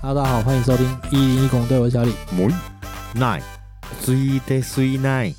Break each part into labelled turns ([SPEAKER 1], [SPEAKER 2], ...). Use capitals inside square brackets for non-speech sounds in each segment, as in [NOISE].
[SPEAKER 1] Hello，大家好，欢迎收听一零一公队，我是小李。
[SPEAKER 2] m o nine，水的水 nine，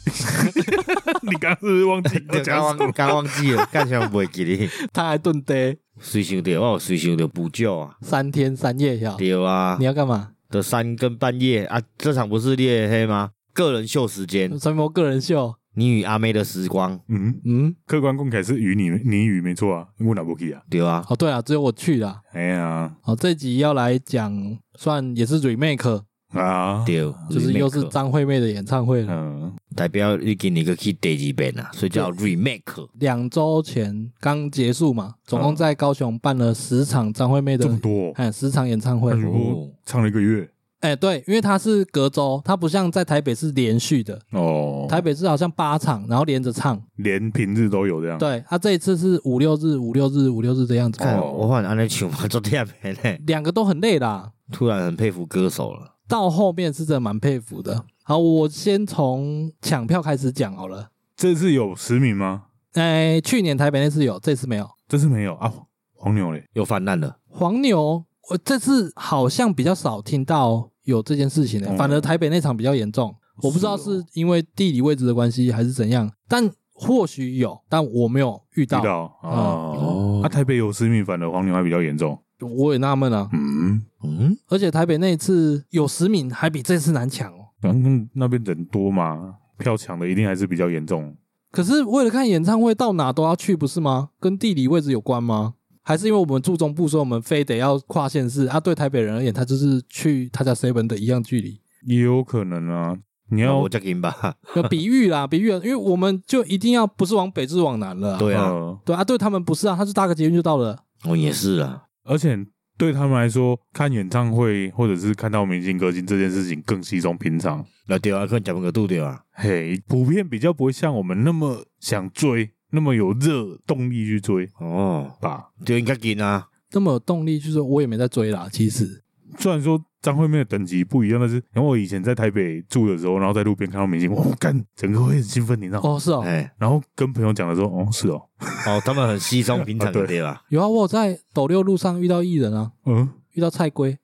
[SPEAKER 3] 你刚刚是不是忘 [LAUGHS] 记我
[SPEAKER 2] 刚
[SPEAKER 3] 讲什
[SPEAKER 2] 刚
[SPEAKER 3] 么？
[SPEAKER 2] 刚忘记了，干啥袂记咧？
[SPEAKER 1] 他还蹲呆
[SPEAKER 2] 水想着我有水想着补救啊，
[SPEAKER 1] 三天三夜呀？
[SPEAKER 2] 对啊
[SPEAKER 1] 你，要干嘛？
[SPEAKER 2] 的三更半夜啊，这场不是夜黑吗？个人秀时间，
[SPEAKER 1] 传播个人秀？
[SPEAKER 2] 你与阿妹的时光，
[SPEAKER 3] 嗯，
[SPEAKER 1] 嗯，
[SPEAKER 3] 客观公开是鱼你你鱼没错啊，我哪不去啊？
[SPEAKER 2] 对啊，
[SPEAKER 1] 哦对了，只有我去了。
[SPEAKER 3] 哎呀
[SPEAKER 1] 哦，这集要来讲，算也是 remake，
[SPEAKER 3] 啊，
[SPEAKER 2] 对，
[SPEAKER 1] 就是又是
[SPEAKER 2] remake
[SPEAKER 1] 张惠妹的演唱会了。
[SPEAKER 3] 嗯，
[SPEAKER 2] 代表你今年个去第二遍啊，所以叫 remake。
[SPEAKER 1] 两周前刚结束嘛，总共在高雄办了十场张惠妹的
[SPEAKER 3] 这，么多哦，
[SPEAKER 1] 哎，十场演唱会
[SPEAKER 3] 哎。呦
[SPEAKER 2] 哦
[SPEAKER 3] 唱了一个月
[SPEAKER 1] 哎，对，因为它是隔周，它不像在台北是连续的，
[SPEAKER 3] 哦，嗯
[SPEAKER 1] 台北是好像八场，然后连着唱。
[SPEAKER 3] 连平日都有这样，
[SPEAKER 1] 对，啊他、这一次是五六日、五六日、五六日的样子，
[SPEAKER 2] 看
[SPEAKER 3] 哦
[SPEAKER 2] 我换安尼唱嘛，昨天没呢，
[SPEAKER 1] 两个都很累啦。
[SPEAKER 2] 突然很佩服歌手了。
[SPEAKER 1] 到后面是真的蛮佩服的。好，我先从抢票开始讲好了。
[SPEAKER 3] 这次有实名吗？
[SPEAKER 1] 哎，去年台北那次有，这次没有。
[SPEAKER 3] 这次没有啊，黄牛嘞，
[SPEAKER 2] 又泛滥了，
[SPEAKER 1] 黄牛，我这次好像比较少听到有这件事情的、
[SPEAKER 3] 嗯
[SPEAKER 1] 反而台北那场比较严重。我不知道是哦因为地理位置的关系还是怎样，但或许有，但我没有遇
[SPEAKER 3] 遇
[SPEAKER 1] 到。
[SPEAKER 3] 到
[SPEAKER 2] 哦
[SPEAKER 3] 哦，啊，台北有实名，反而黄牛还比较严重，
[SPEAKER 1] 我也纳闷啊，
[SPEAKER 3] 嗯，
[SPEAKER 2] 嗯，
[SPEAKER 1] 而且台北那一次有十名，还比这次难抢哦。
[SPEAKER 3] 反正那边人多嘛，票抢的一定还是比较严重，
[SPEAKER 1] 可是为了看演唱会，到哪都要去，不是吗？跟地理位置有关吗？还是因为我们住中部，所以我们非得要跨县市啊？对台北人而言，他就是去他家 seven 的一样距离。
[SPEAKER 3] 也有可能啊，你
[SPEAKER 2] 那
[SPEAKER 3] 要
[SPEAKER 2] 我再给你吧。
[SPEAKER 1] 有比喻啦， [LAUGHS] 比喻啦，因为我们就一定要不是往北，就是往南了啊。
[SPEAKER 2] 对啊，
[SPEAKER 3] 呃
[SPEAKER 1] 对啊，对他们不是啊，他就搭个捷运就到了。
[SPEAKER 2] 我也是啊。
[SPEAKER 3] 而且对他们来说，看演唱会或者是看到明星歌星这件事情更稀松平常。
[SPEAKER 2] 那对啊，可能讲个度对啊，
[SPEAKER 3] 嘿，普遍比较不会像我们那么想追，那么有热动力去追
[SPEAKER 2] 哦，
[SPEAKER 3] 吧。
[SPEAKER 2] 对，应该紧啊，
[SPEAKER 1] 那么有动力，就是我也没在追啦。其实
[SPEAKER 3] 虽然说张惠妹的等级不一样，但是然后我以前在台北住的时候，然后在路边看到明星，哇，干，整个会很兴奋，你知道吗？
[SPEAKER 1] 哦，是哦，
[SPEAKER 2] 哎，
[SPEAKER 3] 然后跟朋友讲的时候，哦，是哦，
[SPEAKER 2] 哦，他们很稀松平常
[SPEAKER 3] 啊
[SPEAKER 2] 的
[SPEAKER 3] 对
[SPEAKER 2] 对吧？
[SPEAKER 1] 有啊，我有在斗六路上遇到艺人啊，
[SPEAKER 3] 嗯，
[SPEAKER 1] 遇到蔡圭，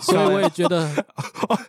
[SPEAKER 1] 所以我也觉得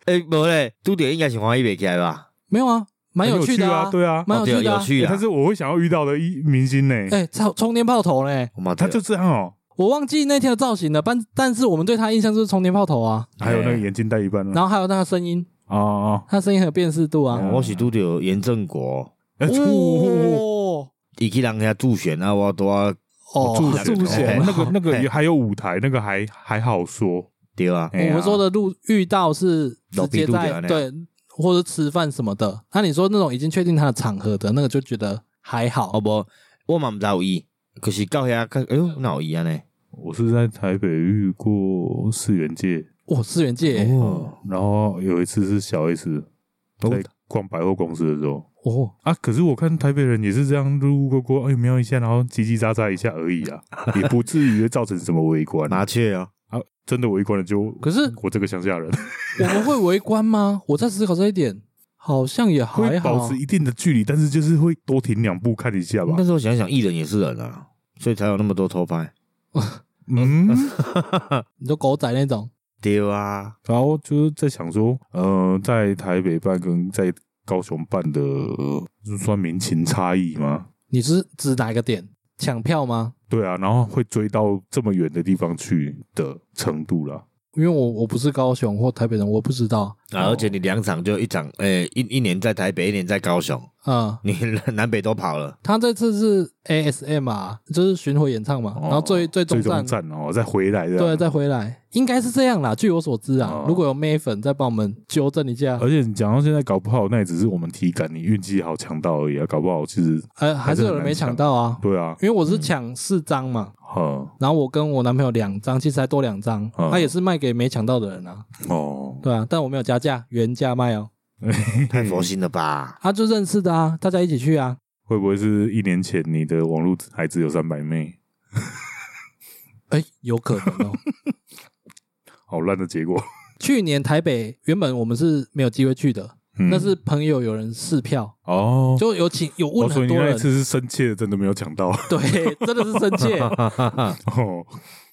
[SPEAKER 2] 哎，无嘞，度点应该是欢喜袂起来吧？
[SPEAKER 1] 没有啊，蛮
[SPEAKER 3] 很
[SPEAKER 1] 有
[SPEAKER 3] 有
[SPEAKER 1] 趣的
[SPEAKER 3] 啊，对啊。
[SPEAKER 1] 蛮有
[SPEAKER 2] 哦对啊
[SPEAKER 1] 趣的啊
[SPEAKER 2] 有。趣
[SPEAKER 3] 欸
[SPEAKER 2] 啊
[SPEAKER 3] 但。是我会想要遇到的一明星呢，
[SPEAKER 1] 哎，操，冲天炮头嘞！
[SPEAKER 2] 我嘛对
[SPEAKER 3] 他
[SPEAKER 2] 啊
[SPEAKER 3] 就这样哦，
[SPEAKER 1] 我忘记那天的造型了，但但是我们对他印象就是冲天炮头啊，
[SPEAKER 3] 还有那个
[SPEAKER 2] 哎
[SPEAKER 3] 眼镜戴一半呢，
[SPEAKER 1] 然后还有那个声音，
[SPEAKER 3] 哦哦，
[SPEAKER 1] 他声音很有辨识度啊。
[SPEAKER 3] 嗯
[SPEAKER 2] 哦我是拄着严正国，
[SPEAKER 3] 哎 [LAUGHS] 哦
[SPEAKER 1] 哦
[SPEAKER 2] 伊去人遐助选啊，我拄啊
[SPEAKER 1] 哦，
[SPEAKER 3] 助选
[SPEAKER 1] 助
[SPEAKER 2] 选
[SPEAKER 1] 选
[SPEAKER 3] 哦，那个那
[SPEAKER 2] 嘿
[SPEAKER 3] 个还有舞台，那个还还好说。
[SPEAKER 2] 对啊，
[SPEAKER 3] 哎呀
[SPEAKER 1] 哦我们说的路遇到是直
[SPEAKER 2] 老屁
[SPEAKER 1] 接
[SPEAKER 2] 路
[SPEAKER 1] 在
[SPEAKER 2] 的那样
[SPEAKER 1] 对，或者吃饭什么的。那你说那种已经确定他的场合的那个，就觉得还
[SPEAKER 2] 哦
[SPEAKER 1] 好。
[SPEAKER 2] 无，我嘛毋知有伊，可是到遐看，哎呦，哪有伊安尼？
[SPEAKER 3] 我是在台北遇过四元界，
[SPEAKER 1] 哇，四元界
[SPEAKER 2] 哦，
[SPEAKER 3] 然后有一次是小 S 在逛百货公司的时候
[SPEAKER 1] 哦，
[SPEAKER 3] 啊，可是我看台北人也是这样路路过过，哎瞄一下，然后叽叽喳喳一下而已啊，也不至于会造成什么围观啊。
[SPEAKER 2] 麻雀哦，
[SPEAKER 3] 真的围观了就
[SPEAKER 1] 可是
[SPEAKER 3] 我这个乡下人
[SPEAKER 1] 我们会围观吗？ [LAUGHS] 我在思考这一点，好像也还
[SPEAKER 3] 会保
[SPEAKER 1] 好
[SPEAKER 3] 持。一定的距离，但是就是会多停两步看一下吧
[SPEAKER 2] 但。是我想想，艺人也是人啊，所以才有那么多偷拍。
[SPEAKER 1] 呃
[SPEAKER 3] 嗯，
[SPEAKER 1] 你说狗仔那种，
[SPEAKER 2] 对啊，
[SPEAKER 3] 然后就是在想说，呃，在台北办跟在高雄办的，呃算民情差异吗？
[SPEAKER 1] 你是指哪一个点？抢票吗？
[SPEAKER 3] 对啊，然后会追到这么远的地方去的程度啦。
[SPEAKER 1] 因为我我不是高雄或台北人，我不知道。
[SPEAKER 2] 啊，而且你两场就一场，诶，一一年在台北，一年在高雄，
[SPEAKER 1] 嗯，
[SPEAKER 2] 你南北都跑了。
[SPEAKER 1] 他这次是 ASM 啊，就是巡回演唱嘛，
[SPEAKER 3] 哦
[SPEAKER 1] 然后最最终
[SPEAKER 3] 最
[SPEAKER 1] 站
[SPEAKER 3] 终站哦，再回来的。
[SPEAKER 1] 对，再回来，应该是这样啦。据我所知啊，
[SPEAKER 3] 哦
[SPEAKER 1] 如果有妹粉再帮我们纠正一下，
[SPEAKER 3] 而且你讲到现在，搞不好那也只是我们体感，你运气好抢到而已啊。搞不好其实
[SPEAKER 1] 呃，还是有人
[SPEAKER 3] 很难
[SPEAKER 1] 没抢到啊，
[SPEAKER 3] 对啊，
[SPEAKER 1] 因为我是抢四张嘛，
[SPEAKER 3] 嗯
[SPEAKER 1] 然后我跟我男朋友两张，其实还多两张，
[SPEAKER 3] 哦
[SPEAKER 1] 他也是卖给没抢到的人啊，
[SPEAKER 3] 哦，
[SPEAKER 1] 对啊，但我没有加价，原价卖哦，
[SPEAKER 2] 太佛心了吧？
[SPEAKER 1] 他就认识的啊，大家一起去啊，
[SPEAKER 3] 会不会是一年前你的网络还只有三百妹？
[SPEAKER 1] 哎，有可
[SPEAKER 3] [LAUGHS]
[SPEAKER 1] 能哦。
[SPEAKER 3] 好烂的结果。
[SPEAKER 1] 去年台北原本我们是没有机会去的，
[SPEAKER 3] 嗯
[SPEAKER 1] 那是朋友有人试票，
[SPEAKER 3] 哦，
[SPEAKER 1] 就有请有
[SPEAKER 3] 我
[SPEAKER 1] 问
[SPEAKER 3] 说
[SPEAKER 1] 很
[SPEAKER 3] 你
[SPEAKER 1] [LAUGHS] 多
[SPEAKER 3] 那
[SPEAKER 1] 人 [LAUGHS]
[SPEAKER 3] 哦一，次是深切的，真的没有抢到。 [LAUGHS]
[SPEAKER 1] 对，真的是生气。
[SPEAKER 3] 哦，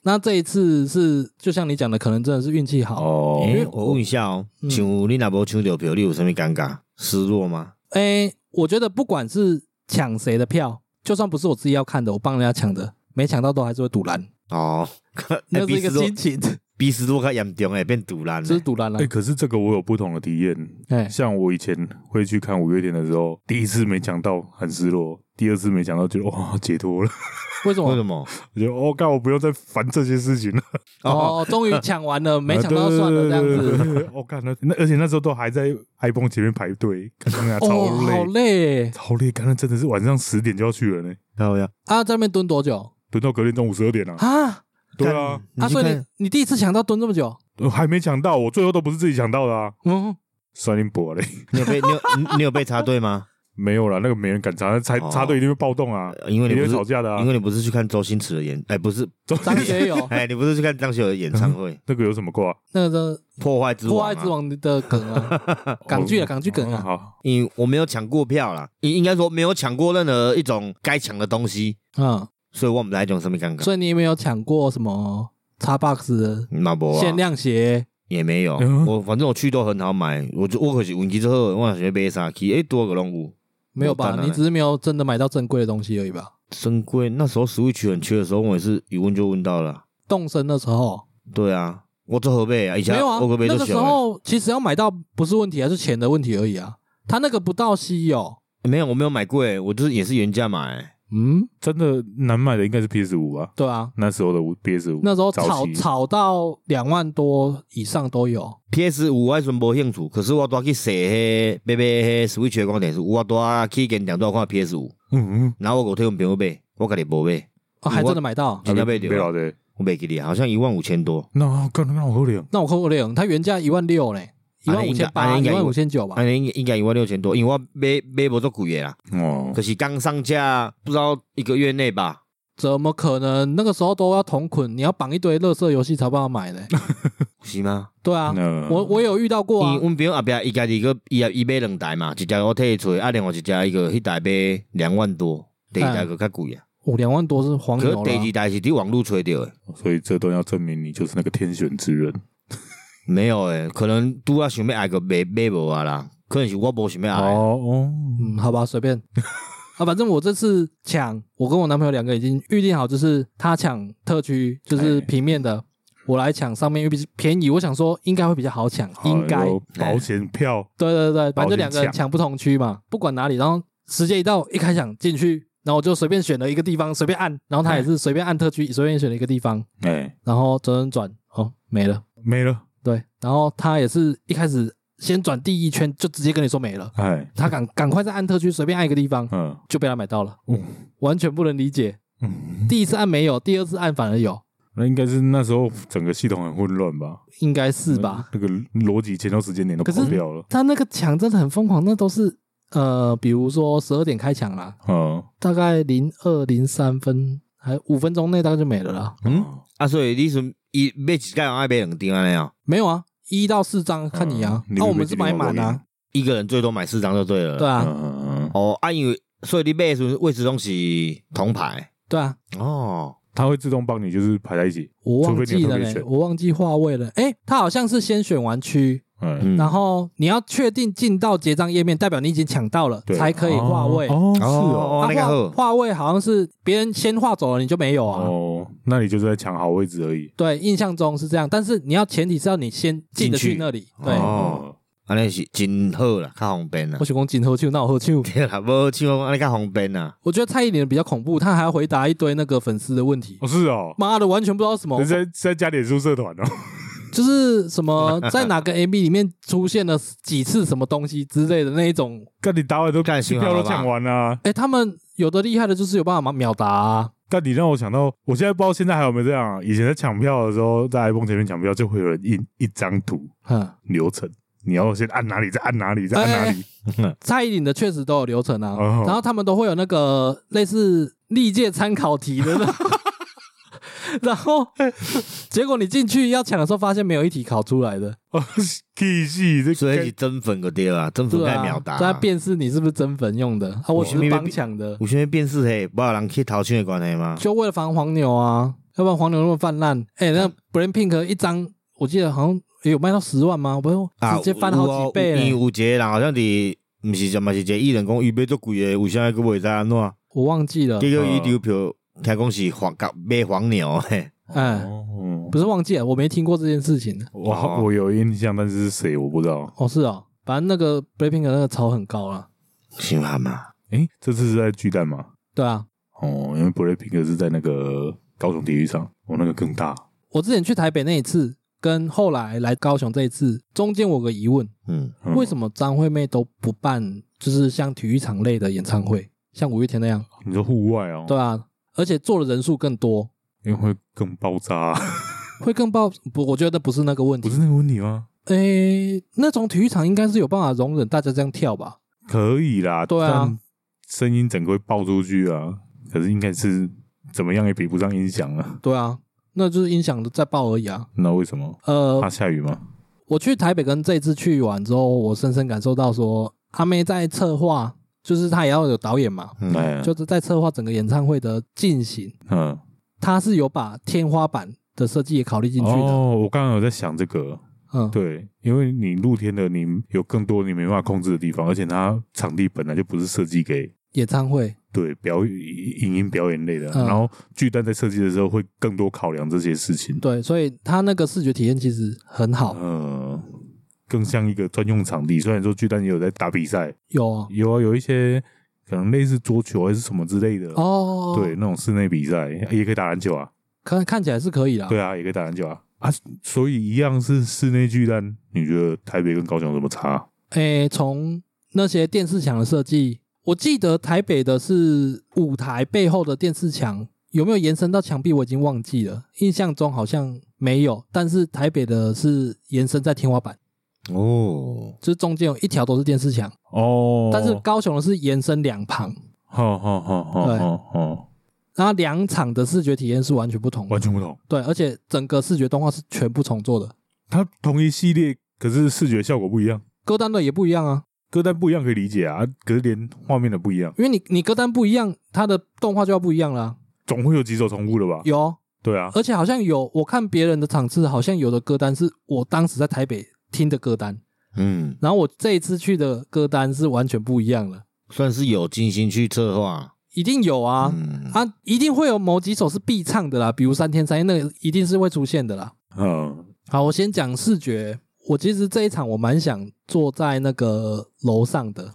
[SPEAKER 1] 那这一次是就像你讲的，可能真的是运气好。
[SPEAKER 3] 哦，
[SPEAKER 2] 诶我问一下哦，
[SPEAKER 1] 嗯
[SPEAKER 2] 像你那波抢到票，你有什么尴尬、失落吗？
[SPEAKER 1] 诶、我觉得不管是抢谁的票，就算不是我自己要看的，我帮人家抢的，没抢到都还是会堵
[SPEAKER 3] 哎
[SPEAKER 1] 拦，
[SPEAKER 2] 哦， [LAUGHS]
[SPEAKER 1] 那
[SPEAKER 2] 比
[SPEAKER 1] 是一
[SPEAKER 2] 失
[SPEAKER 1] 个
[SPEAKER 2] 落
[SPEAKER 1] 心
[SPEAKER 3] [LAUGHS]
[SPEAKER 1] 情，
[SPEAKER 2] 比失落较严重诶，变堵烂
[SPEAKER 1] 就
[SPEAKER 2] 了
[SPEAKER 1] 是。堵拦了
[SPEAKER 3] 哎、。可是这个我有不同的体验。
[SPEAKER 1] 哎、
[SPEAKER 3] 像我以前会去看五月天的时候，第一次没抢到很失落，第二次没抢到觉得哇解脱了， [LAUGHS]
[SPEAKER 1] 为什
[SPEAKER 2] 为
[SPEAKER 1] 么
[SPEAKER 2] 什？么？
[SPEAKER 3] 我觉得哦，干我不用再烦这些事情了，啊
[SPEAKER 1] 哦，终于抢完了，没抢到算了这样
[SPEAKER 3] [LAUGHS] 对对
[SPEAKER 1] 子。
[SPEAKER 3] 对对对哦，干那那而且那时候都还在 iPhone 前面排队，干那超
[SPEAKER 1] 哦，好
[SPEAKER 3] 累，
[SPEAKER 1] 累
[SPEAKER 3] 超累，干那真的是晚上十点就要去了呢，
[SPEAKER 2] 靠呀！
[SPEAKER 1] 啊！在那边蹲多久
[SPEAKER 3] 蹲到隔天中午十二点啊。
[SPEAKER 1] 啊？
[SPEAKER 3] 对啊，
[SPEAKER 1] 啊，
[SPEAKER 2] 去
[SPEAKER 1] 所以
[SPEAKER 2] 看
[SPEAKER 1] 你你第一次抢到蹲这么久？
[SPEAKER 3] 我呃还没抢到，我最后都不是自己抢到的啊，
[SPEAKER 1] 嗯，
[SPEAKER 3] 酸林博嘞，
[SPEAKER 2] 你有被你有你你有被插
[SPEAKER 3] [LAUGHS]
[SPEAKER 2] 队吗？
[SPEAKER 3] 没有啦，那个没人敢插，插
[SPEAKER 2] 哦
[SPEAKER 3] 插队一定会暴动
[SPEAKER 1] 哦
[SPEAKER 3] 啊，
[SPEAKER 2] 因为
[SPEAKER 3] 一
[SPEAKER 2] 你
[SPEAKER 3] 定
[SPEAKER 2] 不
[SPEAKER 3] 会
[SPEAKER 2] 是
[SPEAKER 3] 吵架哦的啊 [LAUGHS]
[SPEAKER 2] 因。为你不是去看周星驰的演，哎，不是，
[SPEAKER 1] 张学友
[SPEAKER 2] 哎，你不是去看张学友的演唱会，
[SPEAKER 3] 那个有什么挂？
[SPEAKER 1] 那个
[SPEAKER 2] 破坏之
[SPEAKER 1] 《
[SPEAKER 2] 王
[SPEAKER 1] 破
[SPEAKER 2] 啊
[SPEAKER 1] 爱之王》的梗啊，
[SPEAKER 2] [LAUGHS]
[SPEAKER 1] 港剧啊，港剧梗
[SPEAKER 3] 哦
[SPEAKER 1] 啊
[SPEAKER 3] 好，
[SPEAKER 2] 因我没有抢过票啦，应应该说没有抢过任何一种该抢的东西，
[SPEAKER 1] 啊！
[SPEAKER 2] 所以我们来讲什么尴尬，
[SPEAKER 1] 所以你有没有抢过什么 Xbox 的
[SPEAKER 2] 那啊不
[SPEAKER 1] 限量鞋？
[SPEAKER 2] 也没有，
[SPEAKER 3] 嗯
[SPEAKER 2] 我反正我去都很好买，我就我可是运气之后，我想学买啥去，哎，多个拢有。
[SPEAKER 1] 没有
[SPEAKER 2] 我
[SPEAKER 1] 吧？
[SPEAKER 2] 当然
[SPEAKER 1] 你只是没有真的买到正规的东西而已吧？
[SPEAKER 2] 珍贵，那时候 Switch 很缺的时候，我也是一问就问到了。
[SPEAKER 1] 动身的时候
[SPEAKER 2] 对啊，我做后背啊，以前
[SPEAKER 1] 没有啊
[SPEAKER 2] 我可，没
[SPEAKER 1] 那
[SPEAKER 2] 做
[SPEAKER 1] 个时
[SPEAKER 2] 小的
[SPEAKER 1] 候其实要买到不是问题啊，是钱的问题而已啊。他那个不到稀有，
[SPEAKER 2] 没有，我没有买贵，我就是也是原价买。
[SPEAKER 1] 嗯，
[SPEAKER 3] 真的难买的应该是 PS 五吧，
[SPEAKER 1] 对啊，
[SPEAKER 3] 那时候的 PS 五，
[SPEAKER 1] 那时候
[SPEAKER 3] 早
[SPEAKER 1] 炒
[SPEAKER 3] 期
[SPEAKER 1] 炒到两万多以上都有，
[SPEAKER 2] PS 五我全无兴趣，可是我多去踅迄买买迄 Switch 的光电视，我多去跟店多看 PS 五，
[SPEAKER 3] 嗯
[SPEAKER 2] 然后我给我朋友买，我家己无买，
[SPEAKER 1] 啊还真的买到。
[SPEAKER 2] 真
[SPEAKER 3] 嗯，
[SPEAKER 2] 的买
[SPEAKER 3] 被老
[SPEAKER 2] 掉，
[SPEAKER 3] 的，
[SPEAKER 2] 我买给你，好像一万五千多，
[SPEAKER 3] 那干那我喝点，
[SPEAKER 1] 那我扣扣零，它原价一万六嘞，一万五千八，
[SPEAKER 2] 啊应
[SPEAKER 1] 一
[SPEAKER 2] 该
[SPEAKER 1] 万五千九吧
[SPEAKER 2] 安。尼应该应该一万六千多，因为我买买无足贵的啦，
[SPEAKER 3] 哦
[SPEAKER 2] 可，是刚上架不知道一个月内吧，
[SPEAKER 1] 怎么可能？那个时候都要同捆，你要绑一堆乐色游戏才帮我买
[SPEAKER 3] [LAUGHS]
[SPEAKER 1] 嘞。
[SPEAKER 2] 是吗？
[SPEAKER 1] 对啊，
[SPEAKER 3] 那
[SPEAKER 1] 我我有遇到过
[SPEAKER 2] 因
[SPEAKER 1] 啊
[SPEAKER 2] 为。阮朋友后壁伊家己个伊也伊买两台嘛，一台我替伊揣，啊另外一台伊个迄台买两万多，第二台
[SPEAKER 1] 嗯
[SPEAKER 2] 个较贵啊。
[SPEAKER 1] 五两万多是黄
[SPEAKER 2] 可
[SPEAKER 1] 牛
[SPEAKER 2] 是第
[SPEAKER 1] 了
[SPEAKER 2] 二台是伫网络揣着诶，
[SPEAKER 3] 所以这段要证明你就是那个天选之人
[SPEAKER 2] 没有诶，可能拄啊想要爱个买买无啊啦，可能是我无想要爱。
[SPEAKER 3] 哦
[SPEAKER 1] 嗯，好吧，随
[SPEAKER 3] [LAUGHS]
[SPEAKER 1] 便。啊，反正我这次抢，我跟我男朋友两个已经预定好，就是他抢特区，就是
[SPEAKER 3] 哎
[SPEAKER 1] 平面的，我来抢上面，因为便宜。我想说应该会比较好抢，
[SPEAKER 3] 好
[SPEAKER 1] 应该。
[SPEAKER 3] 有保险票
[SPEAKER 1] 对对对，反正就两个人
[SPEAKER 3] 保险抢
[SPEAKER 1] 抢不同区嘛，不管哪里。然后时间一到，一开抢进去，然后我就随便选了一个地方，随便按，然后他也是随便按特区，随便选了一个地方，
[SPEAKER 3] 哎
[SPEAKER 1] 然后转转转，哦，没了。
[SPEAKER 3] 没了，
[SPEAKER 1] 对，然后他也是一开始先转第一圈，就直接跟你说没了。
[SPEAKER 3] 哎
[SPEAKER 1] 他赶赶快再按特区，随便按一个地方
[SPEAKER 3] 嗯
[SPEAKER 1] 就被他买到了，
[SPEAKER 3] 嗯
[SPEAKER 1] 完全不能理解。
[SPEAKER 3] 嗯，
[SPEAKER 1] 第一次按没有，第二次按反而有，
[SPEAKER 3] 那应该是那时候整个系统很混乱吧？
[SPEAKER 1] 应该是吧？
[SPEAKER 3] 那个逻辑前头时间点都
[SPEAKER 1] 可是
[SPEAKER 3] 跑掉了，
[SPEAKER 1] 他那个抢真的很疯狂，那都是呃，比如说十二点开抢啦，
[SPEAKER 3] 嗯
[SPEAKER 1] 大概零二零三分，还五分钟内大概就没了啦。
[SPEAKER 2] 嗯，啊，所以你是伊买一张爱买两张安尼啊？
[SPEAKER 1] 没有啊，一到四张看你啊，那、
[SPEAKER 3] 嗯你
[SPEAKER 1] 我
[SPEAKER 3] 没
[SPEAKER 1] 们是买满啊，
[SPEAKER 2] 一个人最多买四张就对了。
[SPEAKER 1] 对
[SPEAKER 3] 嗯
[SPEAKER 1] 啊，
[SPEAKER 3] 嗯，嗯
[SPEAKER 2] 哦，啊，因为所以你买的时阵位置拢是同排
[SPEAKER 1] 对啊，
[SPEAKER 2] 哦，
[SPEAKER 3] 它会自动帮你就是排在一起，
[SPEAKER 1] 我忘
[SPEAKER 3] 除非你
[SPEAKER 1] 记
[SPEAKER 3] 有特
[SPEAKER 1] 了
[SPEAKER 3] 别
[SPEAKER 1] 嘞、
[SPEAKER 3] 选
[SPEAKER 1] 我忘记话位了。诶，他好像是先选完区，
[SPEAKER 3] 嗯，
[SPEAKER 2] 嗯
[SPEAKER 1] 然后你要确定进到结账页面，代表你已经抢到了，
[SPEAKER 3] 对
[SPEAKER 1] 才可以划位。
[SPEAKER 3] 哦，是哦。
[SPEAKER 2] 哦
[SPEAKER 1] 啊
[SPEAKER 2] 那个好
[SPEAKER 1] 划划位好像是别人先划走了，你就没有啊。
[SPEAKER 3] 哦，那你就是在抢好位置而已。
[SPEAKER 1] 对，印象中是这样，但是你要前提是要你先进得
[SPEAKER 2] 进去
[SPEAKER 1] 去那里。对，
[SPEAKER 2] 哦
[SPEAKER 3] 哦，
[SPEAKER 2] 安尼是真好啦，较方便啦
[SPEAKER 1] 我。想讲进后去，那我后去。
[SPEAKER 2] [LAUGHS] 对啦，无像安尼较方便啦。
[SPEAKER 1] 我觉得蔡依林比较恐怖，她还要回答一堆那个粉丝的问题。
[SPEAKER 3] 哦是哦，
[SPEAKER 1] 妈的，完全不知道什么
[SPEAKER 3] 你，在在加点宿社团哦。
[SPEAKER 1] 就是什么在哪个 MV 里面出现了几次什么东西之类的那一种。
[SPEAKER 3] 干你打完都
[SPEAKER 2] 干幸好
[SPEAKER 3] 票
[SPEAKER 2] 了
[SPEAKER 3] 都
[SPEAKER 2] 吧
[SPEAKER 3] 抢完啊啦、
[SPEAKER 1] 哎，他们有的厉害的就是有办法秒答啊、
[SPEAKER 3] 但你让我想到，我现在不知道现在还有没有这样、啊。以前在抢票的时候，在 iPhone 前面抢票，就会有人印一张图
[SPEAKER 1] 哼，
[SPEAKER 3] 流程，你要先按哪里，再按哪里，再按哪里。
[SPEAKER 1] 蔡依林的确实都有流程啊，
[SPEAKER 3] 哦
[SPEAKER 1] 然后他们都会有那个类似历届参考题的那，
[SPEAKER 2] [LAUGHS]
[SPEAKER 1] 然后结果你进去要抢的时候，发现没有一题考出来的，
[SPEAKER 3] 哦，K 系这
[SPEAKER 2] 所以
[SPEAKER 3] 干
[SPEAKER 2] 是真粉个对啦，真粉
[SPEAKER 1] 对
[SPEAKER 2] 太
[SPEAKER 1] 啊，
[SPEAKER 2] 秒答。
[SPEAKER 1] 在辨识你是不是真粉用的啊，我只
[SPEAKER 2] 哇
[SPEAKER 1] 是帮抢的，
[SPEAKER 2] 有啥物变势嘿，无有人去头抢的关系吗？
[SPEAKER 1] 就为了防黄牛啊。要不然黄牛那么泛滥，哎、那 Blackpink 一张我记得好像也有卖到十万吗？我不
[SPEAKER 2] 啊，
[SPEAKER 1] 直接翻好几倍
[SPEAKER 2] 有
[SPEAKER 1] 嘞、
[SPEAKER 2] 有有一个人好像伫，毋是什么是一个艺人讲伊买足贵诶，为啥佫袂知安怎？
[SPEAKER 1] 我忘记了，
[SPEAKER 2] 结果伊
[SPEAKER 3] 嗯
[SPEAKER 2] 丢票，听讲是黄甲买黄牛诶，
[SPEAKER 1] 哎、
[SPEAKER 3] 哦，
[SPEAKER 1] 不是忘记了，我没听过这件事情。
[SPEAKER 2] 哦
[SPEAKER 3] 我我有印象，但是是谁我不知道。
[SPEAKER 1] 哦，是哦，反正那个 Blackpink 那个潮很高啊啦。
[SPEAKER 2] 想喊嘛，
[SPEAKER 3] 诶，这次是在巨蛋吗？
[SPEAKER 1] 对啊，
[SPEAKER 3] 哦，因为 Blackpink 是在那个高雄体育场，哦，那个更大。
[SPEAKER 1] 我之前去台北那一次，跟后来来高雄这一次，中间我有个疑问，
[SPEAKER 2] 嗯，
[SPEAKER 1] 为什
[SPEAKER 3] 么？
[SPEAKER 1] 么张惠妹都不办，就是像体育场类的演唱会，像五月天那样？
[SPEAKER 3] 你说户外哦？
[SPEAKER 1] 对，啊，而且做的人数更多，
[SPEAKER 3] 因为会更爆炸啊， [LAUGHS]
[SPEAKER 1] 会更爆。不，我觉得不是那个问
[SPEAKER 3] 不
[SPEAKER 1] 题
[SPEAKER 3] 是。那个问题吗？
[SPEAKER 1] 诶，那种体育场应该是有办法容忍大家这样跳吧？
[SPEAKER 3] 可以啦，
[SPEAKER 1] 对啊，
[SPEAKER 3] 声音整个会爆出去啊。可是应该是怎么样也比不上音响啊。
[SPEAKER 1] 对啊，那就是音响的在爆而已啊。
[SPEAKER 3] 那为什么？
[SPEAKER 1] 呃，
[SPEAKER 3] 怕下雨吗？
[SPEAKER 1] 我去台北跟这一次去完之后，我深深感受到说，阿妹在策划，就是她也要有导演嘛，
[SPEAKER 2] 嗯
[SPEAKER 3] 哎，
[SPEAKER 1] 就是在策划整个演唱会的进行，
[SPEAKER 3] 嗯，
[SPEAKER 1] 她是有把天花板的设计也考虑进去的。
[SPEAKER 3] 哦，我刚刚有在想这个，
[SPEAKER 1] 嗯，
[SPEAKER 3] 对，因为你露天的，你有更多你没办法控制的地方，而且它场地本来就不是设计给
[SPEAKER 1] 演唱会，
[SPEAKER 3] 对表演、影音表演类的，
[SPEAKER 1] 嗯
[SPEAKER 3] 然后巨蛋在设计的时候会更多考量这些事情，
[SPEAKER 1] 对，所以她那个视觉体验其实很好，
[SPEAKER 3] 嗯，更像一个专用场地。虽然说巨蛋也有在打比赛，
[SPEAKER 1] 有哦
[SPEAKER 3] 有啊，有一些可能类似桌球还是什么之类的，
[SPEAKER 1] 哦，
[SPEAKER 3] 对，，那种室内比赛也可以打篮球啊，
[SPEAKER 1] 看看起来是可以啦。
[SPEAKER 3] 对啊，也可以打篮球啊。啊，所以一样是室内巨蛋，你觉得台北跟高雄有什么差？
[SPEAKER 1] 诶，从那些电视墙的设计，我记得台北的是舞台背后的电视墙，有没有延伸到墙壁我已经忘记了，印象中好像没有。但是台北的是延伸在天花板，
[SPEAKER 2] 哦，
[SPEAKER 1] 就是中间有一条都是电视墙，
[SPEAKER 3] 哦，
[SPEAKER 1] 但是高雄的是延伸两旁，
[SPEAKER 3] 好好好好
[SPEAKER 1] 对
[SPEAKER 3] 好好，
[SPEAKER 1] 然后两场的视觉体验是完全不同的
[SPEAKER 3] 哦完。全不同。
[SPEAKER 1] 对，而且整个视觉动画是全部重做的，
[SPEAKER 3] 它同一系列，可是视觉效果不一样，
[SPEAKER 1] 歌单的也不一样啊，
[SPEAKER 3] 歌单不一样可以理解啊，可是连画面的不一样，
[SPEAKER 1] 因为你你歌单不一样，它的动画就要不一样了啊、
[SPEAKER 3] 总会有几首重复的吧？
[SPEAKER 1] 有哦
[SPEAKER 3] 对啊，
[SPEAKER 1] 而且好像有我看别人的场次，好像有的歌单是我当时在台北听的歌单，
[SPEAKER 2] 嗯，
[SPEAKER 1] 然后我这一次去的歌单是完全不一样的，
[SPEAKER 2] 算是有精心去策划
[SPEAKER 1] 一定有啊、
[SPEAKER 2] 嗯
[SPEAKER 1] 啊，一定会有某几首是必唱的啦，比如《三天三夜》那个一定是会出现的啦。
[SPEAKER 3] 嗯，
[SPEAKER 1] 好，我先讲视觉，我其实这一场我蛮想坐在那个楼上的，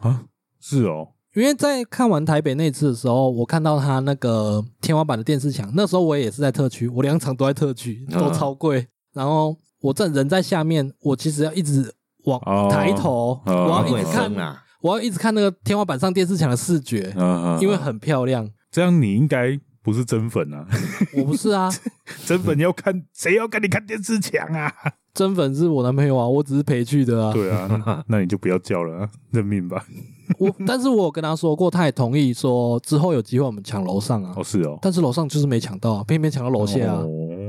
[SPEAKER 3] 是哦，
[SPEAKER 1] 因为在看完台北那次的时候，我看到他那个天花板的电视墙，那时候我也是在特区，我两场都在特区，
[SPEAKER 2] 嗯
[SPEAKER 1] 都超贵。然后我正人在下面，我其实要一直往
[SPEAKER 3] 哦
[SPEAKER 1] 抬头，
[SPEAKER 3] 哦
[SPEAKER 1] 我
[SPEAKER 2] 啊
[SPEAKER 1] 要
[SPEAKER 3] 往
[SPEAKER 1] 一
[SPEAKER 2] 鬼
[SPEAKER 1] 直
[SPEAKER 2] 生
[SPEAKER 1] 看，
[SPEAKER 2] 啊，
[SPEAKER 1] 我要一直看那个天花板上电视墙的视觉，
[SPEAKER 3] 嗯，
[SPEAKER 1] 因为很漂亮。
[SPEAKER 3] 这样你应该不是真粉 [LAUGHS] 啊，
[SPEAKER 1] 我不是
[SPEAKER 3] [LAUGHS]
[SPEAKER 1] 啊，
[SPEAKER 3] 真粉要看谁要跟你看电视墙啊？
[SPEAKER 1] 真粉是我男朋友啊，我只是陪去的啊。
[SPEAKER 3] [LAUGHS] 对啊，那 [LAUGHS] 那你就不要叫了，啊，认命吧。
[SPEAKER 1] 我但是我有跟他说过，他也同意说之后有机会我们抢楼上啊，
[SPEAKER 3] 哦，是哦，
[SPEAKER 1] 但是楼上就是没抢到啊，偏偏抢到楼下啊。
[SPEAKER 3] 哦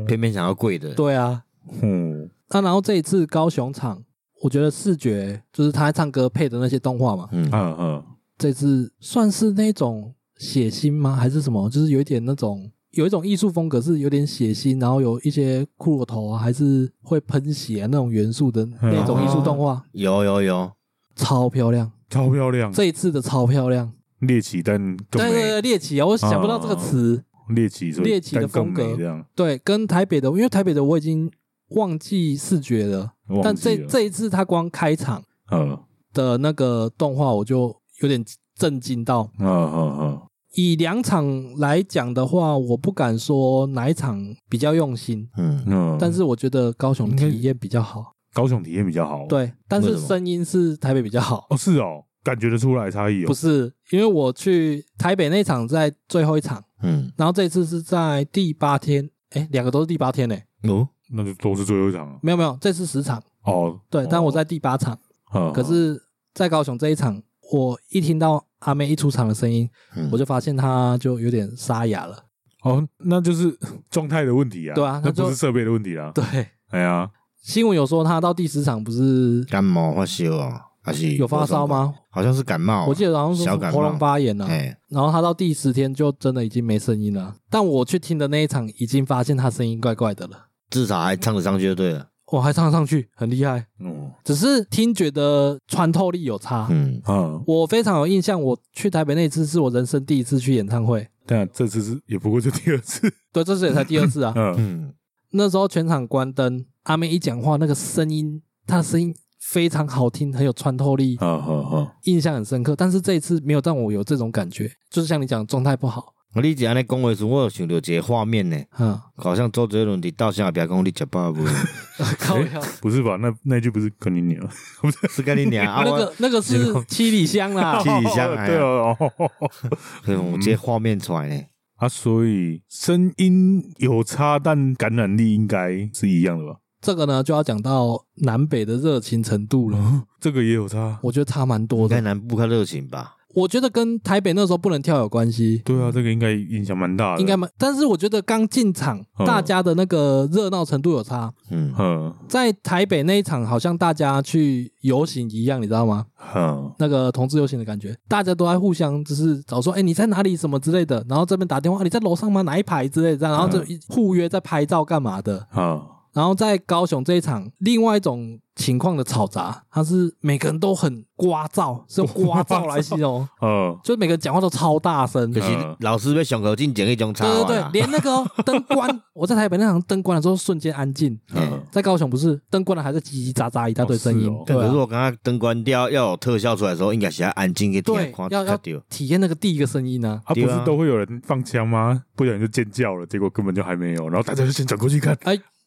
[SPEAKER 2] 偏偏想要贵的，
[SPEAKER 1] 对啊，
[SPEAKER 3] 嗯，
[SPEAKER 1] 那、啊然后这一次高雄场，我觉得视觉就是他在唱歌配的那些动画嘛，
[SPEAKER 2] 嗯，
[SPEAKER 3] 嗯嗯，
[SPEAKER 1] 这次算是那种血腥吗？还是什么？就是有一点那种有一种艺术风格是有点血腥，然后有一些骷髅头啊，还是会喷血、啊、那种元素
[SPEAKER 3] 嗯
[SPEAKER 1] 的那种艺术动画，
[SPEAKER 2] 有有有，
[SPEAKER 1] 超漂亮。
[SPEAKER 3] 超漂亮，
[SPEAKER 1] 这一次的超漂亮，
[SPEAKER 3] 猎奇但更
[SPEAKER 1] 对对
[SPEAKER 3] 美，
[SPEAKER 1] 对，猎奇啊，我想不到这个词。
[SPEAKER 3] 猎奇所以
[SPEAKER 1] 猎奇的
[SPEAKER 3] 但更
[SPEAKER 1] 风格
[SPEAKER 3] 美这样。
[SPEAKER 1] 对，跟台北的，因为台北的我已经忘记视觉了，但
[SPEAKER 3] 忘记
[SPEAKER 1] 这
[SPEAKER 3] 了
[SPEAKER 1] 这一次他光开场。
[SPEAKER 3] 嗯
[SPEAKER 1] 的那个动画，我就有点震惊到。
[SPEAKER 3] 嗯嗯嗯，
[SPEAKER 1] 以两场来讲的话，我不敢说哪一场比较用心，
[SPEAKER 2] 嗯，
[SPEAKER 3] 嗯，
[SPEAKER 1] 但是我觉得高雄
[SPEAKER 3] 应该
[SPEAKER 1] 体验比较好。
[SPEAKER 3] 高雄体验比较好。，啊
[SPEAKER 1] 对，但
[SPEAKER 2] 为
[SPEAKER 1] 是
[SPEAKER 2] 什么
[SPEAKER 1] 声音是台北比较好，
[SPEAKER 3] 哦是哦，感觉得出来差异哦。
[SPEAKER 1] 不是因为我去台北那场在最后一场，
[SPEAKER 2] 嗯，
[SPEAKER 1] 然后这次是在第八天，哎，两个都是第八天呢，
[SPEAKER 2] 哦，
[SPEAKER 3] 那就都是最后一场了
[SPEAKER 1] 没有没有，这次十场，
[SPEAKER 3] 哦。
[SPEAKER 1] 对
[SPEAKER 3] 哦，
[SPEAKER 1] 但我在，第八场，
[SPEAKER 3] 嗯
[SPEAKER 1] 嗯可是在高雄这一场，我一听到阿妹一出场的声音，
[SPEAKER 2] 嗯
[SPEAKER 1] 我就发现她就有点沙哑了。
[SPEAKER 3] 哦，那就是 [LAUGHS] 状态的问题啊。
[SPEAKER 1] 对啊
[SPEAKER 3] 那
[SPEAKER 1] 那就
[SPEAKER 3] 不是设备的问题啦。啊
[SPEAKER 1] 对，
[SPEAKER 3] 哎呀，
[SPEAKER 1] 新闻有说他到第十场不是
[SPEAKER 2] 感冒发烧啊，还是
[SPEAKER 1] 有发烧？吗？
[SPEAKER 2] 好像是感冒啊，
[SPEAKER 1] 我记得好像是
[SPEAKER 2] 小感
[SPEAKER 1] 喉
[SPEAKER 2] 冒
[SPEAKER 1] 咙。发炎了、啊
[SPEAKER 2] 哎，
[SPEAKER 1] 然后他到第十天就真的已经没声音了。但我去听的那一场，已经发现他声音怪怪的了。
[SPEAKER 2] 至少还唱得上去就对了。
[SPEAKER 1] 我还唱得上去，很厉害。
[SPEAKER 3] 哦，
[SPEAKER 1] 只是听觉的穿透力有差。
[SPEAKER 2] 嗯，
[SPEAKER 3] 啊，
[SPEAKER 1] 我非常有印象，我去台北那次是我人生第一次去演唱会，
[SPEAKER 3] 但这次是也不过就第二次，
[SPEAKER 1] 对，这次也才第二次啊。
[SPEAKER 3] 嗯，
[SPEAKER 2] 嗯，
[SPEAKER 1] [LAUGHS] 那时候全场关灯，阿妹一讲话，那个声音，她的声音非常好听，很有穿透力，
[SPEAKER 3] 好啊好好，
[SPEAKER 1] 印象很深刻。但是这一次没有让我有这种感觉，就是像你讲，状态不好。
[SPEAKER 2] 啊你只安尼讲话时，我有想到一个画面呢，
[SPEAKER 1] 嗯，
[SPEAKER 2] 好像周杰伦伫稻香边讲你食
[SPEAKER 1] [LAUGHS]
[SPEAKER 2] 饱无？
[SPEAKER 1] 靠呀，
[SPEAKER 3] 不是吧？那那句不是跟你娘，
[SPEAKER 2] 是跟你
[SPEAKER 1] [LAUGHS]
[SPEAKER 2] 娘啊？
[SPEAKER 1] 那
[SPEAKER 2] 我
[SPEAKER 1] 个那个是七里香啦
[SPEAKER 3] [LAUGHS]
[SPEAKER 2] 七。里香
[SPEAKER 3] 对哦，
[SPEAKER 2] 对我这画面出来呢，
[SPEAKER 3] [LAUGHS] 啊，所以声音有差，但感染力应该是一样的吧？
[SPEAKER 1] 这个呢，就要讲到南北的热情程度了。
[SPEAKER 3] 这个也有差，
[SPEAKER 1] 我觉得差蛮多
[SPEAKER 2] 应该
[SPEAKER 1] 的。
[SPEAKER 2] 南部较热情吧？
[SPEAKER 1] 我觉得跟台北那时候不能跳有关系，
[SPEAKER 3] 对啊，这个应该影响蛮大的，
[SPEAKER 1] 应该，蛮。但是我觉得刚进场，
[SPEAKER 3] 嗯
[SPEAKER 1] 大家的那个热闹程度有差。
[SPEAKER 2] 嗯，
[SPEAKER 3] 嗯
[SPEAKER 1] 在台北那一场，好像大家去游行一样，你知道吗？
[SPEAKER 3] 哼，
[SPEAKER 1] 那个同志游行的感觉，大家都在互相就是找说，哎、你在哪里什么之类的，然后这边打电话，啊你在楼上吗？哪一排之类的，这样然后就一互约在拍照干嘛的。
[SPEAKER 3] 啊，
[SPEAKER 1] 然后在高雄这一场，另外一种情况的吵杂，它是每个人都很聒噪，是用聒噪来形容，
[SPEAKER 3] 嗯，
[SPEAKER 1] 就是每个人讲话都超大声。
[SPEAKER 2] 就
[SPEAKER 1] 对
[SPEAKER 2] 是老师要上课进前迄种插啊
[SPEAKER 1] 对
[SPEAKER 2] 话
[SPEAKER 1] 对
[SPEAKER 2] 啦，。
[SPEAKER 1] 连那个哦灯关，我在台北那场灯关了之后瞬间安静，
[SPEAKER 2] 嗯
[SPEAKER 1] 在高雄不是灯关了还是叽叽喳喳一大堆声音
[SPEAKER 3] 哦，
[SPEAKER 1] 对
[SPEAKER 2] 可是
[SPEAKER 1] 啊，
[SPEAKER 2] 我刚刚灯关掉，要有特效出来的时候，应该是要安静一
[SPEAKER 1] 对
[SPEAKER 2] 点，看
[SPEAKER 1] 要
[SPEAKER 2] 较
[SPEAKER 1] 要
[SPEAKER 2] 对。
[SPEAKER 1] 体验那个第一个声音呢。
[SPEAKER 3] 啊，不
[SPEAKER 2] 对啊
[SPEAKER 3] 是都会有人放枪吗？不小心就尖叫了，结果根本就还没有，然后大家就先转过去看，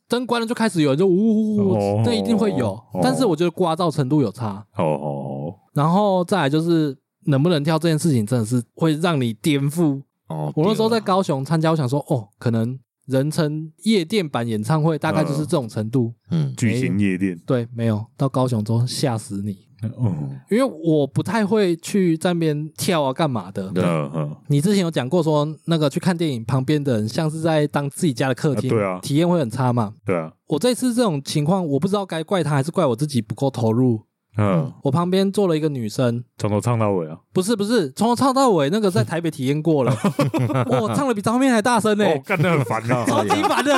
[SPEAKER 1] 灯关了就开始有人就呜呜呜
[SPEAKER 3] 哦
[SPEAKER 1] 呜，那一定会有
[SPEAKER 3] 哦，
[SPEAKER 1] 但是我觉得聒噪程度有差。
[SPEAKER 3] 哦哦，
[SPEAKER 1] 然后再来就是能不能跳这件事情，真的是会让你颠覆
[SPEAKER 2] 哦，
[SPEAKER 1] 我那时候在
[SPEAKER 2] 对啊
[SPEAKER 1] 高雄参加，我想说，哦，可能人称夜店版演唱会大概就是这种程度。 [LAUGHS]
[SPEAKER 2] 嗯
[SPEAKER 3] 巨型夜店，
[SPEAKER 1] 对，没有到高雄之后吓死你，
[SPEAKER 3] 嗯
[SPEAKER 1] 因为我不太会去在那边跳啊干嘛的。
[SPEAKER 2] 对
[SPEAKER 3] 嗯嗯，
[SPEAKER 1] 你之前有讲过说，那个去看电影旁边的人像是在当自己家的客厅，
[SPEAKER 3] 啊对啊
[SPEAKER 1] 体验会很差嘛。
[SPEAKER 3] 对啊，
[SPEAKER 1] 我这次这种情况，我不知道该怪他还是怪我自己不够投入。
[SPEAKER 3] 嗯，
[SPEAKER 1] 我旁边坐了一个女生，
[SPEAKER 3] 从头唱到尾啊，
[SPEAKER 1] 不是不是，从头唱到尾那个在台北体验
[SPEAKER 3] [LAUGHS]
[SPEAKER 1] 过了，我、唱的比张面还大声呢、
[SPEAKER 3] 哦，干得很烦啊，
[SPEAKER 1] [LAUGHS] 超级烦的，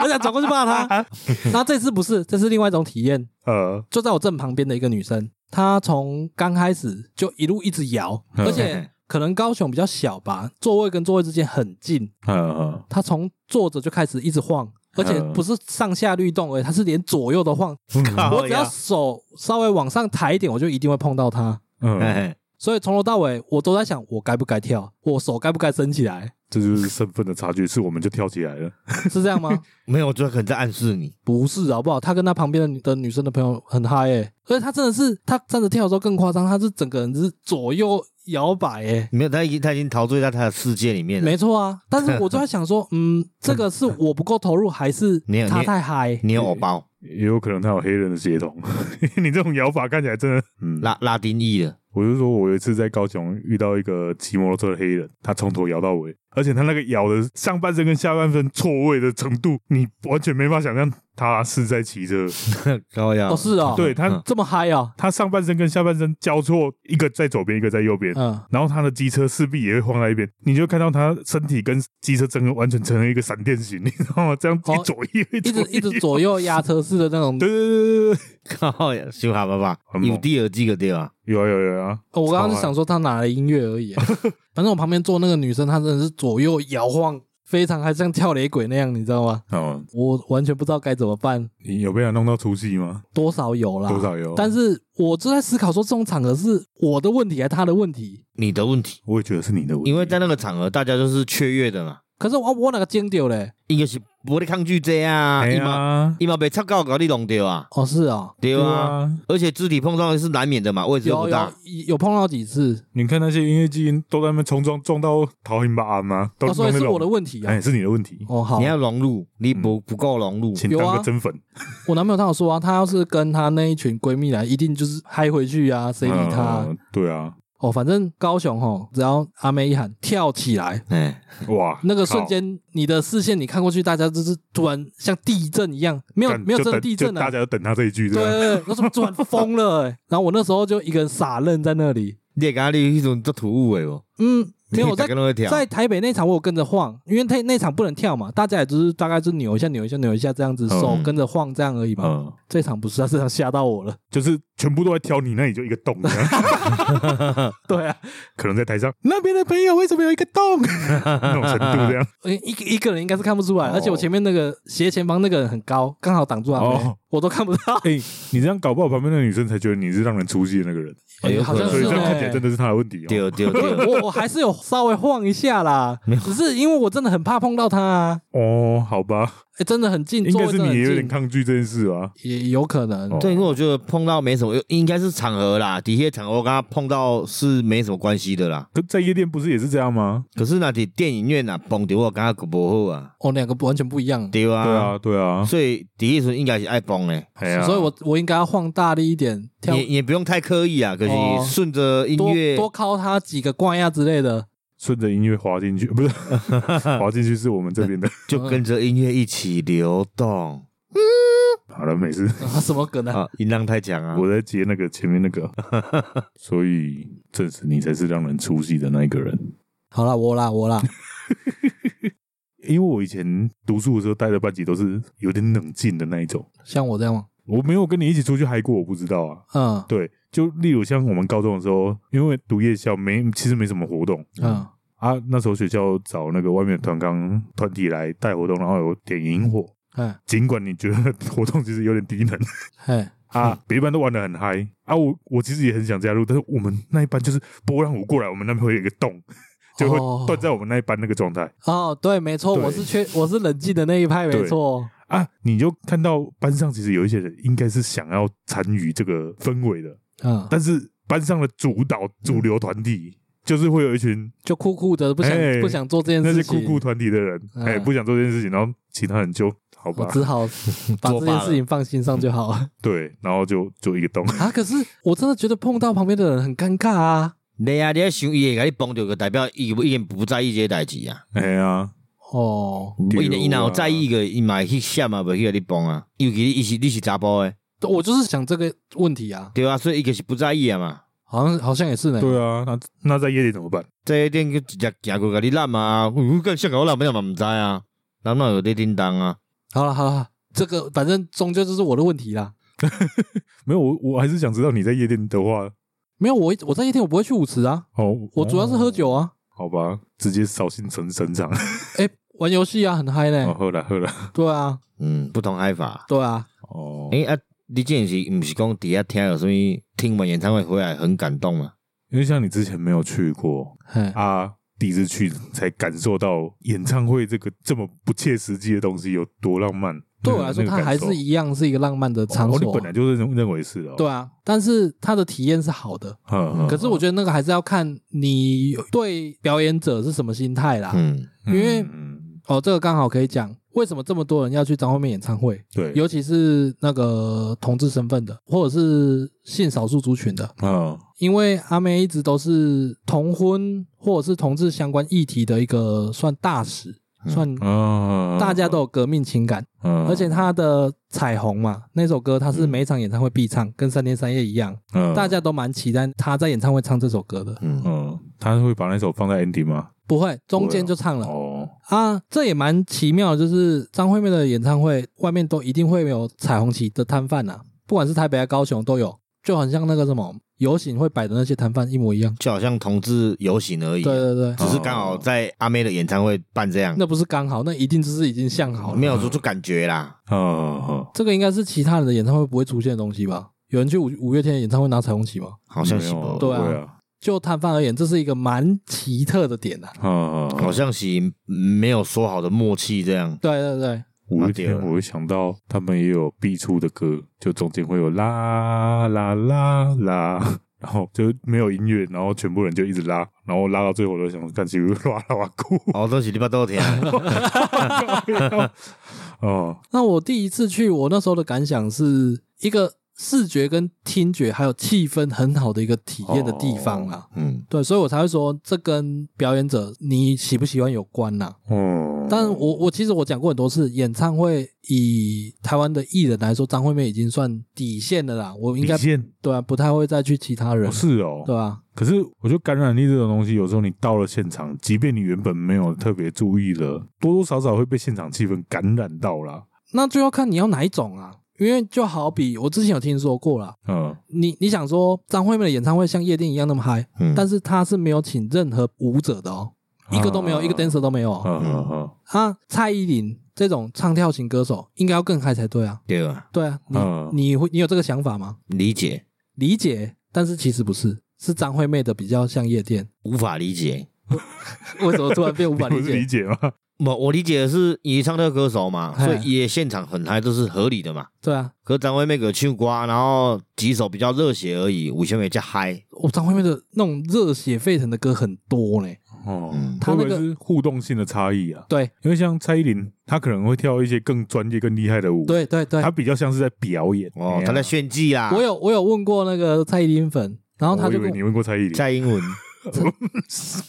[SPEAKER 1] 我想转过去骂他。然后这次不是，这是另外一种体验，
[SPEAKER 3] [LAUGHS] 呃，
[SPEAKER 1] 就在我正旁边的一个女生，她从刚开始就一路一直摇，
[SPEAKER 3] 嗯
[SPEAKER 1] 而且可能高雄比较小吧，座位跟座位之间很近，
[SPEAKER 3] 嗯
[SPEAKER 1] 她从坐着就开始一直晃。而且不是上下律动而已，她是连左右都晃。
[SPEAKER 3] 嗯
[SPEAKER 1] 我只要手稍微往上抬一点，我就一定会碰到她。
[SPEAKER 3] 嗯
[SPEAKER 2] 嘿
[SPEAKER 3] 嗯，
[SPEAKER 2] 嘿
[SPEAKER 1] 所以从头到尾，我都在想，我该不该跳，我手该不该伸起 [LAUGHS] 来，
[SPEAKER 3] 这就是身份的差距，是我们就跳起来了，
[SPEAKER 1] 是这样吗？
[SPEAKER 2] 没有，我觉得可能在暗示你。
[SPEAKER 1] 不是好不好？他跟他旁边的女的女生的朋友很嗨诶、而且他真的是他站着跳的时候更夸张，他是整个人是左右摇摆诶。
[SPEAKER 2] 没有，他已经他已经陶醉在他的世界里面了。
[SPEAKER 1] 没错啊，但是我就在想说，嗯，这个是我不够投入，还是
[SPEAKER 2] 你有
[SPEAKER 1] 他
[SPEAKER 2] 你
[SPEAKER 1] 太嗨？
[SPEAKER 2] 你有偶包
[SPEAKER 3] 也有可能他有黑人的血统， [LAUGHS] 你这种摇法看起来真的，嗯，
[SPEAKER 2] 拉拉丁裔的， [LAUGHS]
[SPEAKER 3] 我是说，我有一次在高雄遇到一个骑摩托车的黑人，他从头摇到尾，而且他那个摇的上半身跟下半身错位的程度，你完全没法想象他是在骑车。
[SPEAKER 2] 高呀
[SPEAKER 1] 哦，
[SPEAKER 2] [LAUGHS]
[SPEAKER 1] 是哦，
[SPEAKER 3] 对
[SPEAKER 2] 嗯
[SPEAKER 3] 他，
[SPEAKER 1] 这么嗨哦，
[SPEAKER 3] 他上半身跟下半身交错，一个在左边，一个在右边，
[SPEAKER 1] 嗯，
[SPEAKER 3] 然后他的机车势必也会晃在一边，你就看到他身体跟机车整个完全成了一个闪电型，你知道吗？这样
[SPEAKER 1] 哦
[SPEAKER 3] 一左一右，一
[SPEAKER 1] 一直
[SPEAKER 3] 左
[SPEAKER 1] 一直
[SPEAKER 3] 右
[SPEAKER 1] 左右压车式的那种
[SPEAKER 3] 对。对对对对，
[SPEAKER 2] 高呀，修好爸爸
[SPEAKER 3] 很猛
[SPEAKER 2] 有第二季个对吧？
[SPEAKER 3] 有啊有啊有啊，
[SPEAKER 1] 哦我刚刚
[SPEAKER 3] 超
[SPEAKER 1] 是
[SPEAKER 3] 嗨
[SPEAKER 1] 想说他拿了音乐而已欸， [LAUGHS] 反正我旁边坐那个女生，她真的是左右摇晃，非常还像跳雷鬼那样，你知道吗？
[SPEAKER 3] 哦，
[SPEAKER 1] 我完全不知道该怎么办，
[SPEAKER 3] 你有被他弄到出戏吗？
[SPEAKER 1] 多少有啦，
[SPEAKER 3] 多少有，
[SPEAKER 1] 但是我就在思考说，这种场合是我的问题还是他的问题？
[SPEAKER 2] 你的问题，
[SPEAKER 3] 我也觉得是你的问题，
[SPEAKER 2] 因为在那个场合大家都是雀跃的嘛，
[SPEAKER 1] 可是我我哪个尖丢嘞？
[SPEAKER 2] 应该是不会抗拒这啊，
[SPEAKER 3] 哎
[SPEAKER 2] 伊嘛
[SPEAKER 3] 呀。
[SPEAKER 2] 伊嘛被插到搞你弄掉啊，
[SPEAKER 1] 哦，是啊、
[SPEAKER 2] 对
[SPEAKER 3] 对
[SPEAKER 2] 啊，
[SPEAKER 3] 啊，
[SPEAKER 2] 而且肢体碰撞是难免的嘛，位置又
[SPEAKER 1] 有
[SPEAKER 2] 不
[SPEAKER 1] 有
[SPEAKER 2] 大，
[SPEAKER 1] 有碰到几次，
[SPEAKER 3] 你看那些音乐基因都在那边冲撞撞到桃林巴胺吗？都
[SPEAKER 1] 哦，所以
[SPEAKER 3] 弄那
[SPEAKER 1] 是
[SPEAKER 3] 种
[SPEAKER 1] 我的问题啊。
[SPEAKER 3] 哎，是你的问题，
[SPEAKER 1] 哦，好
[SPEAKER 2] 你，要融入，你不不够融入，
[SPEAKER 3] 请
[SPEAKER 1] 有
[SPEAKER 3] 当
[SPEAKER 1] 啊
[SPEAKER 3] 个真粉。
[SPEAKER 1] 我男朋友他有说啊，他要是跟他那一群闺蜜来，一定就是嗨回去啊，谁理他啊、
[SPEAKER 3] 嗯对啊，
[SPEAKER 1] 哦，反正高雄吼，只要阿妹一喊跳起来，
[SPEAKER 2] 哎，
[SPEAKER 3] 哇，
[SPEAKER 1] 那个瞬
[SPEAKER 3] 靠
[SPEAKER 1] 间你的视线你看过去，大家就是突然像地震一样，没有
[SPEAKER 3] 干
[SPEAKER 1] 没有
[SPEAKER 3] 就
[SPEAKER 1] 真的
[SPEAKER 3] 等
[SPEAKER 1] 地
[SPEAKER 3] 就
[SPEAKER 1] 震啊
[SPEAKER 3] 大，家就啊等他这一句
[SPEAKER 1] 对
[SPEAKER 3] 这样。
[SPEAKER 1] 对对，我怎么突然疯了、欸？然后我那时候就一个人傻愣在那里，
[SPEAKER 2] 你会感觉你迄阵足突兀的无？
[SPEAKER 1] 嗯，没有
[SPEAKER 2] 你
[SPEAKER 1] 我
[SPEAKER 2] 大
[SPEAKER 1] 在
[SPEAKER 2] 家都会跳，
[SPEAKER 1] 在台北那场我有跟着晃，因为那那场不能跳嘛，大家也就是大概就扭一下扭一下扭一下这样子，
[SPEAKER 2] 嗯
[SPEAKER 1] 手跟着晃这样而已嘛。
[SPEAKER 2] 嗯，
[SPEAKER 1] 这场不是啊，这场吓到我了。
[SPEAKER 3] 就是全部都在挑你，那里就一个洞这 [LAUGHS] 样，
[SPEAKER 1] 对啊，
[SPEAKER 3] 可能在台上
[SPEAKER 1] 那边的朋友为什么有一个洞？ [LAUGHS]
[SPEAKER 3] 那种程度这样。
[SPEAKER 1] 呃一个一个人应该是看不出来，
[SPEAKER 3] 哦
[SPEAKER 1] 而且我前面那个斜前方那个人很高，刚好挡住阿妹，
[SPEAKER 3] 哦
[SPEAKER 1] 我都看不到。
[SPEAKER 3] [LAUGHS] 哎，你这样搞不好，旁边的女生才觉得你是让人出戏的那个人，
[SPEAKER 2] 哎有
[SPEAKER 1] 好
[SPEAKER 2] 可
[SPEAKER 1] 像
[SPEAKER 2] 能
[SPEAKER 3] 所以
[SPEAKER 1] 是
[SPEAKER 3] 这样看起来
[SPEAKER 1] 欸
[SPEAKER 3] 真的是他的问题哦。
[SPEAKER 2] 对
[SPEAKER 1] [LAUGHS]
[SPEAKER 2] 对对，
[SPEAKER 1] 我我还是有稍微晃一下啦，只是因为我真的很怕碰到他啊，
[SPEAKER 3] 哦，好吧，
[SPEAKER 1] 哎真的很近，
[SPEAKER 3] 应该
[SPEAKER 1] 座位
[SPEAKER 3] 是
[SPEAKER 1] 真的
[SPEAKER 3] 你
[SPEAKER 1] 很
[SPEAKER 3] 也有点
[SPEAKER 1] 近
[SPEAKER 3] 抗拒这件事吧？
[SPEAKER 1] 也有可能
[SPEAKER 3] 哦，
[SPEAKER 2] 对，因为我觉得碰到没什么，应该是场合啦，底下场合我跟他碰到是没什么关系的啦。
[SPEAKER 3] 可在夜店不是也是这样吗？
[SPEAKER 2] 可是那伫电影院啊，碰到我感觉不好啊，
[SPEAKER 1] 哦，两个完全不一样。
[SPEAKER 2] 对啊，
[SPEAKER 3] 对啊，对啊，
[SPEAKER 2] 所以第一时候应该是爱蹦诶，
[SPEAKER 3] 哎呀，
[SPEAKER 1] 所以我我应该要晃大力一点，跳
[SPEAKER 2] 也也不用太刻意啊，可
[SPEAKER 1] 哦
[SPEAKER 2] 是顺着音
[SPEAKER 1] 多
[SPEAKER 2] 乐，
[SPEAKER 1] 多敲他几个怪啊呀之类的。 [LAUGHS]
[SPEAKER 3] 顺着音乐滑进去，不是滑进去是我们这边的。 [LAUGHS]
[SPEAKER 2] 就跟着音乐一起流动
[SPEAKER 3] 好了，没事，
[SPEAKER 1] 啊什么梗
[SPEAKER 3] 哦
[SPEAKER 1] 呢、啊？
[SPEAKER 2] 啊，音浪太强啊，
[SPEAKER 3] 我在接那个前面那
[SPEAKER 1] [LAUGHS]
[SPEAKER 3] 个，所以证实你才是让人出戏的那一个人。
[SPEAKER 1] 好啦，我啦，我啦，
[SPEAKER 3] 因为我以前读书的时候带的班级都是有点冷静的那一种，
[SPEAKER 1] 像我这样吗？
[SPEAKER 3] 我没有跟你一起出去嗨过，我不知道啊。
[SPEAKER 1] 嗯
[SPEAKER 3] 对，就例如像我们高中的时候，因为读夜校没其实没什么活动
[SPEAKER 1] 嗯
[SPEAKER 3] 啊，那时候学校找那个外面的团康团体来带活动，然后有点萤火。
[SPEAKER 1] 嗯，
[SPEAKER 3] 尽管你觉得活动其实有点低
[SPEAKER 1] [LAUGHS]
[SPEAKER 3] 能，
[SPEAKER 1] 嘿，
[SPEAKER 3] 啊，别班都玩的很嗨啊，我我其实也很想加入，但是我们那一班就是波浪舞过来，我们那边会有一个洞， [LAUGHS] 就
[SPEAKER 1] 哦
[SPEAKER 3] 会断在我们那一班那个状态、
[SPEAKER 1] 哦，对，没错，
[SPEAKER 3] 对
[SPEAKER 1] 我是缺，我是冷静的那一派，没错。
[SPEAKER 3] 啊。你就看到班上其实有一些人应该是想要参与这个氛围的，
[SPEAKER 1] 嗯，
[SPEAKER 3] 但是班上的主导主流团体。就是会有一群
[SPEAKER 1] 就酷酷的，不想、
[SPEAKER 3] 哎
[SPEAKER 1] 不想做这件
[SPEAKER 3] 那
[SPEAKER 1] 事
[SPEAKER 3] 些
[SPEAKER 1] 情，
[SPEAKER 3] 酷酷团体的人，哎、
[SPEAKER 1] 嗯
[SPEAKER 3] 不想做这件事情，然后其他人就好吧
[SPEAKER 1] 我，只好
[SPEAKER 3] [LAUGHS]
[SPEAKER 1] 把
[SPEAKER 2] 作
[SPEAKER 1] 这
[SPEAKER 2] 罢
[SPEAKER 1] 件事情放心上就好了
[SPEAKER 3] 对，然后就就一个洞，
[SPEAKER 1] [LAUGHS] 啊。可是我真的觉得碰到旁边的人很尴尬啊。
[SPEAKER 2] 你啊，你要想伊会甲你蹦着，就代表伊已经不在意这个代志啊。
[SPEAKER 3] 哎呀，
[SPEAKER 1] 哦，
[SPEAKER 2] 伊
[SPEAKER 3] 例如啊
[SPEAKER 2] 伊若有在意个，伊嘛会去闪啊，袂去甲你蹦啊。尤其伊是你是查甫诶，
[SPEAKER 1] 我就是想这个问题啊，
[SPEAKER 2] 对啊，所以伊就是不在意啊嘛。
[SPEAKER 1] 好像好像也是呢。
[SPEAKER 3] 对啊，那那在夜里怎么办？
[SPEAKER 2] 在一点去直接行过甲你揽啊，我跟香港人朋友嘛毋知啊，人哪有咧叮当啊？
[SPEAKER 1] 好了好了，这个反正终究就是我的问题啦。
[SPEAKER 3] 没有，我我还是想知道你在夜店的话，
[SPEAKER 1] 没有我我在夜店我不会去舞池啊，
[SPEAKER 3] 哦，
[SPEAKER 1] 我主要是
[SPEAKER 3] 哦
[SPEAKER 1] 喝酒啊，
[SPEAKER 3] 好吧，直接扫兴成省长。
[SPEAKER 1] 哎、玩游戏啊，很嗨呢、
[SPEAKER 3] 哦，喝了喝了。
[SPEAKER 1] 对啊，
[SPEAKER 2] 嗯，不同嗨法。
[SPEAKER 1] 对啊，
[SPEAKER 3] 哦，
[SPEAKER 2] 诶、啊，你之前是毋是讲伫遐听有啥物？听完演唱会回来很感啊动嘛？
[SPEAKER 3] 因为像你之前没有去过
[SPEAKER 1] 嘿，
[SPEAKER 3] 啊，第一次去才感受到演唱会这个这么不切实际的东西有多浪漫。
[SPEAKER 1] 对我来说，
[SPEAKER 3] 那个
[SPEAKER 1] 它还
[SPEAKER 3] 那个
[SPEAKER 1] 是
[SPEAKER 3] 感受
[SPEAKER 1] 一样是一个浪漫的场所
[SPEAKER 3] 哦，你本
[SPEAKER 1] 啊、
[SPEAKER 3] 来就是认认为是的哦。
[SPEAKER 1] 对啊，但是它的体验是好的。
[SPEAKER 3] 嗯，嗯
[SPEAKER 1] 可是我觉得那个还是要看你对表演者是什么心态啦。
[SPEAKER 2] 嗯，
[SPEAKER 1] 因为
[SPEAKER 3] 嗯
[SPEAKER 1] 哦，这个刚好可以讲，为什么这么多人要去张惠妹演唱会，
[SPEAKER 3] 对，
[SPEAKER 1] 尤其是那个同志身份的，或者是性少数族群的，
[SPEAKER 3] 嗯
[SPEAKER 1] 因为阿妹一直都是同婚或者是同志相关议题的一个算大使，
[SPEAKER 2] 嗯
[SPEAKER 1] 算
[SPEAKER 3] 嗯，
[SPEAKER 1] 大家都有革命情感，
[SPEAKER 3] 嗯，
[SPEAKER 1] 而且她的《彩虹》嘛，那首歌她是每一场演唱会必唱，跟三天三夜一样，
[SPEAKER 3] 嗯
[SPEAKER 1] 大家都蛮期待她在演唱会唱这首歌的。
[SPEAKER 2] 嗯，
[SPEAKER 3] 嗯，他会把那首放在 ending 吗？
[SPEAKER 1] 不会，中间就唱了
[SPEAKER 3] 哦，
[SPEAKER 1] 啊，这也蛮奇妙的，就是张惠妹的演唱会外面都一定会有彩虹旗的摊贩呐，不管是台北还是啊高雄都有，就很像那个什么游行会摆的那些摊贩一模一样。
[SPEAKER 2] 就好像同志游行而已、啊
[SPEAKER 1] 对对对。
[SPEAKER 2] 只是刚好在阿妹的演唱会办这样，
[SPEAKER 1] 那不是刚好，那一定就是已经像好了。
[SPEAKER 2] 没有说就感觉啦。
[SPEAKER 3] 嗯嗯嗯
[SPEAKER 1] 这个应该是其他人的演唱会不会出现的东西吧？有人去五五月天的演唱会拿彩虹旗吗？
[SPEAKER 2] 好像是
[SPEAKER 3] 没有
[SPEAKER 2] 不，
[SPEAKER 1] 对啊
[SPEAKER 3] 不会啊，
[SPEAKER 1] 就摊贩而言，这是一个蛮奇特的点啊。
[SPEAKER 3] 嗯嗯嗯
[SPEAKER 2] 好像是没有说好的默契这样。
[SPEAKER 1] 对对对，
[SPEAKER 3] 五月
[SPEAKER 2] 啊对
[SPEAKER 3] 天，
[SPEAKER 2] 了
[SPEAKER 3] 我会想到他们也有必出的歌，就中间会有啦啦啦啦， [LAUGHS] 然后就没有音乐，然后全部人就一直拉，然后拉到最后我都想干起哇啦哇
[SPEAKER 1] [LAUGHS]
[SPEAKER 3] 哭。
[SPEAKER 2] 哦，都是你巴多听，
[SPEAKER 3] 哦，
[SPEAKER 1] 那我第一次去，我那时候的感想是一个视觉跟听觉还有气氛很好的一个体验的地方
[SPEAKER 3] 哦
[SPEAKER 1] 啦。
[SPEAKER 2] 嗯，
[SPEAKER 1] 对，所以我才会说这跟表演者你喜不喜欢有关啦。
[SPEAKER 3] 哦，
[SPEAKER 1] 但我我其实我讲过很多次，演唱会以台湾的艺人来说，张惠妹已经算底线了啦。我应该
[SPEAKER 3] 底线
[SPEAKER 1] 对啊，不太会再去其他人，
[SPEAKER 3] 哦是哦，
[SPEAKER 1] 对啊，
[SPEAKER 3] 可是我觉得感染力这种东西，有时候你到了现场，即便你原本没有特别注意了，多多少少会被现场气氛感染到啦。
[SPEAKER 1] 那就要看你要哪一种啊。因为就好比我之前有听说过啦，
[SPEAKER 3] 嗯，
[SPEAKER 1] 你你想说张惠妹的演唱会像夜店一样那么嗨，
[SPEAKER 2] 嗯
[SPEAKER 1] 但是她是没有请任何舞者的哦，一个都没有，
[SPEAKER 3] 啊
[SPEAKER 1] 一个 dancer 都没有哦。
[SPEAKER 3] 嗯嗯嗯
[SPEAKER 1] 啊，蔡依林这种唱跳型歌手应该要更嗨才对啊。
[SPEAKER 2] 对啊，
[SPEAKER 1] 对啊，你、
[SPEAKER 3] 嗯
[SPEAKER 1] 你会你有这个想法吗？
[SPEAKER 2] 理解
[SPEAKER 1] 理解，但是其实不是，是张惠妹的比较像夜店。 [LAUGHS]
[SPEAKER 2] 无法理解。
[SPEAKER 1] 为什么突然变无法
[SPEAKER 3] 你
[SPEAKER 1] 理
[SPEAKER 3] [LAUGHS] 不是理
[SPEAKER 1] 解？
[SPEAKER 3] 解吗？
[SPEAKER 2] 我我理解的是，以唱跳歌手嘛，
[SPEAKER 1] 哎
[SPEAKER 2] 所以也现场很嗨，这是合理的嘛。
[SPEAKER 1] 对啊，
[SPEAKER 2] 可是张惠妹个唱歌，然后几首比较热血而已，五兄也加嗨，
[SPEAKER 1] 我哦张惠妹的那种热血沸腾的歌很多呢。
[SPEAKER 3] 哦，
[SPEAKER 2] 嗯
[SPEAKER 1] 他那
[SPEAKER 3] 会不
[SPEAKER 1] 个
[SPEAKER 3] 会是互动性的差异啊，
[SPEAKER 1] 对
[SPEAKER 3] 因为像蔡依林，她可能会跳一些更专业、更厉害的舞，，
[SPEAKER 1] 对对对
[SPEAKER 3] 她，比较像是在表演。
[SPEAKER 2] 哦
[SPEAKER 3] 哎，呀
[SPEAKER 2] 他在炫技啊啦
[SPEAKER 1] 我，有我有问过那个蔡依林粉，然后他
[SPEAKER 3] 我以
[SPEAKER 1] 就跟
[SPEAKER 3] 为
[SPEAKER 1] 我
[SPEAKER 3] 你问过蔡依林，
[SPEAKER 2] 蔡英文，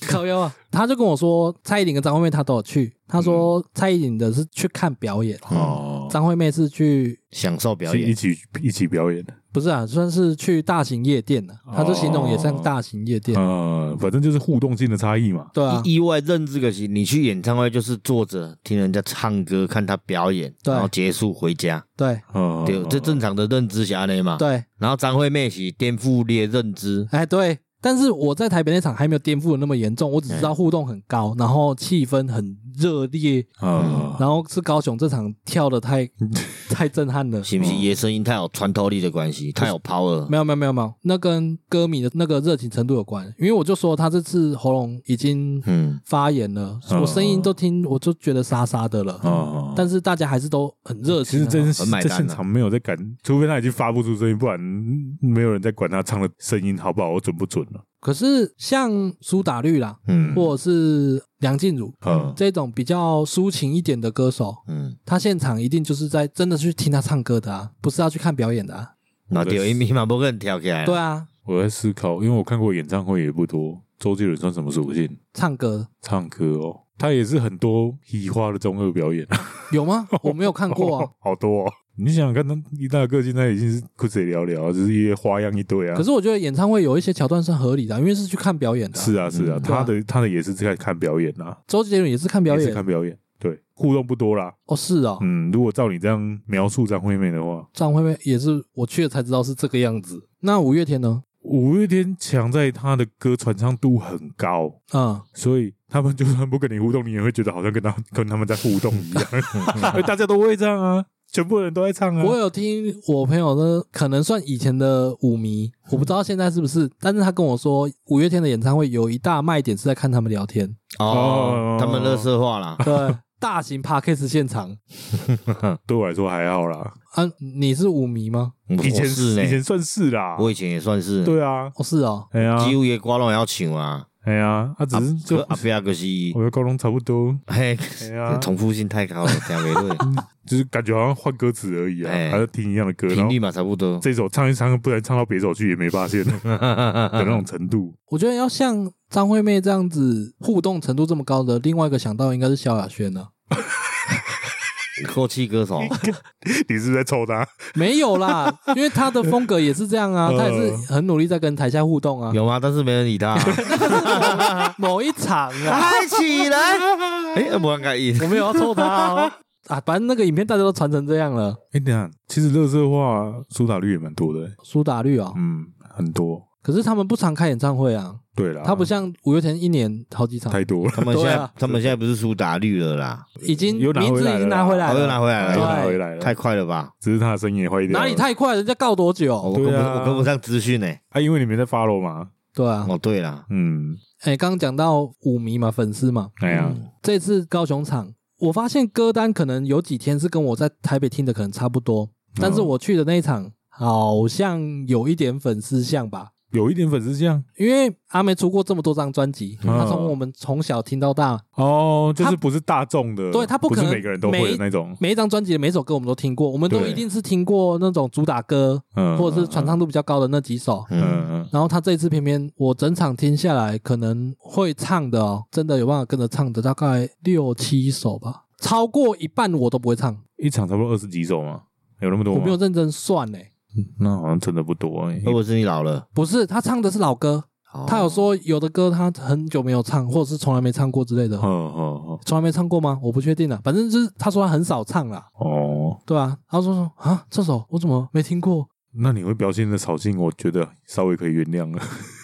[SPEAKER 1] 靠腰啊，他就跟我说蔡依林跟张惠妹他都有去，他
[SPEAKER 3] 嗯
[SPEAKER 1] 说蔡依林的是去看表演，
[SPEAKER 3] 哦，
[SPEAKER 1] 张惠妹是去
[SPEAKER 2] 享受
[SPEAKER 1] [LAUGHS]
[SPEAKER 2] 表
[SPEAKER 3] 是一
[SPEAKER 2] 演，
[SPEAKER 3] 起一起表演的。
[SPEAKER 1] 不是啊，算是去大型夜店了、
[SPEAKER 3] 哦
[SPEAKER 1] 他就形容也像大型夜店，
[SPEAKER 3] 呃，反正就是互动性的差异嘛。
[SPEAKER 1] 对啊，
[SPEAKER 2] 意意外认知个是，你去演唱会就是坐着听人家唱歌，看他表演，
[SPEAKER 1] 对
[SPEAKER 2] 然后结束回家，
[SPEAKER 1] 对
[SPEAKER 3] 嗯，
[SPEAKER 2] 对，这正常的认知是安尼嘛。
[SPEAKER 1] 对，
[SPEAKER 2] 然后张惠妹是颠覆你的认知，
[SPEAKER 1] 哎对。但是我在台北那场还没有颠覆的那么严重，我只知
[SPEAKER 3] 嗯
[SPEAKER 1] 道互动很高，然后气氛很热烈，
[SPEAKER 3] 啊，
[SPEAKER 1] 然后是高雄这场跳的
[SPEAKER 3] [LAUGHS]
[SPEAKER 1] 太太震撼了。
[SPEAKER 2] 是不是？伊的声音太有穿透力的关系，太有 power。
[SPEAKER 1] 哦没有没有没有没有，那跟歌迷的那个热情程度有关，因为我就说他这次喉咙已经
[SPEAKER 2] 嗯，
[SPEAKER 1] 发炎了，
[SPEAKER 3] 嗯
[SPEAKER 1] 我声音都听，我就觉得沙沙的了。
[SPEAKER 3] 啊，
[SPEAKER 1] 但是大家还是都很热
[SPEAKER 3] 其
[SPEAKER 1] 情
[SPEAKER 3] 实
[SPEAKER 1] 啊，
[SPEAKER 3] 真是
[SPEAKER 2] 很买
[SPEAKER 3] 在
[SPEAKER 2] 单啊
[SPEAKER 3] 现场没有在敢，除非他已经发不出声音，不然嗯没有人在管他唱的声音好不好，准不准啊了。
[SPEAKER 1] 可是像苏打绿啦，
[SPEAKER 2] 嗯
[SPEAKER 1] 或者是梁静茹
[SPEAKER 3] 嗯
[SPEAKER 1] 这种比较抒情一点的歌手，
[SPEAKER 2] 嗯，
[SPEAKER 1] 他现场一定就是在真的去听他唱歌的啊，不是要去看表演的啊。
[SPEAKER 2] 那对，因为嘛不人跳起
[SPEAKER 3] 哎
[SPEAKER 2] 来。
[SPEAKER 1] 对，啊，
[SPEAKER 3] 我在思考，因为我看过演唱会也不多，周杰伦算什么属性？
[SPEAKER 1] 唱歌
[SPEAKER 3] 唱歌哦，他也是很多移花的中二表演，啊
[SPEAKER 1] 有吗？我没有看过啊。
[SPEAKER 3] [LAUGHS] 好多哦。你想想看，他一大个现在已经是哭嘴寥寥，就是一些花样一堆啊。
[SPEAKER 1] 可是我觉得演唱会有一些桥段是合理的啊，因为是去看表演的啊。
[SPEAKER 3] 是啊，是啊，
[SPEAKER 2] 嗯
[SPEAKER 3] 他的他的也是在看表演啊，
[SPEAKER 1] 周杰伦也是看表
[SPEAKER 3] 也是
[SPEAKER 1] 演
[SPEAKER 3] 看表演，对，互动不多啦。
[SPEAKER 1] 哦，是哦，
[SPEAKER 3] 嗯，如果照你这样描述张惠妹的话，
[SPEAKER 1] 张惠妹也是我去了才知道是这个样子。那五月天呢？
[SPEAKER 3] 五月天强在他的歌传唱度很高，
[SPEAKER 1] 嗯，
[SPEAKER 3] 所以他们就算不跟你互动，你也会觉得好像跟他跟他们在互动 [LAUGHS] 一样，因为哎大家都会这样啊，全部人都在唱啊。
[SPEAKER 1] 我有听我朋友呢，可能算以前的舞迷，我不知道现在是不是，但是他跟我说，五月天的演唱会有一大卖点是在看他们聊天，
[SPEAKER 2] 哦
[SPEAKER 3] 哦，
[SPEAKER 2] 他们乐色化啦。
[SPEAKER 1] [LAUGHS] 对，大型 parkes 现场
[SPEAKER 3] 对我来说还好啦，
[SPEAKER 1] 啊，你是舞迷吗？
[SPEAKER 2] 我
[SPEAKER 3] [LAUGHS] 以前
[SPEAKER 2] 是呢
[SPEAKER 3] 以，前算是啦，
[SPEAKER 2] 我以前也算是，
[SPEAKER 3] 对啊，
[SPEAKER 1] 哦，是哦，
[SPEAKER 3] 哎呀，
[SPEAKER 2] 几乎也瓜拢要抢啊。
[SPEAKER 3] 哎呀，他只是就
[SPEAKER 2] 啊阿
[SPEAKER 3] [LAUGHS]
[SPEAKER 2] 伯就是，
[SPEAKER 3] 我的高中差不多，
[SPEAKER 2] 嘿，
[SPEAKER 3] 哎呀，
[SPEAKER 2] 重复性太高了，听不
[SPEAKER 3] [LAUGHS]
[SPEAKER 2] 会，
[SPEAKER 3] 就是感觉好像换歌词而已啊，
[SPEAKER 2] 哎
[SPEAKER 3] 还是听一样的歌，然
[SPEAKER 2] 频
[SPEAKER 3] 后
[SPEAKER 2] 率嘛差不多。
[SPEAKER 3] 这首唱一唱，不然唱到别首去也没 [LAUGHS] 发现的那种程度。
[SPEAKER 1] 我觉得要像张惠妹这样子互动程度这么高的，另外一个想到应该是萧亚轩啊 [LAUGHS] 了，
[SPEAKER 2] 过气
[SPEAKER 3] [LAUGHS]
[SPEAKER 2] 歌手，
[SPEAKER 3] 你是不是在抽他？
[SPEAKER 1] 没有啦，因为她的风格也是这样 [LAUGHS] 啊，
[SPEAKER 3] 呃
[SPEAKER 1] 她也是很努力在跟台下互动啊，
[SPEAKER 2] 有吗？但是没人
[SPEAKER 3] [LAUGHS]
[SPEAKER 2] 理他啊。
[SPEAKER 1] [LAUGHS] 某一场啊。
[SPEAKER 2] 嗨起来！
[SPEAKER 3] [LAUGHS]
[SPEAKER 2] 哎，啊不应该意
[SPEAKER 1] [LAUGHS] 我没有要抽他哦。 [LAUGHS] 啊，反正那个影片大家都传成这样了。
[SPEAKER 3] 哎、等一下，其实乐色化苏打绿也蛮多的、欸
[SPEAKER 1] 苏打绿哦，
[SPEAKER 3] 嗯，很多。
[SPEAKER 1] 可是他们不常开演唱会啊，
[SPEAKER 3] 对啦，
[SPEAKER 1] 他不像五月天一年好几场，
[SPEAKER 3] 太多了，
[SPEAKER 1] [LAUGHS]
[SPEAKER 2] 他们现
[SPEAKER 1] 对
[SPEAKER 2] 在
[SPEAKER 1] 啊
[SPEAKER 2] 他们现在不是苏打绿了啦，
[SPEAKER 1] 已经
[SPEAKER 3] 有拿
[SPEAKER 1] 名
[SPEAKER 3] 回
[SPEAKER 1] 字
[SPEAKER 3] 来
[SPEAKER 1] 已
[SPEAKER 3] 了
[SPEAKER 1] 经拿回来
[SPEAKER 2] 哦又拿
[SPEAKER 1] 了，
[SPEAKER 2] 回来
[SPEAKER 1] 对
[SPEAKER 3] 又
[SPEAKER 2] 了，
[SPEAKER 3] 拿回来了，
[SPEAKER 2] 太快了吧！
[SPEAKER 3] 只是他的声音也坏掉了。
[SPEAKER 1] 哪里太快？人家告多
[SPEAKER 2] 哦
[SPEAKER 1] 久？
[SPEAKER 2] 我跟不
[SPEAKER 3] 对啊
[SPEAKER 2] 我跟不上资讯呢。
[SPEAKER 3] 啊？因为你没在 follow 嘛。
[SPEAKER 1] 对啊，
[SPEAKER 2] 哦，对啦，
[SPEAKER 3] 嗯，
[SPEAKER 1] 哎，刚刚讲到舞迷嘛，粉丝嘛，嗯
[SPEAKER 3] 哎呀、
[SPEAKER 1] 这次高雄场，我发现歌单可能有几天是跟我在台北听
[SPEAKER 3] 哦
[SPEAKER 1] 的可能差不多，但是我去的那一场好像有一点粉丝像吧，
[SPEAKER 3] 有一点粉丝这样
[SPEAKER 1] 因为阿梅出过这么多张专辑，
[SPEAKER 3] 嗯
[SPEAKER 1] 他从我们从小听到大，
[SPEAKER 3] 哦，就
[SPEAKER 1] 他
[SPEAKER 3] 是不是大众的，
[SPEAKER 1] 对他不
[SPEAKER 3] 不
[SPEAKER 1] 可
[SPEAKER 3] 是
[SPEAKER 1] 能
[SPEAKER 3] 每个人都会
[SPEAKER 1] 每
[SPEAKER 3] 的那种，
[SPEAKER 1] 每一张专辑的每首歌我们都听过，我们都
[SPEAKER 3] 对
[SPEAKER 1] 一定是听过那种主打歌
[SPEAKER 3] 嗯，
[SPEAKER 1] 或者是传唱度比较高的那几首。
[SPEAKER 3] 嗯，
[SPEAKER 2] 嗯，
[SPEAKER 3] 嗯嗯，
[SPEAKER 1] 然后他这一次偏偏我整场听下来，可能会唱的哦，真的有办法跟着唱的大概六七首吧，超过一半我都不会唱，
[SPEAKER 3] 一场差不多二十几首嘛，有那么多
[SPEAKER 1] 我
[SPEAKER 3] 吗？
[SPEAKER 1] 没有哦认真算嘞。
[SPEAKER 3] 那好像真的不多哎、
[SPEAKER 2] 会不会是你老了？
[SPEAKER 1] 不是，他唱的是老歌，
[SPEAKER 2] 哦
[SPEAKER 1] 他有，说有的歌他很久没有唱，或者是从来没唱过之类的
[SPEAKER 3] 呵，呵呵，
[SPEAKER 1] 从来没唱过吗？我不确定了，啊反正就是他说他很少唱啦，
[SPEAKER 3] 哦，
[SPEAKER 1] 对啊，他说说啊，这首我怎么没听过？
[SPEAKER 3] 那你会表现的扫兴，我觉得稍微可以原谅了。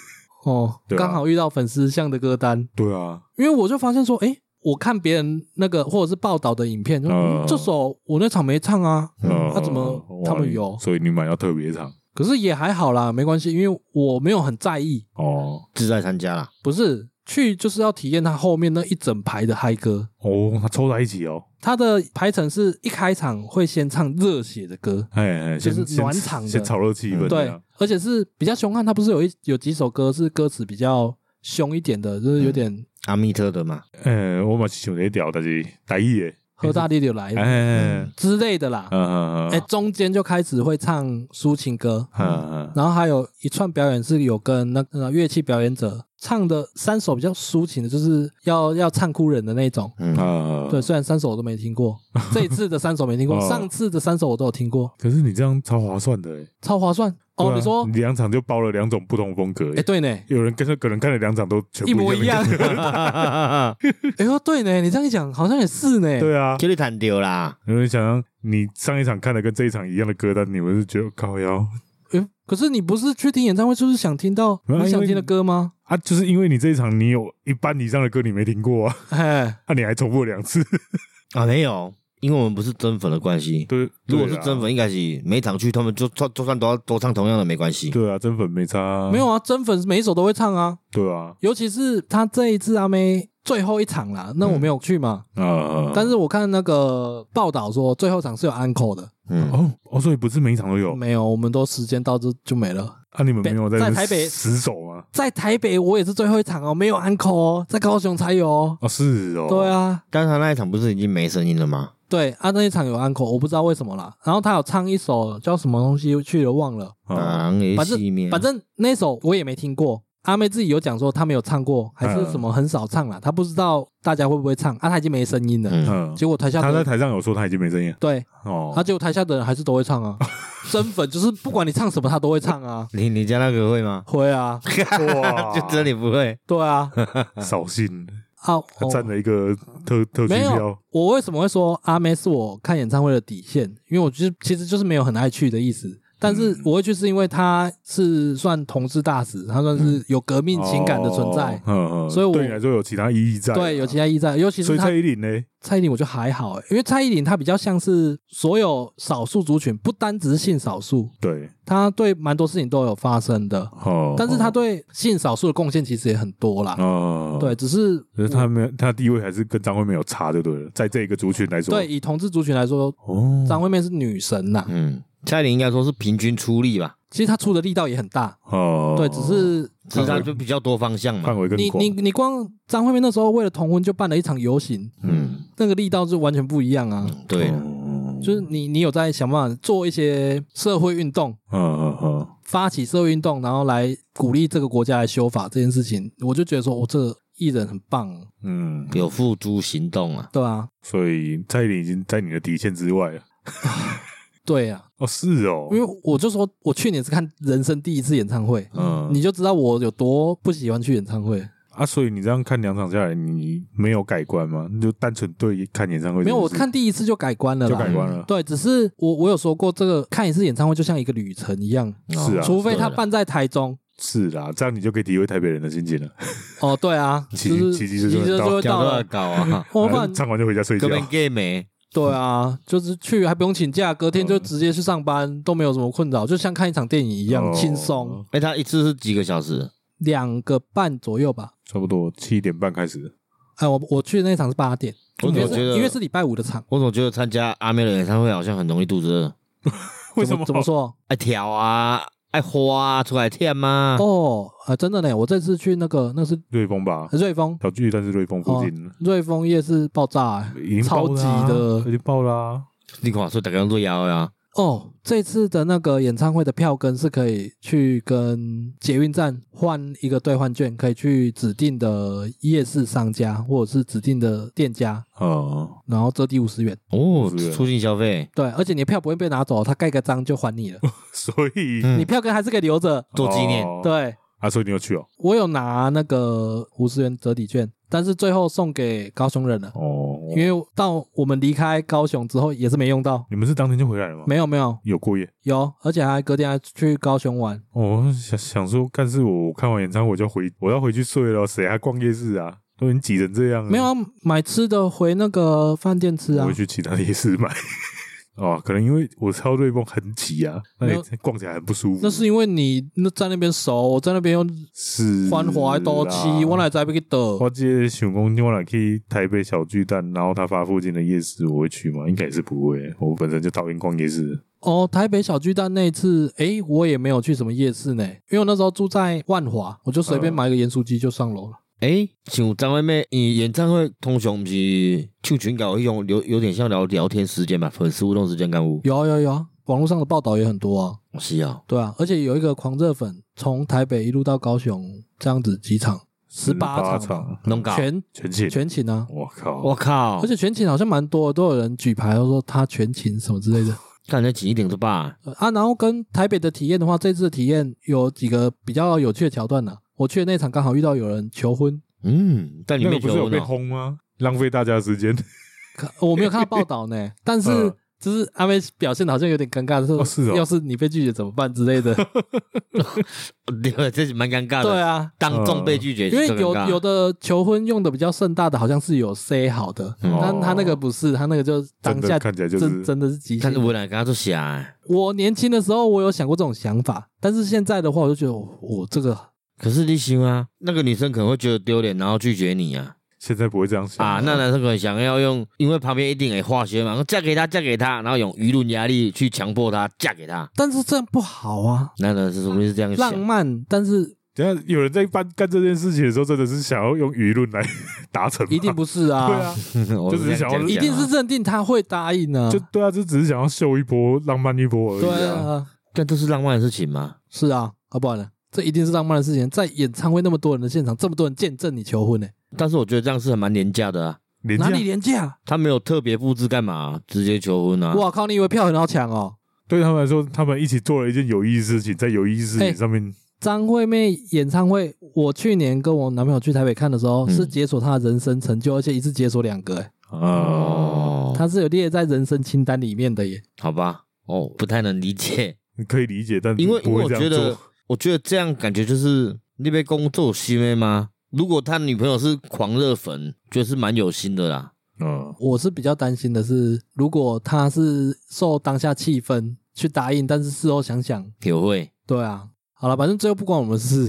[SPEAKER 3] [LAUGHS]
[SPEAKER 1] 哦，
[SPEAKER 3] 对啊
[SPEAKER 1] 刚好遇到粉丝向的歌单，
[SPEAKER 3] 对啊，
[SPEAKER 1] 因为我就发现说，诶，我看别人那个或者是报道的影片，就、嗯
[SPEAKER 3] 嗯
[SPEAKER 1] 这首我那场没唱啊，
[SPEAKER 3] 他、
[SPEAKER 1] 他怎么
[SPEAKER 3] 呃哇
[SPEAKER 1] 他们有
[SPEAKER 3] 所以你买到特别场
[SPEAKER 1] [LAUGHS] 可是也还好啦，没关系，因为我没有很在意，
[SPEAKER 3] 哦
[SPEAKER 2] 自在参加啦。
[SPEAKER 1] 不是去就是要体验他后面那一整排的嗨歌。
[SPEAKER 3] 哦，他凑在一起哦，
[SPEAKER 1] 他的排程是一开场会先唱热血的歌，
[SPEAKER 3] 哎，哎
[SPEAKER 1] 就
[SPEAKER 3] 先
[SPEAKER 1] 是暖
[SPEAKER 3] 先
[SPEAKER 1] 场的
[SPEAKER 3] 先炒热气氛，啊
[SPEAKER 2] 嗯
[SPEAKER 3] 这
[SPEAKER 1] 对
[SPEAKER 3] 样，
[SPEAKER 1] 而且是比较凶悍。他不是有一有几首歌是歌词比较凶一点的，就是有点
[SPEAKER 2] 阿密特的嘛，
[SPEAKER 3] 呃，我嘛是想得屌，但是台语的，
[SPEAKER 1] 喝大力就来
[SPEAKER 3] 哎哎，哎
[SPEAKER 1] 之类的啦。
[SPEAKER 3] 嗯嗯
[SPEAKER 1] 哎，中间就开始会唱抒情歌，
[SPEAKER 3] 嗯嗯，
[SPEAKER 1] 然后还有一串表演是有跟那个乐器表演者唱的三首比较抒情的，就是要要唱哭人的那种。
[SPEAKER 2] 嗯，
[SPEAKER 3] 啊，
[SPEAKER 1] 对，。虽然三首我都没听过，这一次的三首没听
[SPEAKER 3] [LAUGHS]
[SPEAKER 1] 过，
[SPEAKER 3] 哦
[SPEAKER 1] 上次的三首我都有听过，
[SPEAKER 3] 可是你这样超划算的欸
[SPEAKER 1] 超划算
[SPEAKER 3] 对
[SPEAKER 1] 哦。
[SPEAKER 3] 啊
[SPEAKER 1] 你说，
[SPEAKER 3] 你两场就包了两种不同风格欸
[SPEAKER 1] 哎，，对呢，
[SPEAKER 3] 有人跟着可能看了两场都全部
[SPEAKER 1] 一模一样。 [LAUGHS]
[SPEAKER 3] [LAUGHS]
[SPEAKER 1] 哎呦，对呢，你这样一讲好像也是呢。
[SPEAKER 3] 对
[SPEAKER 2] [LAUGHS]
[SPEAKER 3] 啊，
[SPEAKER 2] 叫你弹掉啦，
[SPEAKER 3] 有人想让你上一场看的跟这一场一样的歌单，你们是觉得靠腰
[SPEAKER 1] 哎，可是你不是去听演唱会，就是想听到
[SPEAKER 3] 没有啊
[SPEAKER 1] 你想
[SPEAKER 3] 因为
[SPEAKER 1] 听的歌吗？
[SPEAKER 3] 啊？就是因为你这一场你有一半以上的歌你没听过啊， [LAUGHS]
[SPEAKER 1] 哎，
[SPEAKER 3] 那、你还重复两次，
[SPEAKER 2] 啊没有，因为我们不是真粉的关系。
[SPEAKER 3] 对，
[SPEAKER 2] 如果是
[SPEAKER 3] 对啊
[SPEAKER 2] 真，粉，应该是每场去，他们就就就算都要都唱同样的没关系。
[SPEAKER 3] 对啊，真粉没差、啊，
[SPEAKER 1] 没有，啊，真粉每一首都会唱啊，
[SPEAKER 3] 对啊，
[SPEAKER 1] 尤其是他这一次阿妹最后一场啦，那我没有去嘛，
[SPEAKER 3] 啊，
[SPEAKER 1] 但是我看那个报道说最后场是有 uncle 的，
[SPEAKER 2] 嗯，
[SPEAKER 3] 哦哦，所以不是每一场都有
[SPEAKER 1] 没有，我们都时间到这就没了。
[SPEAKER 3] 啊？你们没有
[SPEAKER 1] 在
[SPEAKER 3] 那边
[SPEAKER 1] 台北
[SPEAKER 3] 死守吗？
[SPEAKER 1] 在台北我也是最后一场哦，没有 uncle 哦，在高雄才有哦。
[SPEAKER 3] 啊，是哦，
[SPEAKER 1] 对，啊，
[SPEAKER 2] 但是他那一场不是已经没声音了吗？
[SPEAKER 1] 对啊，那一场有 uncle，我不知道为什么啦。然后他有唱一首叫什么东西去了忘了，
[SPEAKER 3] 啊，
[SPEAKER 2] 啊，也
[SPEAKER 1] 反正
[SPEAKER 2] 熄灭
[SPEAKER 1] 反正那首我也没听过。阿妹自己有讲说她没有唱过，还是什么
[SPEAKER 3] 嗯
[SPEAKER 1] 很少唱啦，她不知道大家会不会唱啊，她已经没声音了。
[SPEAKER 2] 嗯，
[SPEAKER 3] 嗯，
[SPEAKER 1] 结果台下
[SPEAKER 3] 他
[SPEAKER 1] 的
[SPEAKER 3] 在
[SPEAKER 1] 人
[SPEAKER 3] 台上有说他已经没声音了
[SPEAKER 1] 对，
[SPEAKER 3] 哦
[SPEAKER 1] 啊，，结果台下的人还是都会唱
[SPEAKER 3] [LAUGHS]
[SPEAKER 1] 啊，真粉就是不管你唱什么，他都会唱啊，
[SPEAKER 2] 你你家那个会吗？
[SPEAKER 1] 会啊，
[SPEAKER 3] 哇
[SPEAKER 2] [LAUGHS] 就真你不会，
[SPEAKER 1] 对啊，
[SPEAKER 3] [LAUGHS] 扫兴，
[SPEAKER 1] 啊，
[SPEAKER 3] 他
[SPEAKER 1] 哦
[SPEAKER 3] 占了一个特特区
[SPEAKER 1] 没有
[SPEAKER 3] 票，，
[SPEAKER 1] 我为什么会说阿妹是我看演唱会的底线？因为我就是其实就是没有很爱去的意思，但是
[SPEAKER 3] 嗯
[SPEAKER 1] 我会去是因为她是算同志大使，她算是有革命情感的存在，
[SPEAKER 3] 嗯哦嗯嗯，
[SPEAKER 1] 所以我
[SPEAKER 3] 对你来说有其他意义在啊，
[SPEAKER 1] 对，有其他意义在，尤其
[SPEAKER 3] 所
[SPEAKER 1] 是
[SPEAKER 3] 以
[SPEAKER 1] 她
[SPEAKER 3] 蔡依林呢？
[SPEAKER 1] 蔡依林我就还好、欸因为蔡依林她比较像是所有少数族群，不单只是性少数，
[SPEAKER 3] 对，
[SPEAKER 1] 她对蛮多事情都有发生的，
[SPEAKER 3] 哦，
[SPEAKER 1] 但是她对性少数的贡献其实也很多啦，
[SPEAKER 3] 哦，
[SPEAKER 1] 对，，只是
[SPEAKER 3] 可是他没有，他地位还是跟张惠妹有差，就对了，在这一个族群来说，
[SPEAKER 1] 对，以同志族群来说，
[SPEAKER 3] 哦，
[SPEAKER 1] 张惠妹是女神呐、
[SPEAKER 2] 嗯，蔡依林应该说是平均出力吧，
[SPEAKER 1] 其实她出的力道也很大，
[SPEAKER 3] 哦，
[SPEAKER 1] 对，只是呃
[SPEAKER 2] 只是他就比较多方向嘛
[SPEAKER 3] 范。围更
[SPEAKER 1] 你
[SPEAKER 3] 广，
[SPEAKER 1] 你你光张惠妹那时候为了同婚就办了一场游行，
[SPEAKER 2] 嗯，
[SPEAKER 1] 那个力道是完全不一样啊。
[SPEAKER 3] 嗯
[SPEAKER 2] 对了，
[SPEAKER 3] 哦
[SPEAKER 1] 就是你你有在想办法做一些社会运动，
[SPEAKER 3] 嗯嗯嗯，
[SPEAKER 1] 发起社会运动，然后来鼓励这个国家来修法这件事情，我就觉得说，哦我、这个艺人很棒，
[SPEAKER 3] 嗯，
[SPEAKER 2] 有付诸行动啊。
[SPEAKER 1] 对啊，
[SPEAKER 3] 所以蔡依林已经在你的底线之外了。
[SPEAKER 1] 对啊，
[SPEAKER 3] 哦，是哦，
[SPEAKER 1] 因为我就说我去年是看人生第一次演唱会，
[SPEAKER 3] 嗯，
[SPEAKER 1] 你就知道我有多不喜欢去演唱会。
[SPEAKER 3] 啊，所以你这样看两场下来，你没有改观吗？你就单纯对看演唱会
[SPEAKER 1] 没有，
[SPEAKER 3] 这
[SPEAKER 1] 我
[SPEAKER 3] 件事
[SPEAKER 1] 看第一次就改观了
[SPEAKER 3] 就
[SPEAKER 1] 啦
[SPEAKER 3] 改。观了，
[SPEAKER 1] 对，只是我我有说过，这个看一次演唱会就像一个旅程一样，
[SPEAKER 2] 哦
[SPEAKER 3] 是啊
[SPEAKER 1] 除非他
[SPEAKER 2] 对啦
[SPEAKER 1] 办在台中，
[SPEAKER 3] 是啦，这样你就可以体会台北人的心情了。
[SPEAKER 1] 哦，对啊，
[SPEAKER 3] 骑
[SPEAKER 1] 就是
[SPEAKER 3] 骑机
[SPEAKER 1] 就
[SPEAKER 3] 车就会到哎
[SPEAKER 1] 会
[SPEAKER 2] 讲
[SPEAKER 1] 到
[SPEAKER 2] 到
[SPEAKER 1] 了，，
[SPEAKER 2] 搞啊
[SPEAKER 1] [LAUGHS] 我反
[SPEAKER 3] 唱完就回家睡觉
[SPEAKER 2] 根，本 gay 没。
[SPEAKER 1] 对啊，就是去还不用请假，隔天就直接去上班，都没有什么困扰，就像看一场电影一样
[SPEAKER 3] 哦
[SPEAKER 1] 轻松，
[SPEAKER 2] 哎，他一次是几个小时？
[SPEAKER 1] 两个半左右吧。
[SPEAKER 3] 差不多七点半开始。
[SPEAKER 1] 哎，我我去的那场是八点，
[SPEAKER 2] 我
[SPEAKER 1] 因
[SPEAKER 2] 怎
[SPEAKER 1] 为
[SPEAKER 2] 么
[SPEAKER 1] 是
[SPEAKER 2] 觉得？
[SPEAKER 1] 因为是礼拜五的场，
[SPEAKER 2] 我总觉得参加阿妹的演唱会好像很容易肚子饿，
[SPEAKER 3] 为
[SPEAKER 1] 怎
[SPEAKER 3] 什
[SPEAKER 1] 么怎么说？
[SPEAKER 2] 爱挑啊，爱花出来舔啊。
[SPEAKER 1] 哦，啊，真的呢，我这次去那个那是
[SPEAKER 3] 瑞丰吧，
[SPEAKER 1] 瑞丰，
[SPEAKER 3] 小巨蛋是瑞丰附近，
[SPEAKER 1] 瑞丰夜市爆炸、欸，
[SPEAKER 3] 已经爆啦
[SPEAKER 1] 超级的
[SPEAKER 3] 已经爆啦。
[SPEAKER 2] 你看，所以大家都摇呀。
[SPEAKER 1] 哦，这次的那个演唱会的票根是可以去跟捷运站换一个兑换券，可以去指定的夜市商家或者是指定的店家，
[SPEAKER 3] 哦，
[SPEAKER 1] 然后折抵五十元。
[SPEAKER 2] 哦
[SPEAKER 3] 是，啊
[SPEAKER 2] 促进消费，
[SPEAKER 1] 对，而且你的票不会被拿走，哦他盖个章就还你了，
[SPEAKER 3] 所以
[SPEAKER 2] 嗯
[SPEAKER 1] 你票根还是可以留着。
[SPEAKER 2] 做纪念。
[SPEAKER 3] 哦
[SPEAKER 1] 对
[SPEAKER 3] 啊，所以你有去哦。
[SPEAKER 1] 我有拿那个五十元折抵券，但是最后送给高雄人了，
[SPEAKER 3] 哦，
[SPEAKER 1] 因为到我们离开高雄之后也是没用到。
[SPEAKER 3] 你们是当天就回来了吗？
[SPEAKER 1] 没有没有
[SPEAKER 3] 有过夜。
[SPEAKER 1] 有，而且还隔天还去高雄玩，
[SPEAKER 3] 哦，想想说，干是我看完演唱会我就要回，我要回去睡了，谁还逛夜市啊？都已经挤成这样了，
[SPEAKER 1] 没有、啊、买吃的回那个饭店吃
[SPEAKER 3] 我
[SPEAKER 1] 啊
[SPEAKER 3] 会。嗯去其他夜市买。 [LAUGHS] 哦，可能因为我超瑞梦很挤啊，那
[SPEAKER 1] 没
[SPEAKER 3] 你
[SPEAKER 1] 有
[SPEAKER 3] 逛起来很不舒服。
[SPEAKER 1] 那是因为你那在那边熟，我在那边用
[SPEAKER 3] 是啊
[SPEAKER 1] 繁华多期，我
[SPEAKER 3] 来，
[SPEAKER 1] 哪在被去倒？
[SPEAKER 3] 我记得想公我来去台北小巨蛋，然后他发附近的夜市，我会去吗？应该也是不会，我本身就讨厌逛夜市。
[SPEAKER 1] 哦，台北小巨蛋那一次，诶，我也没有去什么夜市呢，因为我那时候住在万华，我就随
[SPEAKER 3] 嗯
[SPEAKER 1] 便买一个盐酥鸡就上楼了。
[SPEAKER 2] 诶，像张惠妹，伊演唱会通常不是唱群搞迄种，有有点像聊聊天时间吧，粉丝互动时间干物。
[SPEAKER 1] 有啊有啊有啊，网络上的报道也很多啊。
[SPEAKER 2] 哦是啊，
[SPEAKER 1] 对啊，而且有一个狂热粉从台北一路到高雄，这样子几场，十八
[SPEAKER 3] 18
[SPEAKER 1] 场
[SPEAKER 3] 场嗯
[SPEAKER 1] 吧，
[SPEAKER 2] 弄搞。
[SPEAKER 1] 全
[SPEAKER 3] 全勤，
[SPEAKER 1] 全勤啊。
[SPEAKER 3] 我靠！
[SPEAKER 2] 我靠
[SPEAKER 1] 而！且全勤好像蛮多的，都有人举牌都说他全勤什么之类的。
[SPEAKER 2] 看人家紧一点是吧？
[SPEAKER 1] 呃啊，然后跟台北的体验的话，这次的体验有几个比较有趣的桥段呢、啊我去的那场刚好遇到有人求婚，
[SPEAKER 2] 嗯，但里
[SPEAKER 3] 那个
[SPEAKER 2] 面
[SPEAKER 3] 不是有被
[SPEAKER 2] 呢，
[SPEAKER 3] 轰吗？ [LAUGHS] 浪费大家的时间。
[SPEAKER 1] 可我没有看到报道
[SPEAKER 3] [LAUGHS]
[SPEAKER 1] 呢，但是
[SPEAKER 3] 嗯
[SPEAKER 1] 就是阿妹表现得好像有点尴尬，说
[SPEAKER 3] 哦是哦
[SPEAKER 1] 要是你被拒绝怎么办之类
[SPEAKER 3] [LAUGHS]
[SPEAKER 1] 的。
[SPEAKER 2] 对， [LAUGHS] 这是蛮尴尬的。
[SPEAKER 1] 对，啊，
[SPEAKER 2] 当众被拒绝是
[SPEAKER 1] 因为
[SPEAKER 2] 更尴
[SPEAKER 1] 有
[SPEAKER 2] 尬，
[SPEAKER 1] 有的求婚用的比较盛大的，好像是有 say 好的，
[SPEAKER 2] 嗯
[SPEAKER 1] 但他那个不是，他那个就当
[SPEAKER 3] 哦真的
[SPEAKER 1] 下
[SPEAKER 3] 看起来就
[SPEAKER 1] 真
[SPEAKER 3] 是
[SPEAKER 1] 真的是极
[SPEAKER 2] 但是
[SPEAKER 1] 限。
[SPEAKER 2] 我俩跟他做啥？
[SPEAKER 1] 我年轻的时候我有想过这种想法，但是现在的话我就觉得我我这个
[SPEAKER 2] 可是你行啊，那个女生可能会觉得丢脸，然后拒绝你啊
[SPEAKER 3] 现在不会这样想
[SPEAKER 2] 啊！那男生可能想要用，因为旁边一定得化学嘛，嫁给他，嫁给他，然后用舆论压力去强迫他嫁给他。
[SPEAKER 1] 但是这样不好啊，
[SPEAKER 2] 那男生说不定是这样想
[SPEAKER 1] 浪，漫，但是
[SPEAKER 3] 等一下有人在办干这件事情的时候，真的是想要用舆论来 [LAUGHS] 达成吗，
[SPEAKER 1] 一定不是啊，
[SPEAKER 3] 对啊，
[SPEAKER 2] [LAUGHS] 我
[SPEAKER 3] 就是
[SPEAKER 2] 这样
[SPEAKER 3] 想要
[SPEAKER 2] 讲
[SPEAKER 1] 一定是
[SPEAKER 2] 啊
[SPEAKER 1] 认定他会答应呢、
[SPEAKER 3] 就对啊，就只是想要秀一波、浪漫一波而已、
[SPEAKER 1] 对
[SPEAKER 3] 啊。
[SPEAKER 1] 啊，
[SPEAKER 2] 但这是浪漫的事情吗？
[SPEAKER 1] 是啊，啊不然呢？这一定是浪漫的事情，在演唱会那么多人的现场，这么多人见证你求婚呢、
[SPEAKER 2] 但是我觉得这样是很蛮廉价的啊，
[SPEAKER 3] 廉价
[SPEAKER 1] 哪里廉价？
[SPEAKER 2] 他没有特别布置干嘛、直接求婚啊。
[SPEAKER 1] 我靠，你以为票很好抢哦？
[SPEAKER 3] 对他们来说，他们一起做了一件有意义的事情，在有意义的事
[SPEAKER 1] 哎
[SPEAKER 3] 情上面，
[SPEAKER 1] 张惠妹演唱会，我去年跟我男朋友去台北看的时候，
[SPEAKER 2] 嗯
[SPEAKER 1] 是解锁她的人生成就，而且一次解锁两个、欸，
[SPEAKER 3] 啊，
[SPEAKER 2] 哦，
[SPEAKER 1] 她是有列在人生清单里面的耶。
[SPEAKER 2] 好吧，哦，不太能理解，
[SPEAKER 3] 可以理解，但
[SPEAKER 2] 因为因
[SPEAKER 3] 不
[SPEAKER 2] 为
[SPEAKER 3] 会
[SPEAKER 2] 我
[SPEAKER 3] 这
[SPEAKER 2] 觉
[SPEAKER 3] 样
[SPEAKER 2] 得
[SPEAKER 3] 做。，
[SPEAKER 2] 我觉得这样感觉就是那边工作心妹吗？如果他女朋友是狂热粉，觉得是蛮有心的啦。
[SPEAKER 3] 嗯，
[SPEAKER 1] 我是比较担心的是，如果她是受当下气氛去答应，但是事后想想，
[SPEAKER 2] 也会，
[SPEAKER 1] 对啊，好了，反正最后不关我们事。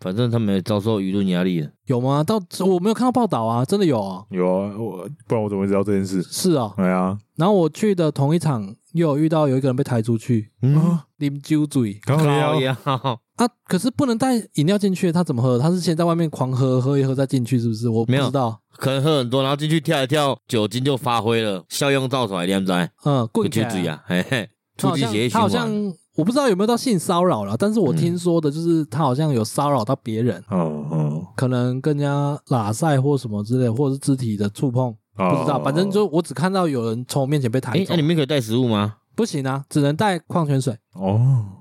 [SPEAKER 2] 反正他们也遭受舆论压力了。
[SPEAKER 1] 有吗？到我没有看到报道啊，真的有啊。
[SPEAKER 3] 有啊，我不然我怎么会知道这件事？
[SPEAKER 1] 是啊、
[SPEAKER 3] 哎呀，
[SPEAKER 1] 然后我去的同一场又有遇到有一个人被抬出去，
[SPEAKER 2] 嗯，
[SPEAKER 3] 哦
[SPEAKER 1] 啉酒醉
[SPEAKER 3] 刚
[SPEAKER 2] 靠
[SPEAKER 3] 好呀，
[SPEAKER 2] 呀，
[SPEAKER 1] 啊，可是不能带饮料进去，他怎么喝？他是先在外面狂喝，喝一喝再进去，是不是？我不
[SPEAKER 2] 没有
[SPEAKER 1] 知道。
[SPEAKER 2] 可能喝很多，然后进去跳一跳，酒精就发挥了，效用到出来，你知道吗？
[SPEAKER 1] 嗯，
[SPEAKER 2] 不
[SPEAKER 1] 跪
[SPEAKER 2] 酒
[SPEAKER 1] 下
[SPEAKER 2] 醉
[SPEAKER 1] 来啊，
[SPEAKER 2] 啊，嘿嘿，
[SPEAKER 1] 他
[SPEAKER 2] 促
[SPEAKER 1] 好
[SPEAKER 2] 进血液
[SPEAKER 1] 像
[SPEAKER 2] 循
[SPEAKER 1] 他好
[SPEAKER 2] 环。
[SPEAKER 1] 像我不知道有没有到性骚扰了，但是我
[SPEAKER 2] 嗯
[SPEAKER 1] 听说的就是他好像有骚扰到别人，
[SPEAKER 3] 哦
[SPEAKER 1] 可能跟人家拉塞或什么之类，或者是肢体的触碰，
[SPEAKER 3] 哦，
[SPEAKER 1] 不知道。反正就我只看到有人从我面前被抬
[SPEAKER 2] 哎，
[SPEAKER 1] 走
[SPEAKER 2] 那，里面可以带食物吗？
[SPEAKER 1] 不行啊，只能带矿泉水。
[SPEAKER 3] 哦，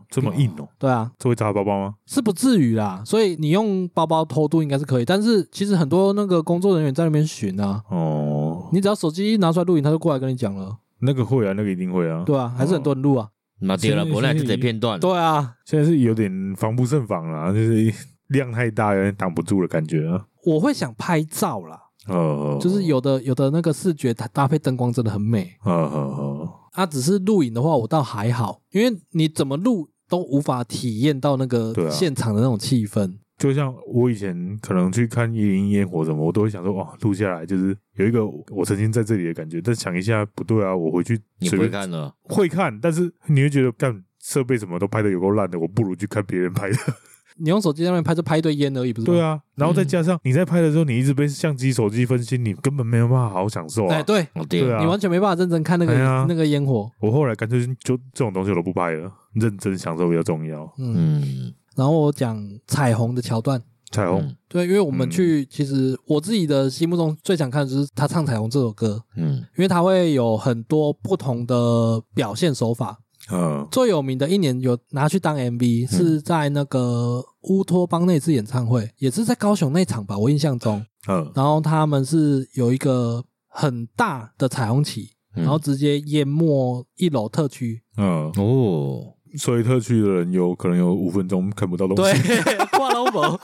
[SPEAKER 3] 这么硬哦，
[SPEAKER 1] 对啊，
[SPEAKER 3] 这会砸包包吗？
[SPEAKER 1] 是不至于啦，所以你用包包偷渡应该是可以，但是其实很多那个工作人员在那边巡啊，
[SPEAKER 3] 哦，
[SPEAKER 1] 你只要手机一拿出来录影，他就过来跟你讲了，
[SPEAKER 3] 那个会啊，那个一定会啊。
[SPEAKER 1] 对啊，还是很多人录啊，
[SPEAKER 2] 那对了，
[SPEAKER 3] 是是
[SPEAKER 2] 本来就得片段。
[SPEAKER 1] 对啊，
[SPEAKER 3] 现在是有点防不胜防啦，就是量太大，有点挡不住的感觉啊。
[SPEAKER 1] 我会想拍照啦，
[SPEAKER 3] 哦，
[SPEAKER 1] 就是，有的有的那个视觉搭搭配灯光真的很美，
[SPEAKER 3] 哦哦
[SPEAKER 1] 啊，只是录影的话我倒还好，因为你怎么录都无法体验到那
[SPEAKER 3] 对
[SPEAKER 1] 个
[SPEAKER 3] 啊
[SPEAKER 1] 现场的那种气氛，
[SPEAKER 3] 就像我以前可能去看夜莺烟火什么，我都会想说，哇，录下来就是有一个我曾经在这里的感觉。但想一下，不对啊，我回去
[SPEAKER 2] 你
[SPEAKER 3] 随
[SPEAKER 2] 不会
[SPEAKER 3] 便
[SPEAKER 2] 看了，
[SPEAKER 3] 会看，但是你会觉得干设备什么都拍的有够烂的，我不如去看别人拍
[SPEAKER 1] [LAUGHS]
[SPEAKER 3] 的。
[SPEAKER 1] 你用手机在那边拍，就拍一堆烟而已，不是吗？
[SPEAKER 3] 对啊，然后再加上你在拍的时候，你一直被相机、手机分心，你根本没有办法好好享受
[SPEAKER 1] 哎，
[SPEAKER 3] 啊。
[SPEAKER 1] 对
[SPEAKER 2] 哦
[SPEAKER 3] 对
[SPEAKER 2] 对
[SPEAKER 3] 啊
[SPEAKER 1] 你完全没办法认真看那个
[SPEAKER 3] 哎呀
[SPEAKER 1] 那个烟火。
[SPEAKER 3] 我后来干脆就这种东西我都不拍了，认真享受比较重要。
[SPEAKER 1] 嗯，
[SPEAKER 2] 嗯，
[SPEAKER 1] 然后我讲彩虹的桥段。
[SPEAKER 3] 彩虹，
[SPEAKER 2] 嗯
[SPEAKER 1] 对，因为我们
[SPEAKER 3] 嗯
[SPEAKER 1] 去，其实我自己的心目中最想看的就是他唱《彩虹》这首歌，
[SPEAKER 2] 嗯
[SPEAKER 1] 因为他会有很多不同的表现手法。
[SPEAKER 3] 嗯
[SPEAKER 1] 最有名的一年有拿去当 MV，是在那个乌托邦那次演唱会，也是在高雄那场吧，我印象中。
[SPEAKER 3] 嗯
[SPEAKER 1] 然后他们是有一个很大的彩虹旗，
[SPEAKER 2] 嗯
[SPEAKER 1] 然后直接淹没一楼特区。
[SPEAKER 3] 嗯，
[SPEAKER 2] 哦，
[SPEAKER 3] 所以特区的人有可能有五分钟看不到东
[SPEAKER 2] [LAUGHS]
[SPEAKER 1] 对
[SPEAKER 3] 西。，
[SPEAKER 1] 挂 logo。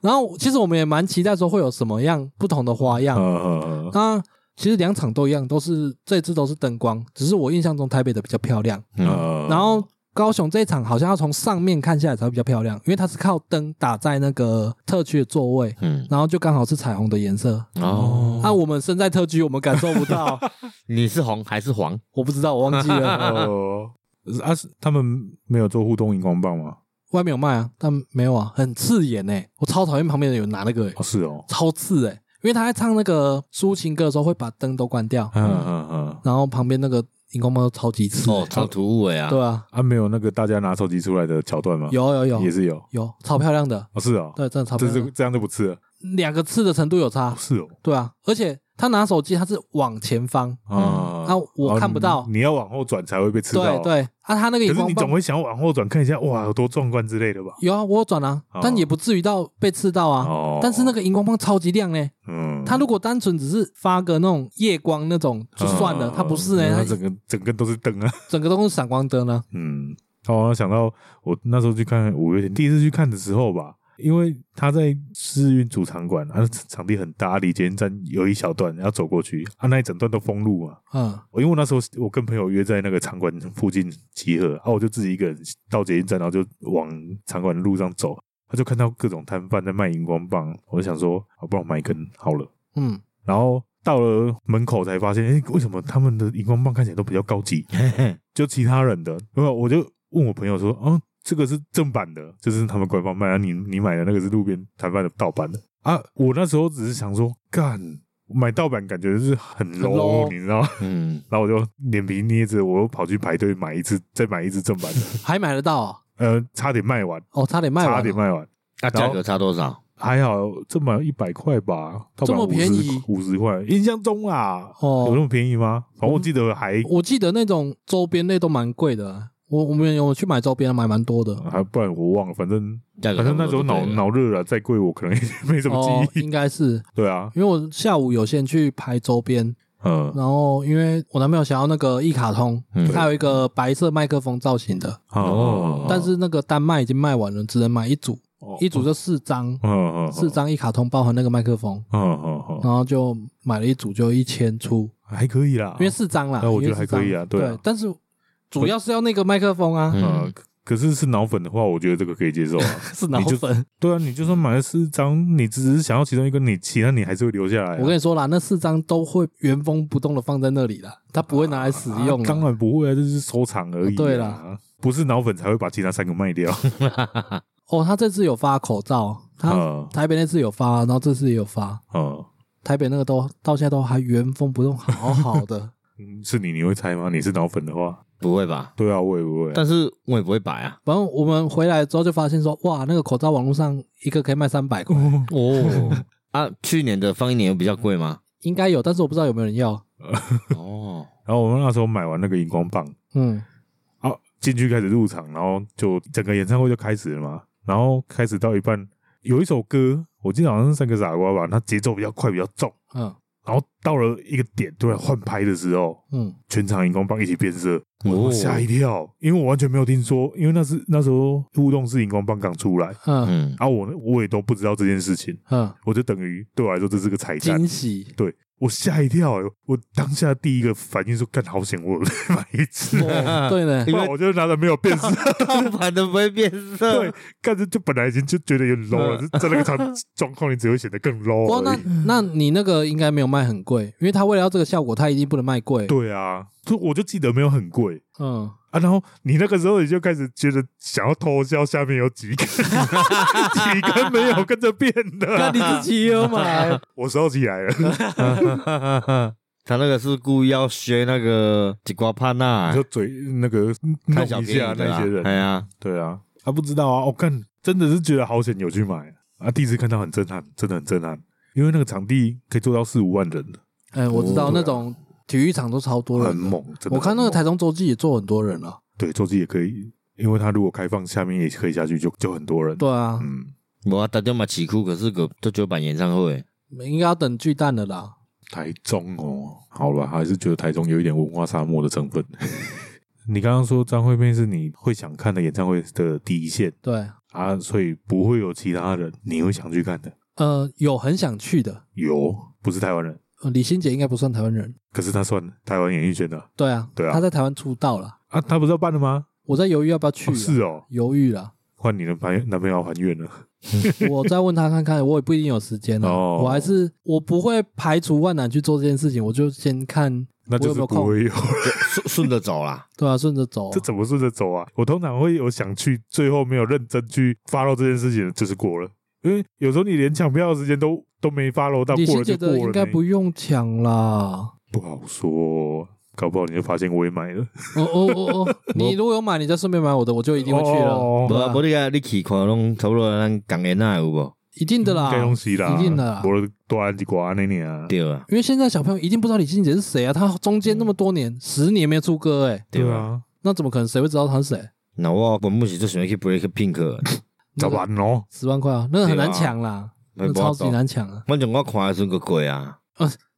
[SPEAKER 1] 然后其实我们也蛮期待说会有什么样不同的花样
[SPEAKER 3] [LAUGHS] 嗯。嗯嗯
[SPEAKER 1] 那其实两场都一样，都是这次都是灯光，只是我印象中台北的比较漂亮，
[SPEAKER 3] 嗯
[SPEAKER 2] 嗯
[SPEAKER 3] 嗯，
[SPEAKER 1] 然后高雄这一场好像要从上面看下来才会比较漂亮，因为它是靠灯打在那个特区的座位，
[SPEAKER 2] 嗯
[SPEAKER 1] 然后就刚好是彩虹的颜色。
[SPEAKER 2] 哦，
[SPEAKER 1] 那、我们身在特区，我们感受不到， [LAUGHS]
[SPEAKER 2] 你是红还是黄？
[SPEAKER 1] 我不知道，我忘记
[SPEAKER 3] [LAUGHS]
[SPEAKER 1] 了。
[SPEAKER 3] 哦，
[SPEAKER 1] 嗯
[SPEAKER 3] 啊，是他们没有做互动荧光棒吗？
[SPEAKER 1] 外面有卖啊，但没有啊，很刺眼哎、我超讨厌旁边的有拿那个、欸
[SPEAKER 3] 哦，，是哦，
[SPEAKER 1] 超刺哎、因为他在唱那个抒情歌的时候会把灯都关掉，
[SPEAKER 3] 嗯嗯嗯，
[SPEAKER 1] 然后旁边那个荧光棒都超级刺、
[SPEAKER 2] 哦
[SPEAKER 1] 欸，，
[SPEAKER 2] 超突兀的呀！
[SPEAKER 1] 对啊，
[SPEAKER 3] 啊，没有那个大家拿手机出来的桥段吗？，
[SPEAKER 1] 有有有
[SPEAKER 3] 也是有。
[SPEAKER 1] 有，超漂亮的，
[SPEAKER 3] 哦，是哦，
[SPEAKER 1] 对，真的超漂
[SPEAKER 3] 这
[SPEAKER 1] 亮
[SPEAKER 3] 这
[SPEAKER 1] 的。
[SPEAKER 3] 这样就不吃了。
[SPEAKER 1] 两个刺的程度有差，
[SPEAKER 3] 是哦，
[SPEAKER 1] 对啊，而且他拿手机他是往前方，
[SPEAKER 3] 啊
[SPEAKER 1] 啊，我看不到
[SPEAKER 3] 哦，你你要往后转才会被吃到。
[SPEAKER 1] 对。对，啊，他那个
[SPEAKER 3] 可
[SPEAKER 1] 荧
[SPEAKER 3] 是
[SPEAKER 1] 光
[SPEAKER 3] 你总
[SPEAKER 1] 棒
[SPEAKER 3] 会想要往后转看一下，哇，有多壮观之类的吧？
[SPEAKER 1] 有啊，我有转啊
[SPEAKER 3] 哦，
[SPEAKER 1] 但也不至于到被刺到啊。
[SPEAKER 3] 哦，
[SPEAKER 1] 但是那，个荧光棒超级亮呢，
[SPEAKER 3] 嗯，
[SPEAKER 1] 他如果单纯只是发个那种夜光那种就算了，
[SPEAKER 3] 嗯
[SPEAKER 1] 他不是呢，
[SPEAKER 3] 嗯它
[SPEAKER 1] 他
[SPEAKER 3] 整个整个都是灯啊。
[SPEAKER 1] 整个都是闪光灯啊呢。
[SPEAKER 3] 嗯，我好像想到我那时候去看五月天，第一次去看的时候吧，因为他在世运主场馆，他的场地很大，离捷运站有一小段，要走过去，啊，那一整段都封路嘛。
[SPEAKER 1] 嗯，
[SPEAKER 3] 我因为我那时候我跟朋友约在那个场馆附近集合，啊，我就自己一个人到捷运站，然后就往场馆的路上走，他就看到各种摊贩在卖荧光棒，我就想说，好，不然我买一根好了。
[SPEAKER 1] 嗯，
[SPEAKER 3] 然后到了门口才发现，哎，为什么他们的荧光棒看起来都比较高级？就其他人的，然后我就问我朋友说，哦，这个是正版的，就是他们官方卖，啊、你你买的那个是路边摊贩的盗版的啊。我那时候只是想说，干买盗版感觉是很 low，,
[SPEAKER 1] low
[SPEAKER 3] 你知道吗？
[SPEAKER 2] [LAUGHS]
[SPEAKER 3] [LAUGHS]
[SPEAKER 2] 嗯，
[SPEAKER 3] 然后我就脸皮捏着，我又跑去排队买一只，再买一只正版
[SPEAKER 1] [LAUGHS]
[SPEAKER 3] 的，
[SPEAKER 1] 还买得到啊
[SPEAKER 3] 呃，差点卖完，
[SPEAKER 1] 哦，差点卖完了，
[SPEAKER 3] 差点卖完，
[SPEAKER 2] 那价格差多少？
[SPEAKER 3] 还好正版一百块吧，盗
[SPEAKER 1] 这
[SPEAKER 3] 版
[SPEAKER 1] 么便宜
[SPEAKER 3] 五十块，印象中啊，
[SPEAKER 1] 哦嗯
[SPEAKER 3] 有那么便宜吗？反正我记得还
[SPEAKER 1] 我记得那种周边类都蛮贵的啊，我我们有去买周边，买蛮多的。
[SPEAKER 3] 还不然我忘了，反正
[SPEAKER 2] 价格
[SPEAKER 3] 反
[SPEAKER 2] 差
[SPEAKER 3] 正
[SPEAKER 2] 不
[SPEAKER 3] 那
[SPEAKER 2] 多
[SPEAKER 3] 时候
[SPEAKER 2] 就
[SPEAKER 3] 脑
[SPEAKER 2] 对了
[SPEAKER 3] 脑热啊了，再贵我可能也没什么
[SPEAKER 1] 哦，
[SPEAKER 3] 记忆。
[SPEAKER 1] 应该是
[SPEAKER 3] 对啊，
[SPEAKER 1] 因为我下午有先去拍周边，
[SPEAKER 3] 嗯
[SPEAKER 1] 然后因为我男朋友想要那个一卡通，
[SPEAKER 2] 嗯
[SPEAKER 1] 他有一个白色麦克风造型的，
[SPEAKER 2] 哦
[SPEAKER 1] 但是那个单卖已经卖完了，只能买一组，一组就四张，
[SPEAKER 3] 哦嗯嗯
[SPEAKER 1] 四张一卡通包含那个麦克风，
[SPEAKER 3] 嗯嗯嗯，
[SPEAKER 1] 然后就买了一组就一千出，
[SPEAKER 3] 还可以啦，
[SPEAKER 1] 因为四张啦，
[SPEAKER 3] 哦那我觉得
[SPEAKER 1] 因为四张
[SPEAKER 3] 还可以啊对
[SPEAKER 1] 对
[SPEAKER 3] 啊
[SPEAKER 1] 但是主要是要那个麦克风啊，
[SPEAKER 3] 呃
[SPEAKER 2] 嗯，
[SPEAKER 3] 可是是脑粉的话，我觉得这个可以接受
[SPEAKER 1] [LAUGHS]
[SPEAKER 3] 啊。
[SPEAKER 1] 是脑
[SPEAKER 3] 你就
[SPEAKER 1] 粉。
[SPEAKER 3] 对啊，你就算买了四张，你只是想要其中一个，你其他你还是会留下来啊。
[SPEAKER 1] 我跟你说啦，那四张都会原封不动的放在那里啦，他不会拿来使用
[SPEAKER 3] 啊
[SPEAKER 1] 啦。
[SPEAKER 3] 当然不会啊，这是收藏而已啊。
[SPEAKER 1] 对
[SPEAKER 3] 啦
[SPEAKER 1] 啦，
[SPEAKER 3] 不是脑粉才会把其他三个卖掉。
[SPEAKER 1] 哦，他这次有发口罩， [LAUGHS] 他
[SPEAKER 3] 嗯
[SPEAKER 1] 台北那次有发，然后这次也有发，
[SPEAKER 3] 嗯
[SPEAKER 1] 台北那个都到现在都还原封不动，好好的。
[SPEAKER 3] 嗯，是你你会猜吗？你是脑粉的话，
[SPEAKER 2] 不会吧？
[SPEAKER 3] 对啊，我也不会啊。
[SPEAKER 2] 但是我也不会摆啊。
[SPEAKER 1] 反正我们回来之后就发现说，哇，那个口罩网络上一个可以卖三百块，
[SPEAKER 2] 哦， [LAUGHS] 啊，去年的放一年有比较贵吗？
[SPEAKER 1] 应该有，但是我不知道有没有人要。
[SPEAKER 2] 哦，
[SPEAKER 3] 然后我们那时候买完那个荧光棒，
[SPEAKER 1] 嗯，
[SPEAKER 3] 啊，进去开始入场，然后就整个演唱会就开始了嘛。然后开始到一半，有一首歌，我记得好像是三个傻瓜吧，它节奏比较快，比较重。
[SPEAKER 1] 嗯
[SPEAKER 3] 然后到了一个点，突然换拍的时候，
[SPEAKER 1] 嗯，
[SPEAKER 3] 全场荧光棒一起变色，我
[SPEAKER 2] 哦
[SPEAKER 3] 吓一跳，因为我完全没有听说，因为那是那时候互动式荧光棒刚出来，
[SPEAKER 1] 嗯
[SPEAKER 2] 嗯，
[SPEAKER 3] 啊，我我也都不知道这件事情，
[SPEAKER 1] 嗯，
[SPEAKER 3] 我就等于对我来说这是个彩蛋。
[SPEAKER 1] 惊。喜
[SPEAKER 3] 对我吓一跳、欸，我当下第一个反应说：“干，好险，我有买一
[SPEAKER 2] [LAUGHS]
[SPEAKER 3] 次，
[SPEAKER 1] 哦对呢，
[SPEAKER 3] 不然我就拿着没有变色
[SPEAKER 2] 盗版的不会变色。
[SPEAKER 3] 对，干这就本来已经就觉得有点 low 了，
[SPEAKER 2] 嗯
[SPEAKER 3] 就在那个场状况，你只会显得
[SPEAKER 1] [LAUGHS]
[SPEAKER 3] 更
[SPEAKER 1] 不过
[SPEAKER 3] low
[SPEAKER 1] 那
[SPEAKER 3] 而已。
[SPEAKER 1] 那你那个应该没有卖很贵，因为他为了要这个效果，他一定不能卖贵。
[SPEAKER 3] 对啊，就我就记得没有很贵
[SPEAKER 1] 嗯，
[SPEAKER 3] 啊，然后你那个时候你就开始觉得想要偷笑，下面有几根几根没有跟着变的，
[SPEAKER 1] 那你自己有买？
[SPEAKER 3] 我收起来了，
[SPEAKER 2] [LAUGHS] 他那个是故意要学那个吉瓜帕纳
[SPEAKER 3] 就嘴那个
[SPEAKER 2] 贪
[SPEAKER 3] 弄
[SPEAKER 2] 嗯小
[SPEAKER 3] 一
[SPEAKER 2] 便
[SPEAKER 3] 下
[SPEAKER 2] 宜的
[SPEAKER 3] 那
[SPEAKER 2] 啦
[SPEAKER 3] 些人，
[SPEAKER 2] 哎呀，
[SPEAKER 3] 对啊，他、不知道啊，我、看真的是觉得好险有去买啊，第一次看到很震撼，真的很震撼，因为那个场地可以做到四五万人，
[SPEAKER 1] 哎，我知道
[SPEAKER 3] 哦对啊
[SPEAKER 1] 那种体育场都超多人的，哦
[SPEAKER 3] 很猛。真的很猛
[SPEAKER 1] 我看那个台中洲际也坐很多人了。
[SPEAKER 3] 对洲际也可以，因为它如果开放，下面也可以下去，就就很多人。
[SPEAKER 1] 对啊，
[SPEAKER 3] 嗯，
[SPEAKER 2] 我啊，打电话起哭，可是个这九版演唱会，
[SPEAKER 1] 应该要等巨蛋的啦。
[SPEAKER 3] 台中哦，好吧，还是觉得台中有一点文化沙漠的成分。 [LAUGHS] 你刚刚说张惠妹是你会想看的演唱会的第一线
[SPEAKER 1] 对，
[SPEAKER 3] 啊，所以不会有其他人你会想去看的。
[SPEAKER 1] 呃，有很想去的。
[SPEAKER 3] 有，不是台湾人，
[SPEAKER 1] 呃李心洁应该不算台湾人。
[SPEAKER 3] 可是他算台湾演艺圈的
[SPEAKER 1] 对啊，
[SPEAKER 3] 对啊
[SPEAKER 1] 他在台湾出道了。
[SPEAKER 3] 啊，他不是要办了吗？
[SPEAKER 1] 我在犹豫要不要去、啊
[SPEAKER 3] 哦是哦，
[SPEAKER 1] 犹豫
[SPEAKER 3] [LAUGHS]
[SPEAKER 1] 了。
[SPEAKER 3] 换你的朋友男朋友要还愿了。
[SPEAKER 1] 我再问他看看，我也不一定有时间啊。
[SPEAKER 3] 哦
[SPEAKER 1] 我还是我不会排除万难去做这件事情，我就先看，
[SPEAKER 3] 那就
[SPEAKER 1] 我有没
[SPEAKER 3] 是
[SPEAKER 1] 有空
[SPEAKER 3] 不会有，
[SPEAKER 2] 顺顺着
[SPEAKER 1] [LAUGHS]
[SPEAKER 2] 走啦。
[SPEAKER 1] 对啊，顺着走、啊
[SPEAKER 3] 这。怎么顺着走啊？我通常会有想去，最后没有认真去发漏这件事情，就是过了。因为有时候你连抢票的时间都都没发漏到，
[SPEAKER 1] 李
[SPEAKER 3] 过
[SPEAKER 1] 心
[SPEAKER 3] 了就
[SPEAKER 1] 洁
[SPEAKER 3] 过了
[SPEAKER 1] 的
[SPEAKER 3] 呢。
[SPEAKER 1] 应该不用抢啦。
[SPEAKER 3] 不好说，搞不好你就发现我也买了，
[SPEAKER 1] 哦哦哦
[SPEAKER 3] [LAUGHS]
[SPEAKER 1] 哦，你如果有买，你再顺便买我的，我就一定会去了。
[SPEAKER 3] 哦
[SPEAKER 2] 无
[SPEAKER 1] 对
[SPEAKER 2] 啊，
[SPEAKER 1] 啊
[SPEAKER 2] 无你啊，你去看拢差不多咱港演那有无？
[SPEAKER 1] 一定的啦，
[SPEAKER 3] 该东西啦，
[SPEAKER 1] 一定的啦。
[SPEAKER 3] 我多安几瓜那年啊，
[SPEAKER 2] 对啊，
[SPEAKER 1] 因为现在小朋友一定不知道李心洁是谁啊，她中间那么多年，十年没出歌、欸，哎，
[SPEAKER 2] 对啊。
[SPEAKER 3] 啊，
[SPEAKER 1] 那怎么可能谁会知道她是谁？
[SPEAKER 2] 那我本木是最喜欢去 Break Pink，的
[SPEAKER 3] 咋办哦？
[SPEAKER 1] 十万块啊，那个很
[SPEAKER 2] 对啊
[SPEAKER 1] 难抢啦，
[SPEAKER 2] 没
[SPEAKER 1] 那
[SPEAKER 2] 办法
[SPEAKER 1] 超级难抢啊。
[SPEAKER 2] 反正我看的时候贵啊，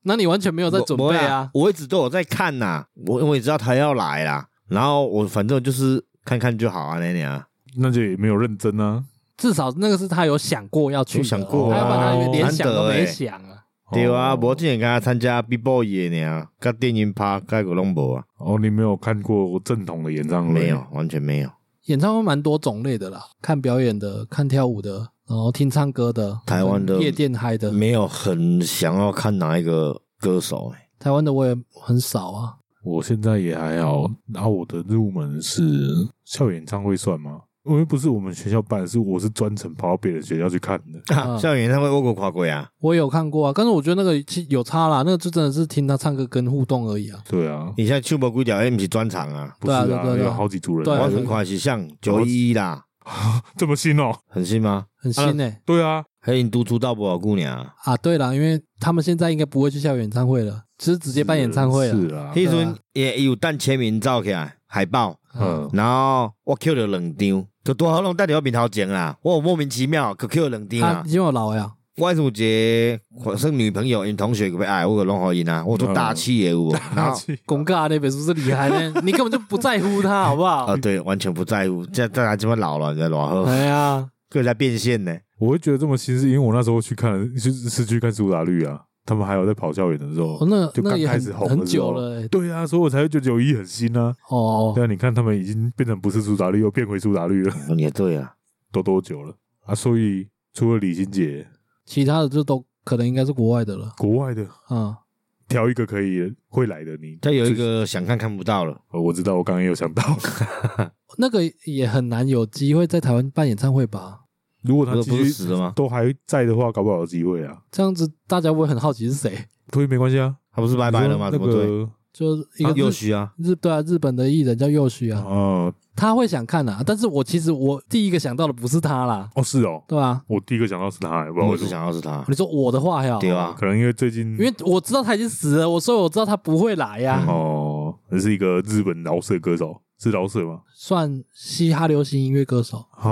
[SPEAKER 1] 那你完全没有在准备
[SPEAKER 2] 没没
[SPEAKER 1] 啊？
[SPEAKER 2] 我一直都有在看呐、我我也知道他要来啦，然后我反正就是看看就好啊，那样啊，
[SPEAKER 3] 那就也没有认真啊，
[SPEAKER 1] 至少那个是他有想过要去的，
[SPEAKER 2] 有想过
[SPEAKER 1] 他
[SPEAKER 2] 啊
[SPEAKER 1] 要不然他连想都
[SPEAKER 2] 难得欸
[SPEAKER 1] 没想啊。
[SPEAKER 2] 对啊，
[SPEAKER 3] 哦
[SPEAKER 2] 我之前跟他参加 B Boy 的呢，跟电音趴，该个拢无啊，
[SPEAKER 3] 哦，你没有看过正统的演唱会？啊
[SPEAKER 2] 没有，完全没有。
[SPEAKER 1] 演唱会蛮多种类的啦，看表演的，看跳舞的，然后听唱歌的，
[SPEAKER 2] 台湾的
[SPEAKER 1] 夜店嗨的，
[SPEAKER 2] 没有很想要看哪一个歌手、欸，
[SPEAKER 1] 台湾的我也很少啊。
[SPEAKER 3] 我现在也还好，然后我的入门是校演唱会算吗？因为不是我们学校办，是我是专程跑到别的学校去看的。
[SPEAKER 1] 啊
[SPEAKER 2] [LAUGHS] 啊、校园演唱会我有看过啊，
[SPEAKER 1] 我也有看过啊，但是我觉得那个其有差啦，那个就真的是听他唱歌跟互动而已啊。
[SPEAKER 3] 对啊，
[SPEAKER 2] 你像秋波龟屌 M 是专场啊，
[SPEAKER 3] 不是
[SPEAKER 1] 对啊对啊对啊
[SPEAKER 3] 有好几组人，
[SPEAKER 1] 对啊
[SPEAKER 2] 我
[SPEAKER 3] 哇
[SPEAKER 2] 很快是像九一一啦，
[SPEAKER 3] 这么新哦。
[SPEAKER 2] 很信吗？
[SPEAKER 1] 很新诶、
[SPEAKER 3] 对啊，
[SPEAKER 2] 黑印都出道不好姑娘啊，
[SPEAKER 1] 啊！对啦，因为他们现在应该不会去校园演唱会了，只是直接办演唱会了。
[SPEAKER 3] 是啊，
[SPEAKER 2] 迄
[SPEAKER 1] 对
[SPEAKER 2] 阵
[SPEAKER 1] 啊
[SPEAKER 2] 也有等签名照起来海报，
[SPEAKER 1] 嗯
[SPEAKER 3] 嗯，
[SPEAKER 2] 然后我捡了两张，就拄好拢带伫我面头前啊，我有莫名其妙就捡了两张
[SPEAKER 1] 他
[SPEAKER 2] 啊
[SPEAKER 1] 已。经有老呀，
[SPEAKER 2] 我有一个算女朋友，因同学要爱我，拢互因啊，我做大气的有
[SPEAKER 1] 哦
[SPEAKER 2] 无，
[SPEAKER 1] [LAUGHS]
[SPEAKER 2] 然后。
[SPEAKER 3] [LAUGHS]
[SPEAKER 1] 公尬那本是不是厉害呢？你根本就不在乎他，好不
[SPEAKER 3] [LAUGHS]
[SPEAKER 1] 好？
[SPEAKER 3] 哦
[SPEAKER 2] 啊，对，完全不在乎。这大家这么老了，你在老后，
[SPEAKER 1] 哎呀，
[SPEAKER 2] 个在变现呢。
[SPEAKER 3] 我会觉得这么新，是因为我那时候去看，是是去看苏打绿啊，他们还有在跑校园的时候
[SPEAKER 1] 哦，，那
[SPEAKER 3] 就
[SPEAKER 1] 那个
[SPEAKER 3] 刚
[SPEAKER 1] 也
[SPEAKER 3] 开
[SPEAKER 1] 很
[SPEAKER 3] 始红
[SPEAKER 1] 很
[SPEAKER 3] 的时
[SPEAKER 1] 久
[SPEAKER 3] 候
[SPEAKER 1] 了、欸，
[SPEAKER 3] 对啊，所以我才会觉得九一很新啊。
[SPEAKER 1] 哦，
[SPEAKER 3] 对啊，你看他们已经变成不是苏打绿，又变回苏打绿了， [LAUGHS]
[SPEAKER 2] 也对啊，
[SPEAKER 3] 都多久了啊？所以除了李心洁，
[SPEAKER 1] 其他的就都可能应该是国外的了。
[SPEAKER 3] 国外的
[SPEAKER 1] 嗯，
[SPEAKER 3] 挑一个可以会来的你，
[SPEAKER 2] 他有一个想看看不到了，
[SPEAKER 3] 呃我知道，我刚刚也有想到，
[SPEAKER 1] 那个也很难有机会在台湾办演唱会吧？
[SPEAKER 3] [LAUGHS] 如
[SPEAKER 1] 啊
[SPEAKER 3] 果他
[SPEAKER 2] 不是不是
[SPEAKER 3] 继
[SPEAKER 2] 死
[SPEAKER 3] 续
[SPEAKER 2] 了吗？
[SPEAKER 3] 都还在的话，搞不好有机会啊。
[SPEAKER 1] 这样子大家会很好奇是谁，
[SPEAKER 3] 所以没关系啊，
[SPEAKER 2] 他不是拜拜了吗？
[SPEAKER 3] 你
[SPEAKER 2] 怎
[SPEAKER 3] 说
[SPEAKER 2] 么对？
[SPEAKER 1] 就是一个
[SPEAKER 2] 啊
[SPEAKER 1] 日
[SPEAKER 2] 又虚啊，
[SPEAKER 1] 日对啊，日本的艺人叫佑旭
[SPEAKER 3] 那
[SPEAKER 1] 啊
[SPEAKER 3] 个，哦
[SPEAKER 1] 他会想看啊，但是我其实我第一个想到的不是他啦，
[SPEAKER 3] 哦是哦，
[SPEAKER 1] 对吧、
[SPEAKER 3] 我第一个想到是他，不知道
[SPEAKER 2] 我
[SPEAKER 3] 为
[SPEAKER 2] 哦
[SPEAKER 3] 什
[SPEAKER 2] 是
[SPEAKER 3] 么，
[SPEAKER 2] 想要是他，
[SPEAKER 1] 你说我的话呀，
[SPEAKER 2] 对啊吧？
[SPEAKER 3] 可能因为最近
[SPEAKER 1] 因为我知道他已经死了，我所以我知道他不会来呀、
[SPEAKER 2] 嗯
[SPEAKER 3] 哦，那是一个日本饶舌歌手，是饶舌吗？
[SPEAKER 1] 算嘻哈流行音乐歌手，
[SPEAKER 3] 哦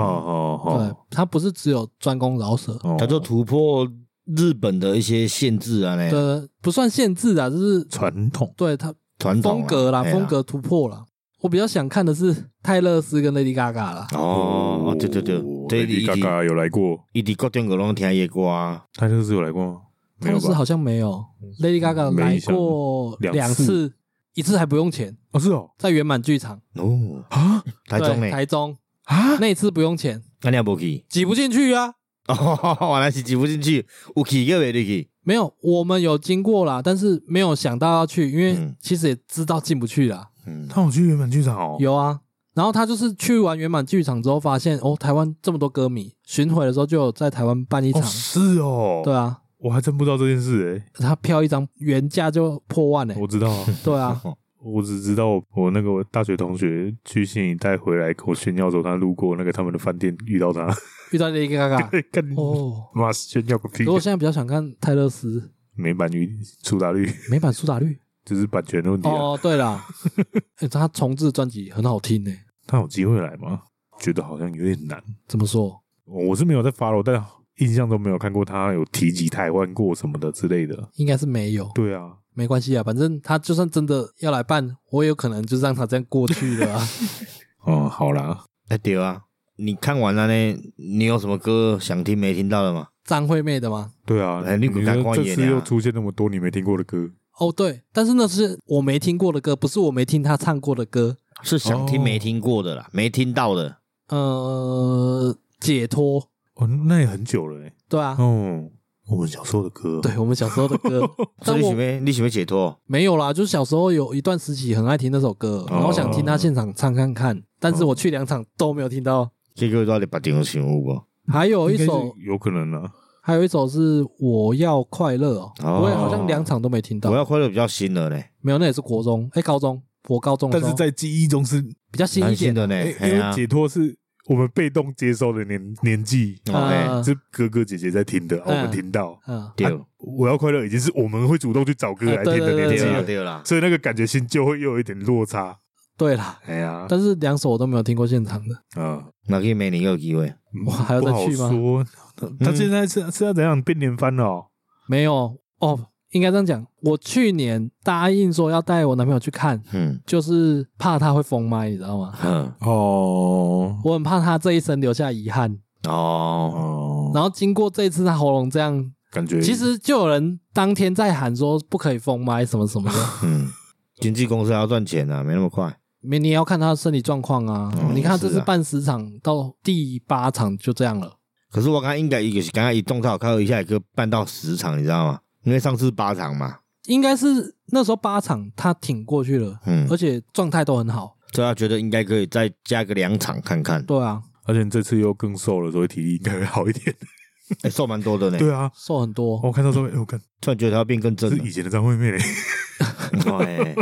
[SPEAKER 3] 哦
[SPEAKER 1] 对
[SPEAKER 3] 哦，
[SPEAKER 1] 他不是只有专攻饶舌，
[SPEAKER 3] 哦
[SPEAKER 2] 他就突破日本的一些限制啊，那
[SPEAKER 1] 对，不算限制啊，就是
[SPEAKER 3] 传统
[SPEAKER 1] 对他
[SPEAKER 2] 传统啊
[SPEAKER 1] 风格啦，
[SPEAKER 2] 哎呀
[SPEAKER 1] 风格突破啦。我比较想看的是泰勒斯跟 Lady Gaga 啦，
[SPEAKER 2] 哦，对对对，对，
[SPEAKER 3] ，Lady
[SPEAKER 2] 伊
[SPEAKER 3] Gaga 有来过，
[SPEAKER 2] 伊伫各种个拢听伊歌啊，
[SPEAKER 3] 他就是有来过吗？
[SPEAKER 1] 他
[SPEAKER 3] 没有
[SPEAKER 1] 们是
[SPEAKER 3] 吧？
[SPEAKER 1] 好像没有 Lady Gaga
[SPEAKER 3] 没
[SPEAKER 1] 来
[SPEAKER 3] 印象
[SPEAKER 1] 过
[SPEAKER 3] 两
[SPEAKER 1] 两
[SPEAKER 3] 次
[SPEAKER 1] 次，一次还不用钱，
[SPEAKER 3] 哦是哦
[SPEAKER 1] 在圆满剧场，
[SPEAKER 2] 哦，
[SPEAKER 3] 啊
[SPEAKER 2] 台
[SPEAKER 1] 对
[SPEAKER 2] 中呢，
[SPEAKER 1] 台中
[SPEAKER 3] 啊，
[SPEAKER 1] 那一次不用钱，
[SPEAKER 2] 那你也无去？
[SPEAKER 1] 挤不进去啊。
[SPEAKER 2] 哦， [LAUGHS] 原来是挤不进去，有去个袂入去，
[SPEAKER 1] 没有，我们有经过啦，但是没有想到要去，因为
[SPEAKER 2] 嗯
[SPEAKER 1] 其实也知道进不去啦。
[SPEAKER 2] 嗯，
[SPEAKER 3] 他有去原本剧场哦，
[SPEAKER 1] 有啊。然后他就是去完圆满剧场之后，发现哦，台湾这么多歌迷，巡回的时候就有在台湾办一场
[SPEAKER 3] 哦，是哦，
[SPEAKER 1] 对，啊，
[SPEAKER 3] 我还真不知道这件事欸
[SPEAKER 1] 他票一张原价就破万嘞、
[SPEAKER 3] 哎，我知道啊，
[SPEAKER 1] 对啊，
[SPEAKER 3] 我只知道我那个大学同学去新一代回来跟我炫耀说他路过那个他们的饭店遇到他，
[SPEAKER 1] 遇到 Lady Gaga
[SPEAKER 3] [LAUGHS] 干你
[SPEAKER 1] 啊哦。
[SPEAKER 3] 妈炫耀个屁
[SPEAKER 1] 可！我现在比较想看泰勒斯
[SPEAKER 3] 美版与触达率
[SPEAKER 1] 美版苏打绿。
[SPEAKER 3] 这是版权的问题啊，
[SPEAKER 1] 哦，对
[SPEAKER 3] [LAUGHS]
[SPEAKER 1] 啦，欸他重置专辑很好听呢、
[SPEAKER 3] 他有机会来吗？觉得好像有点难，
[SPEAKER 1] 怎么说？
[SPEAKER 3] 我是没有在 follow，但印象中没有看过他有提及台湾过什么的之类的。
[SPEAKER 1] 应该是没有，
[SPEAKER 3] 对啊，
[SPEAKER 1] 没关系啊，反正他就算真的要来办，我也有可能就让他这样过去了、啊。
[SPEAKER 3] [LAUGHS] 哦，好啦，
[SPEAKER 2] 哎对啊，你看完了呢？你有什么歌想听没听到的吗？
[SPEAKER 1] 张惠妹的吗？
[SPEAKER 3] 对啊，
[SPEAKER 2] 哎你
[SPEAKER 3] 你
[SPEAKER 2] 不敢
[SPEAKER 3] 说
[SPEAKER 2] 看
[SPEAKER 3] 这
[SPEAKER 2] 也
[SPEAKER 3] 次
[SPEAKER 2] 啊
[SPEAKER 3] 又出现那么多你没听过的歌，
[SPEAKER 1] 哦，对，但是那是我没听过的歌，不是我没听他唱过的歌。
[SPEAKER 2] 是想听
[SPEAKER 3] 哦
[SPEAKER 2] 没听过的啦，没听到的。，
[SPEAKER 1] 呃，解脱，
[SPEAKER 3] 哦，那也很久了哎。
[SPEAKER 1] 对啊，
[SPEAKER 3] 哦，我们小时候的歌，
[SPEAKER 1] 对我们小时候的
[SPEAKER 3] [LAUGHS]
[SPEAKER 1] 歌但
[SPEAKER 2] 所以你
[SPEAKER 1] 我
[SPEAKER 2] 喜欢你喜欢解脱？
[SPEAKER 1] 没有啦，就是小时候有一段时期很爱听那首歌，然后
[SPEAKER 3] 哦
[SPEAKER 1] 想听他现场唱看看，但是我去两场都没有听到。
[SPEAKER 2] 这个到底把点醒悟不？
[SPEAKER 1] 还有一
[SPEAKER 3] 应该是
[SPEAKER 1] 首，
[SPEAKER 3] 有可能啊。
[SPEAKER 1] 还有一首是《我要快乐》
[SPEAKER 2] 哦
[SPEAKER 1] 哦，我也好像两场都没听到
[SPEAKER 2] 我，要快乐比较新的嘞，
[SPEAKER 1] 没有，那也是国中，哎，高中，我高中的
[SPEAKER 3] 但
[SPEAKER 1] 时候，
[SPEAKER 3] 是在记忆中是，
[SPEAKER 1] 比较新
[SPEAKER 2] 蛮
[SPEAKER 1] 一点
[SPEAKER 2] 新的呢
[SPEAKER 3] 哎，
[SPEAKER 2] 哎
[SPEAKER 3] 因
[SPEAKER 2] 呀
[SPEAKER 1] 啊
[SPEAKER 3] 为，解脱是我们被动接收的年年纪，
[SPEAKER 2] 哦哎
[SPEAKER 1] 嗯
[SPEAKER 3] 是哥哥姐姐在听的，啊我们听到。
[SPEAKER 1] 嗯，
[SPEAKER 2] 对
[SPEAKER 3] 啊我要快乐已经是我们会主动去找歌来听的
[SPEAKER 1] 啊
[SPEAKER 3] 年
[SPEAKER 2] 对
[SPEAKER 3] 纪
[SPEAKER 2] 啦
[SPEAKER 1] 啊
[SPEAKER 3] 了，
[SPEAKER 2] 对啦，
[SPEAKER 3] 所以那个感觉性就会又有一点落差。
[SPEAKER 1] 对啦，
[SPEAKER 3] 哎呀，
[SPEAKER 1] 但是两首我都没有听过现场的，
[SPEAKER 3] 嗯，
[SPEAKER 2] 那可以没你有机会。
[SPEAKER 1] 哇，还要
[SPEAKER 3] 不
[SPEAKER 1] 再
[SPEAKER 3] 好
[SPEAKER 1] 去吗？
[SPEAKER 3] 说。他他
[SPEAKER 2] 嗯
[SPEAKER 3] 现在是是要怎样变连番了哦？
[SPEAKER 1] 没有哦，应该这样讲，我去年答应说要带我男朋友去看，
[SPEAKER 2] 嗯
[SPEAKER 1] 就是怕他会封麦，你知道吗？
[SPEAKER 2] 哼
[SPEAKER 3] 哦
[SPEAKER 1] 我很怕他这一生留下遗憾。
[SPEAKER 2] 哦，
[SPEAKER 3] 哦，
[SPEAKER 1] 然后经过这一次他喉咙这样，
[SPEAKER 3] 感觉
[SPEAKER 1] 其实就有人当天在喊说不可以封麦什么什么的。
[SPEAKER 2] [LAUGHS] 嗯，经纪公司还要赚钱啊，没那么快。
[SPEAKER 1] 明年要看他的身体状况啊。
[SPEAKER 2] 哦
[SPEAKER 1] 你看
[SPEAKER 2] 是
[SPEAKER 1] 这
[SPEAKER 2] 啊
[SPEAKER 1] 次办十场到第八场就这样了，
[SPEAKER 2] 可是我刚刚应该一个是刚刚一动到开一下，也可以办到十场，你知道吗？因为上次八场嘛，
[SPEAKER 1] 应该是那时候八场他挺过去了，
[SPEAKER 2] 嗯
[SPEAKER 1] 而，且状态都很好。
[SPEAKER 2] 所以他觉得应该可以再加个两场看看，
[SPEAKER 1] 对啊，
[SPEAKER 3] 而且这次又更瘦了，所以体力应该会好一点。
[SPEAKER 2] 哎，瘦蛮多的呢。
[SPEAKER 3] 对啊，
[SPEAKER 1] 瘦很多。
[SPEAKER 3] 我看到照片，哎我看
[SPEAKER 2] 突然觉得他要变更正
[SPEAKER 3] 是
[SPEAKER 2] 了
[SPEAKER 3] 以。前的张惠妹嘞。
[SPEAKER 2] 对，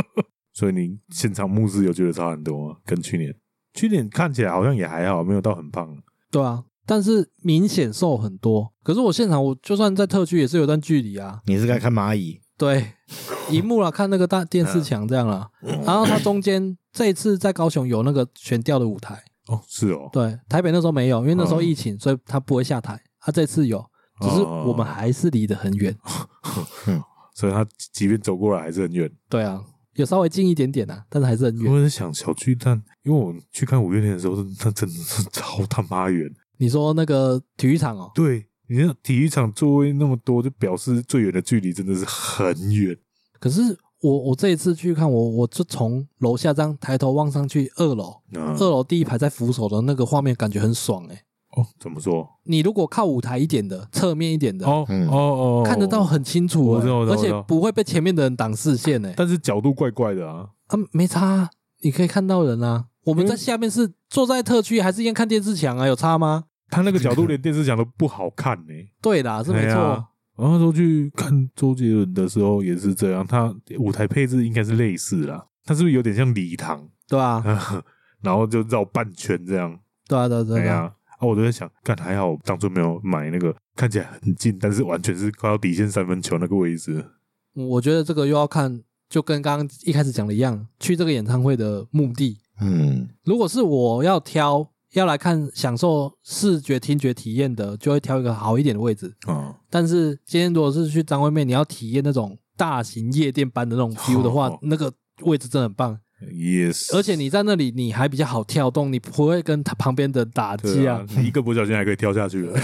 [SPEAKER 3] 所以你现场募资有觉得差很多吗？跟去年，去年看起来好像也还好，没有到很胖。
[SPEAKER 1] 对啊，但是明显瘦很多。可是我现场我就算在特区也是有段距离啊，
[SPEAKER 2] [LAUGHS] 你是该看蚂蚁，
[SPEAKER 1] 对，荧幕啦，啊看那个大电视墙这样啦。然后它中间这一次在高雄有那个悬吊的舞台，
[SPEAKER 3] 哦，是哦，
[SPEAKER 1] 对，台北那时候没有，因为那时候疫情，所以它不会下台。它这次有，只是我们
[SPEAKER 3] 哦
[SPEAKER 1] 还是离得很远。
[SPEAKER 3] 所以他即便走过来还是很远。
[SPEAKER 1] 对啊，有稍微近一点点啊，但是还是很远。
[SPEAKER 3] 我在想小巨蛋，因为我去看五月天的时候，那真的是超他妈远。
[SPEAKER 1] 你说那个体育场哦，
[SPEAKER 3] 对，你看体育场座位那么多，就表示最远的距离真的是很远。
[SPEAKER 1] 可是我我这一次去看我，我就从楼下这样抬头望上去，二楼，
[SPEAKER 3] 嗯，
[SPEAKER 1] 二楼第一排在扶手的那个画面，感觉很爽哎、
[SPEAKER 3] 哦，怎么说？
[SPEAKER 1] 你如果靠舞台一点的，侧面一点的，
[SPEAKER 3] 哦
[SPEAKER 2] 嗯
[SPEAKER 3] 哦哦，
[SPEAKER 1] 看得到
[SPEAKER 3] 哦，
[SPEAKER 1] 很清楚、
[SPEAKER 3] 我
[SPEAKER 1] 欸
[SPEAKER 3] 知道我知道
[SPEAKER 1] 而
[SPEAKER 3] 我知
[SPEAKER 1] 且
[SPEAKER 3] 道
[SPEAKER 1] 不会被前面的人挡视线呢、欸。
[SPEAKER 3] 但是角度怪怪的啊。
[SPEAKER 1] 啊，没差啊、你可以看到人啊。我们
[SPEAKER 3] 因
[SPEAKER 1] 在
[SPEAKER 3] 为
[SPEAKER 1] 下面是坐在特区，还是一样看电视墙啊？有差吗？
[SPEAKER 3] 他那个角度连电视墙都不好看呢、
[SPEAKER 1] 对啦，是没
[SPEAKER 3] 哎
[SPEAKER 1] 错。
[SPEAKER 3] 呀然后那时候去看周杰伦的时候也是这样，他舞台配置应该是类似啦，他是不是有点像礼堂， [LAUGHS]
[SPEAKER 1] 对
[SPEAKER 3] 哎
[SPEAKER 1] 啊，
[SPEAKER 3] 然后就绕半圈这样？
[SPEAKER 1] 对啊，对啊，
[SPEAKER 3] 哎
[SPEAKER 1] 对
[SPEAKER 3] 呀、
[SPEAKER 1] 啊，
[SPEAKER 3] 啊，我都在想，干还好我当初没有买那个看起来很近，但是完全是快要底线三分球那个位置。
[SPEAKER 1] 我觉得这个又要看，就跟刚刚一开始讲的一样，去这个演唱会的目的。
[SPEAKER 2] 嗯，
[SPEAKER 1] 如果是我要挑要来看享受视觉、听觉体验的，就会挑一个好一点的位置。
[SPEAKER 3] 啊，
[SPEAKER 1] 但是今天如果是去张惠妹，你要体验那种大型夜店般的那种 feel 的话，
[SPEAKER 3] 哦
[SPEAKER 1] 那个位置真的很棒。
[SPEAKER 3] 也是，
[SPEAKER 1] 而且你在那里，你还比较好跳动，你不会跟他旁边的打
[SPEAKER 3] 对
[SPEAKER 1] 击
[SPEAKER 3] 啊
[SPEAKER 1] [LAUGHS] 啊，，
[SPEAKER 3] 你一个不小心还可以跳下去了。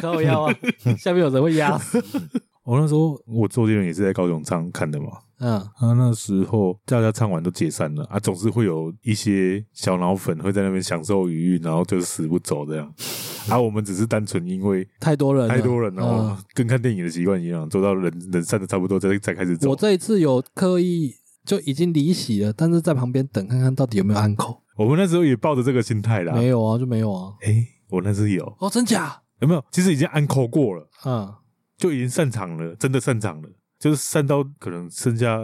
[SPEAKER 1] 靠腰啊，下面有人会压死。
[SPEAKER 3] [LAUGHS] 我那时候我周杰伦也是在高雄唱看的嘛，
[SPEAKER 1] 嗯，
[SPEAKER 3] 他那时候大家唱完都解散了啊，总是会有一些小脑粉会在那边享受余韵，然后就死不走这样。啊，我们只是单纯因为
[SPEAKER 1] 太多人了，
[SPEAKER 3] 太多人了，哦
[SPEAKER 1] 嗯
[SPEAKER 3] 哦跟看电影的习惯一样，走到人人散的差不多再再开始走
[SPEAKER 1] 我。这一次有刻意就已经离席了，但是在旁边等看看到底有没有安口。
[SPEAKER 3] 我们那时候也抱着这个心态啦。
[SPEAKER 1] 没有啊，就没有啊。
[SPEAKER 3] 哎，我那次有
[SPEAKER 1] 哦，真假？
[SPEAKER 3] 有没有？其实已经按扣过了，
[SPEAKER 1] 嗯，
[SPEAKER 3] 就已经散场了，真的散场了，就是散到可能剩下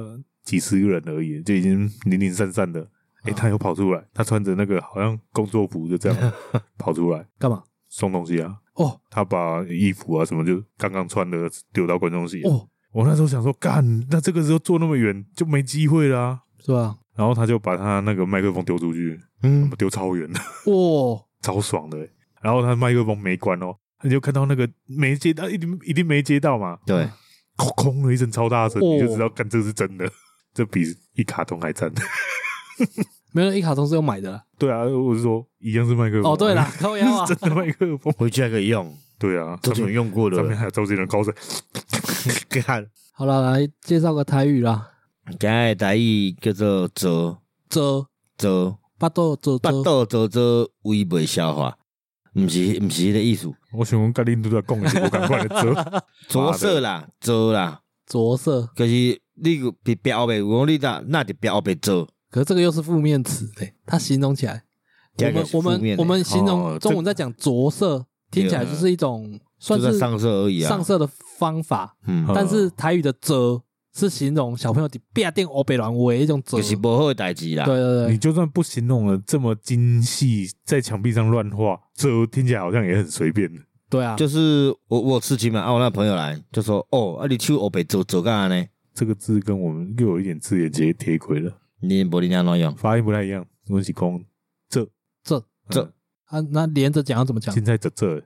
[SPEAKER 3] 几十个人而已，就已经零零散散的。哎，
[SPEAKER 1] 啊
[SPEAKER 3] 他又跑出来，他穿着那个好像工作服，就这
[SPEAKER 1] [LAUGHS]
[SPEAKER 3] 样跑出来
[SPEAKER 1] 干嘛？
[SPEAKER 3] 送东西啊。
[SPEAKER 1] 哦
[SPEAKER 3] 他把衣服啊什么就刚刚穿的丢到观众席。啊
[SPEAKER 1] 哦，
[SPEAKER 3] 我那时候想说，干，那这个时候坐那么远就没机会啦、
[SPEAKER 1] 是吧？
[SPEAKER 3] 然后他就把他那个麦克风丢出去，
[SPEAKER 2] 嗯，
[SPEAKER 3] 丢超远的， [LAUGHS]
[SPEAKER 1] 哦，
[SPEAKER 3] 超爽的欸、然后他麦克风没关哦，你就看到那个没接到，一定一定没接到嘛，
[SPEAKER 2] 对，
[SPEAKER 3] 空空了一声超大声，
[SPEAKER 1] 哦
[SPEAKER 3] 你就知道干这是真的，这比一卡通还赞。 [LAUGHS]
[SPEAKER 1] 没有一卡通是有买的啦。
[SPEAKER 3] 对啊，我是说一样是麦克风。
[SPEAKER 1] 哦，对啦，，靠腰啊
[SPEAKER 3] [LAUGHS] 是，真的麦克风。
[SPEAKER 2] 回去还可以用，
[SPEAKER 3] 对啊，
[SPEAKER 2] 之
[SPEAKER 3] 上
[SPEAKER 2] 前
[SPEAKER 3] 面
[SPEAKER 2] 用过
[SPEAKER 3] 上面
[SPEAKER 2] [LAUGHS] 的，
[SPEAKER 3] 还有周杰伦高声，
[SPEAKER 2] 看，
[SPEAKER 1] 好了，来介绍个台语啦，
[SPEAKER 2] 今日的台语叫做折
[SPEAKER 1] 遮
[SPEAKER 2] 折，
[SPEAKER 1] 巴豆遮
[SPEAKER 2] 八
[SPEAKER 1] 遮，
[SPEAKER 2] 道折折，胃袂消化，毋是毋是迄个意思，
[SPEAKER 3] 我想问盖林都在讲的是我赶快来折。
[SPEAKER 1] [LAUGHS]
[SPEAKER 2] 着色啦，折啦，
[SPEAKER 1] 着色。
[SPEAKER 2] 就是你有别别后壁，有讲你那那伫别后壁折，
[SPEAKER 1] 可是这个又是负面词嘞、它形容起来，我
[SPEAKER 2] 这个
[SPEAKER 1] 们
[SPEAKER 2] 是
[SPEAKER 1] 我
[SPEAKER 2] 负面
[SPEAKER 1] 们
[SPEAKER 2] 的
[SPEAKER 1] 我们形容
[SPEAKER 3] 哦
[SPEAKER 1] 中文在讲着色，听起来就是一种
[SPEAKER 2] 就
[SPEAKER 1] 算
[SPEAKER 2] 在
[SPEAKER 1] 是
[SPEAKER 2] 上色而已啊，
[SPEAKER 1] 上，色的方法，
[SPEAKER 2] 嗯，
[SPEAKER 3] 嗯
[SPEAKER 1] 但是台语的遮是形容小朋友的变电欧北软为一种遮，
[SPEAKER 2] 就是啊
[SPEAKER 1] 对
[SPEAKER 2] 无好诶代志啦，
[SPEAKER 1] 对
[SPEAKER 3] 你
[SPEAKER 1] 对，
[SPEAKER 3] 就算不形容了这么精细，在墙壁上乱画，折听起来好像也很随便的。
[SPEAKER 1] 对啊，
[SPEAKER 2] 就是我我有刺青嘛，啊，我那朋友来就说，哦，啊你手后壁折折干安尼，
[SPEAKER 3] 这个字跟我们又有一点字眼结贴轨了，
[SPEAKER 2] 你无你安怎用？
[SPEAKER 3] 发音不太一样。我是讲这
[SPEAKER 1] 这
[SPEAKER 2] 这
[SPEAKER 3] 嗯
[SPEAKER 1] 啊那连着讲要怎么讲？
[SPEAKER 3] 现在这这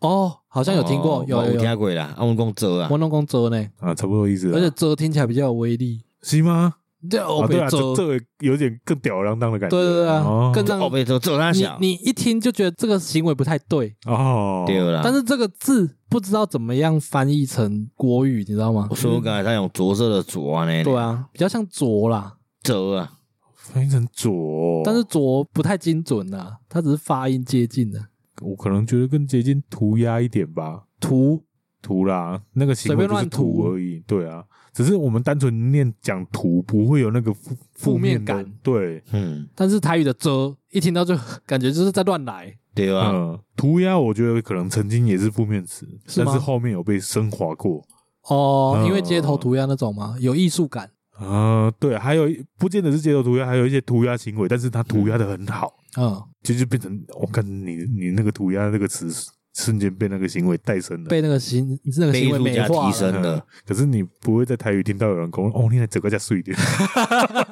[SPEAKER 1] 哦，好像有听过
[SPEAKER 2] 哦，
[SPEAKER 1] 有
[SPEAKER 2] 我有
[SPEAKER 1] 有有，
[SPEAKER 2] 听过啦，啊，我讲折啊
[SPEAKER 1] 我，弄公遮呢，
[SPEAKER 3] 啊，差不多意思啦。
[SPEAKER 1] 而且遮听起来比较有威力，
[SPEAKER 3] 是吗？
[SPEAKER 1] 这欧
[SPEAKER 3] 啊，
[SPEAKER 1] 北
[SPEAKER 3] 对啊，
[SPEAKER 1] 遮
[SPEAKER 3] 这，这有点更吊儿郎当的感觉。
[SPEAKER 1] 对对对啊
[SPEAKER 3] 哦，
[SPEAKER 1] 更让
[SPEAKER 2] 后壁折折他
[SPEAKER 1] 你
[SPEAKER 2] 小，
[SPEAKER 1] 你一听就觉得这个行为不太对，
[SPEAKER 3] 哦，
[SPEAKER 2] 对啦，
[SPEAKER 1] 但是这个字不知道怎么样翻译成国语，你知道吗
[SPEAKER 2] 我？说我刚才他用着色的着啊
[SPEAKER 1] [LAUGHS]
[SPEAKER 2] 呢，
[SPEAKER 1] 对，
[SPEAKER 2] [LAUGHS]
[SPEAKER 1] 啊，比较像拙啦，
[SPEAKER 2] 折啊，
[SPEAKER 3] 翻译成
[SPEAKER 2] 哦
[SPEAKER 3] 左，
[SPEAKER 1] 但是拙不太精准啦，它只是发音接近的。
[SPEAKER 3] 我可能觉得更接近涂鸦一点吧，
[SPEAKER 1] 图
[SPEAKER 3] 涂啦，那个行
[SPEAKER 1] 随
[SPEAKER 3] 为
[SPEAKER 1] 便
[SPEAKER 3] 就是
[SPEAKER 1] 乱涂
[SPEAKER 3] 涂而已。对啊，只是我们单纯念讲涂，不会有那个负
[SPEAKER 1] 负面
[SPEAKER 3] 面的
[SPEAKER 1] 感。
[SPEAKER 3] 对，
[SPEAKER 2] 嗯，
[SPEAKER 1] 但是台语的遮一听到就感觉就是在乱来，
[SPEAKER 2] 对啊，
[SPEAKER 3] 嗯，涂鸦我觉得可能曾经也是负面词，
[SPEAKER 1] 是
[SPEAKER 3] 但
[SPEAKER 1] 吗
[SPEAKER 3] 是后面有被升华过。
[SPEAKER 1] 哦，
[SPEAKER 3] 嗯
[SPEAKER 1] 因为街头涂鸦那种嘛，有艺术感，
[SPEAKER 3] 啊，对，还有一不见得是街头涂鸦，还有一些涂鸦行为，但是他涂鸦的很好，
[SPEAKER 1] 嗯，
[SPEAKER 3] 就就变成我看你你那个涂鸦那个词，瞬间被那个行为带升了。
[SPEAKER 1] 被那个行那个
[SPEAKER 2] 被艺
[SPEAKER 1] 行为
[SPEAKER 2] 术
[SPEAKER 1] 美
[SPEAKER 2] 家
[SPEAKER 1] 化
[SPEAKER 2] 提
[SPEAKER 1] 了。哦
[SPEAKER 2] 升
[SPEAKER 3] 嗯
[SPEAKER 2] 的，，
[SPEAKER 3] 可是你不会在台语听到有人讲哦，你来整个
[SPEAKER 1] [LAUGHS]
[SPEAKER 3] 加碎一点。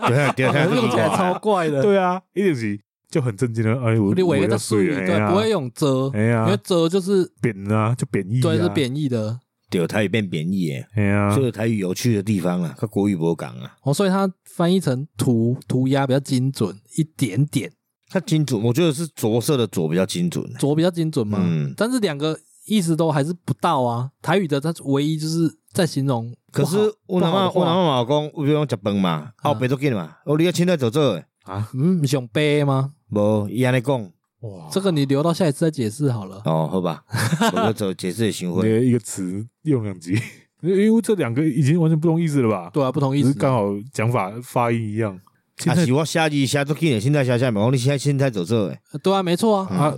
[SPEAKER 2] 对啊，对啊，
[SPEAKER 1] 我用起来超怪
[SPEAKER 2] [LAUGHS]
[SPEAKER 1] 的，
[SPEAKER 3] 对啊，一定是就很震惊的，哎，我
[SPEAKER 1] 你
[SPEAKER 3] 我
[SPEAKER 1] 尾个
[SPEAKER 3] 要
[SPEAKER 1] 在
[SPEAKER 3] 碎
[SPEAKER 1] 水，
[SPEAKER 3] 了，
[SPEAKER 1] 对，啊不会用遮，
[SPEAKER 3] 哎
[SPEAKER 1] 因为
[SPEAKER 3] 呀，
[SPEAKER 1] 遮就是
[SPEAKER 2] 哎
[SPEAKER 3] 贬啊，就贬义，
[SPEAKER 1] 对是，贬义的，
[SPEAKER 2] 对台语变贬义耶，
[SPEAKER 3] 哎呀
[SPEAKER 1] 嗯
[SPEAKER 2] 所，以台语有趣的地方啊，跟国语无共啊，
[SPEAKER 1] 哦，所以它翻译成涂涂鸦比较精准一点点。
[SPEAKER 2] 它精准，我觉得是着色的着比较精准，啊
[SPEAKER 1] 左比较精准嘛。
[SPEAKER 2] 嗯
[SPEAKER 1] 但是两个意思都还是不到啊。台语的它唯一就是在形容不
[SPEAKER 2] 可
[SPEAKER 1] 好，
[SPEAKER 2] 是我
[SPEAKER 1] 不好
[SPEAKER 2] 阿妈
[SPEAKER 1] 的话
[SPEAKER 2] 我阿妈嘛讲，比如讲食饭嘛，
[SPEAKER 1] 啊
[SPEAKER 2] 后壁都紧嘛，哦，你要凊彩做做的，
[SPEAKER 1] 嗯，想悲吗？
[SPEAKER 2] 无伊安尼讲，
[SPEAKER 3] 哇，
[SPEAKER 1] 这个你留到下一次再解释好了。
[SPEAKER 2] 哦，
[SPEAKER 1] [LAUGHS]
[SPEAKER 2] 好吧，我要做解释的啊行
[SPEAKER 3] 你
[SPEAKER 2] 为，
[SPEAKER 3] 的一个词用两集， [LAUGHS] 因为这两个已经完全不同意思了吧？
[SPEAKER 1] 对啊，不同意
[SPEAKER 3] 只
[SPEAKER 1] 思
[SPEAKER 3] 是。刚好讲法发音一样。
[SPEAKER 2] 啊
[SPEAKER 3] 现在
[SPEAKER 2] 是我写字写做紧的，凊彩写写嘛，哦讲你现在凊彩做做的，
[SPEAKER 1] 呃对啊，没错啊。
[SPEAKER 3] 啊，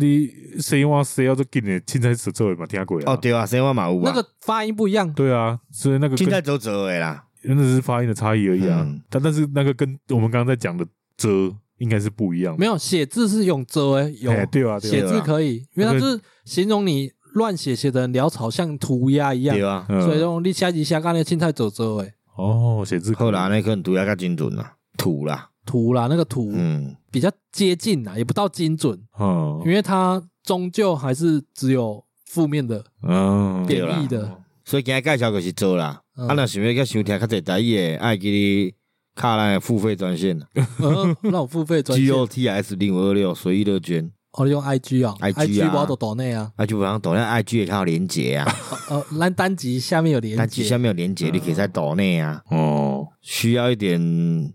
[SPEAKER 3] 你谁话谁要做紧的，凊彩做做的嘛，听过啊。
[SPEAKER 2] 哦，，对啊，生活嘛有
[SPEAKER 1] 那
[SPEAKER 2] 啊，
[SPEAKER 1] 个发音不一样，
[SPEAKER 3] 对啊，所以那个
[SPEAKER 2] 凊彩
[SPEAKER 3] 跟
[SPEAKER 2] 做做的啦，
[SPEAKER 3] 那只是发音的差异而已啊
[SPEAKER 2] 嗯。
[SPEAKER 3] 但但是那个跟我们刚刚在讲的“遮”应该是不一样的。
[SPEAKER 1] 没有写字是用遮哎，有
[SPEAKER 3] 哎对啊，对
[SPEAKER 1] 写
[SPEAKER 3] 啊，
[SPEAKER 1] 字可以，因为它就是形容你乱写写的很潦草，像涂鸦一样
[SPEAKER 2] 对。啊，
[SPEAKER 3] 嗯
[SPEAKER 1] 所以用你下集下干那青菜走遮哎，
[SPEAKER 3] 哦，写字可
[SPEAKER 2] 好
[SPEAKER 3] 以
[SPEAKER 1] 嗯
[SPEAKER 2] 啦，安尼可能读啊较精准啦，土啦，
[SPEAKER 1] 涂啦那个涂
[SPEAKER 2] 嗯，
[SPEAKER 1] 比较接近啊啦，也不到精准。
[SPEAKER 2] 哦
[SPEAKER 3] 嗯
[SPEAKER 1] 因为它终究还是只有负面的、
[SPEAKER 3] 嗯，
[SPEAKER 2] 对
[SPEAKER 1] 贬
[SPEAKER 2] 啦哦
[SPEAKER 1] 义的。
[SPEAKER 2] 所以今日介绍就是做啦，
[SPEAKER 1] 嗯
[SPEAKER 2] 啊，若想要较想听较侪台语的，爱记你卡咱的付费专线
[SPEAKER 1] 呃，那我付费专
[SPEAKER 2] ，G
[SPEAKER 1] 线，
[SPEAKER 2] O T S 零五二六随意乐捐，
[SPEAKER 1] 哦，用 IG 啊
[SPEAKER 2] IG 啊
[SPEAKER 1] 我都抖内啊，
[SPEAKER 2] 啊，就不妨抖那 I G 也看有连接啊，
[SPEAKER 1] 呃，呃咱单集下面有连嗯
[SPEAKER 2] 但
[SPEAKER 1] 接，
[SPEAKER 2] 下面有连接，你可以在抖内啊，
[SPEAKER 3] 哦，
[SPEAKER 2] 需要一点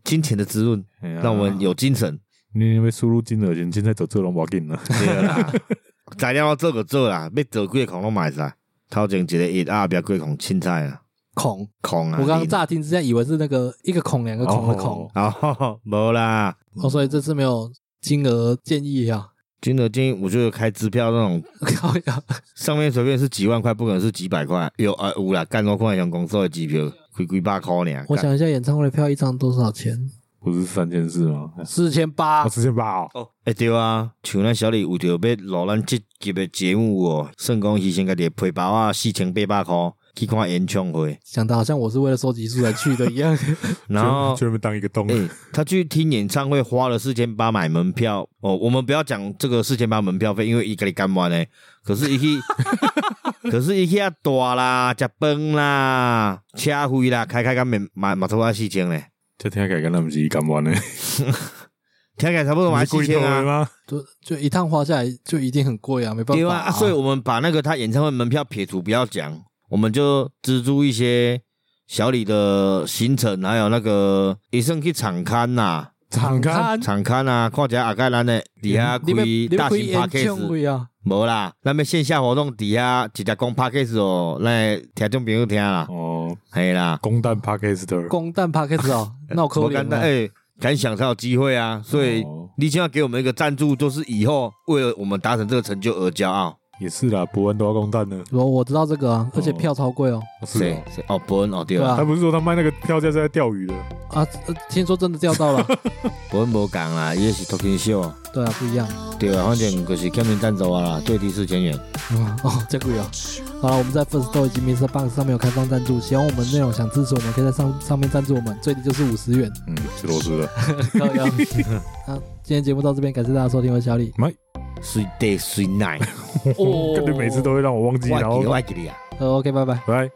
[SPEAKER 2] 金钱的滋润，
[SPEAKER 3] 哎
[SPEAKER 1] 啊
[SPEAKER 3] 呀
[SPEAKER 2] 让我们有精神，
[SPEAKER 3] 你因为输入金额，你现在走这龙宝金了。
[SPEAKER 2] 对 [LAUGHS] 啦，材料做就做啦，要做几个孔拢买晒，头前一个一，后壁几个孔凊彩啦，
[SPEAKER 1] 孔，
[SPEAKER 2] 孔啊，
[SPEAKER 1] 我刚刚
[SPEAKER 2] 你
[SPEAKER 1] 乍听之下以为是那个一个孔两个孔的孔，
[SPEAKER 2] 哦， [LAUGHS] 没啦，
[SPEAKER 1] 哦，所以这次没有金额建议
[SPEAKER 2] [LAUGHS]
[SPEAKER 1] 啊， [LAUGHS]
[SPEAKER 2] 金额建议我觉得开支票那种
[SPEAKER 1] 靠呀，
[SPEAKER 2] 上面随便是几万块，不可能是几百块，有啊有啦，干多块像公司的机票几几百块啊呢，
[SPEAKER 1] 我
[SPEAKER 2] 干
[SPEAKER 1] 想一下，演唱会的票一张多少钱？
[SPEAKER 3] 不是三千四吗？
[SPEAKER 1] 四千八
[SPEAKER 3] 啊，，四千八哦，
[SPEAKER 2] 哦，哎、对啊，像咱小李有着要录咱这集的节目哦，算讲牺牲家己的皮包啊，四千八百块去看演唱会，
[SPEAKER 1] 想的好像我是为了收集数才去的一样。 [LAUGHS]
[SPEAKER 2] 然后
[SPEAKER 3] 就就那边当一个洞
[SPEAKER 2] 哎、，他去听演唱会花了四千八买门票哦。我们不要讲这个四千八门票费，因为一个你干完呢。可是，一
[SPEAKER 3] [LAUGHS]
[SPEAKER 2] 去，可是一去啊大啦，食饭啦，车费啦，开开干免嘛嘛差不多啊四千嘞，
[SPEAKER 3] 这听起来跟他们是一干完呢，
[SPEAKER 2] 听起来差不多嘛
[SPEAKER 3] 你是
[SPEAKER 2] 四
[SPEAKER 3] 贵
[SPEAKER 2] 千
[SPEAKER 3] 头的
[SPEAKER 2] 啊。
[SPEAKER 3] 吗？
[SPEAKER 1] 就就一趟花下来就一定很贵啊，没办
[SPEAKER 2] 对
[SPEAKER 1] 法
[SPEAKER 2] 啊啊，所以我们把那个他演唱会门票撇除不要讲，我们就资助一些小李的行程，还有那个医生去场刊呐、
[SPEAKER 1] 场刊
[SPEAKER 2] 场刊啊，看一下阿盖咱的底下
[SPEAKER 1] 嗯你们
[SPEAKER 2] 开
[SPEAKER 1] 你
[SPEAKER 2] 大
[SPEAKER 1] 们
[SPEAKER 2] 型 p a
[SPEAKER 1] 演
[SPEAKER 2] c k
[SPEAKER 1] 唱
[SPEAKER 2] a
[SPEAKER 1] 会啊，
[SPEAKER 2] 无啦，咱们线下活动底下直接讲 p a c k a g e 哦，咱的听众朋友听啦，
[SPEAKER 3] 哦，
[SPEAKER 2] 嘿啦，
[SPEAKER 3] 公蛋 podcaster，
[SPEAKER 1] 公蛋 p a c k a g e [LAUGHS] 哦，那我扣
[SPEAKER 2] 我
[SPEAKER 1] 脸
[SPEAKER 2] 感觉哎，敢想才有机会啊，所以
[SPEAKER 3] 哦
[SPEAKER 2] 你就要给我们一个赞助，就是以后为了我们达成这个成就而骄傲。
[SPEAKER 3] 也是啦，伯恩都要公蛋呢，
[SPEAKER 1] 我我知道这个啊，而且
[SPEAKER 3] 哦
[SPEAKER 1] 票超贵哦
[SPEAKER 3] 哦是
[SPEAKER 2] 谁
[SPEAKER 3] 哦。
[SPEAKER 2] 谁哦，伯恩哦对
[SPEAKER 1] 对
[SPEAKER 2] 啊，
[SPEAKER 1] 啊
[SPEAKER 3] 他不是说他卖那个票价是在钓鱼的，
[SPEAKER 1] 啊！呃听说真的钓 [LAUGHS] 到了，
[SPEAKER 2] 伯恩无讲啦，伊是脱口秀，
[SPEAKER 1] 对啊，不一样。 [LAUGHS]
[SPEAKER 2] 对啊，反正就是欠人赞助啊啦，最低四千元。
[SPEAKER 1] 嗯哦，这贵哦。好了，我们在 First Story 以及 Mr. Box 上面有开放赞助，喜欢我们内容想支持我们，可以在上上面赞助我们，最低就是五十 [LAUGHS] 元。
[SPEAKER 3] 嗯，是螺丝的，
[SPEAKER 1] 高 [LAUGHS] 腰。那今天节目到这边，感谢大家收听，我是小李。
[SPEAKER 2] 水地水奶，
[SPEAKER 1] 哦
[SPEAKER 3] [LAUGHS] 感觉每次都会让我忘记，
[SPEAKER 2] 我
[SPEAKER 3] 然后
[SPEAKER 2] 记我记你啊。
[SPEAKER 1] 呃 OK，拜拜。
[SPEAKER 3] 来。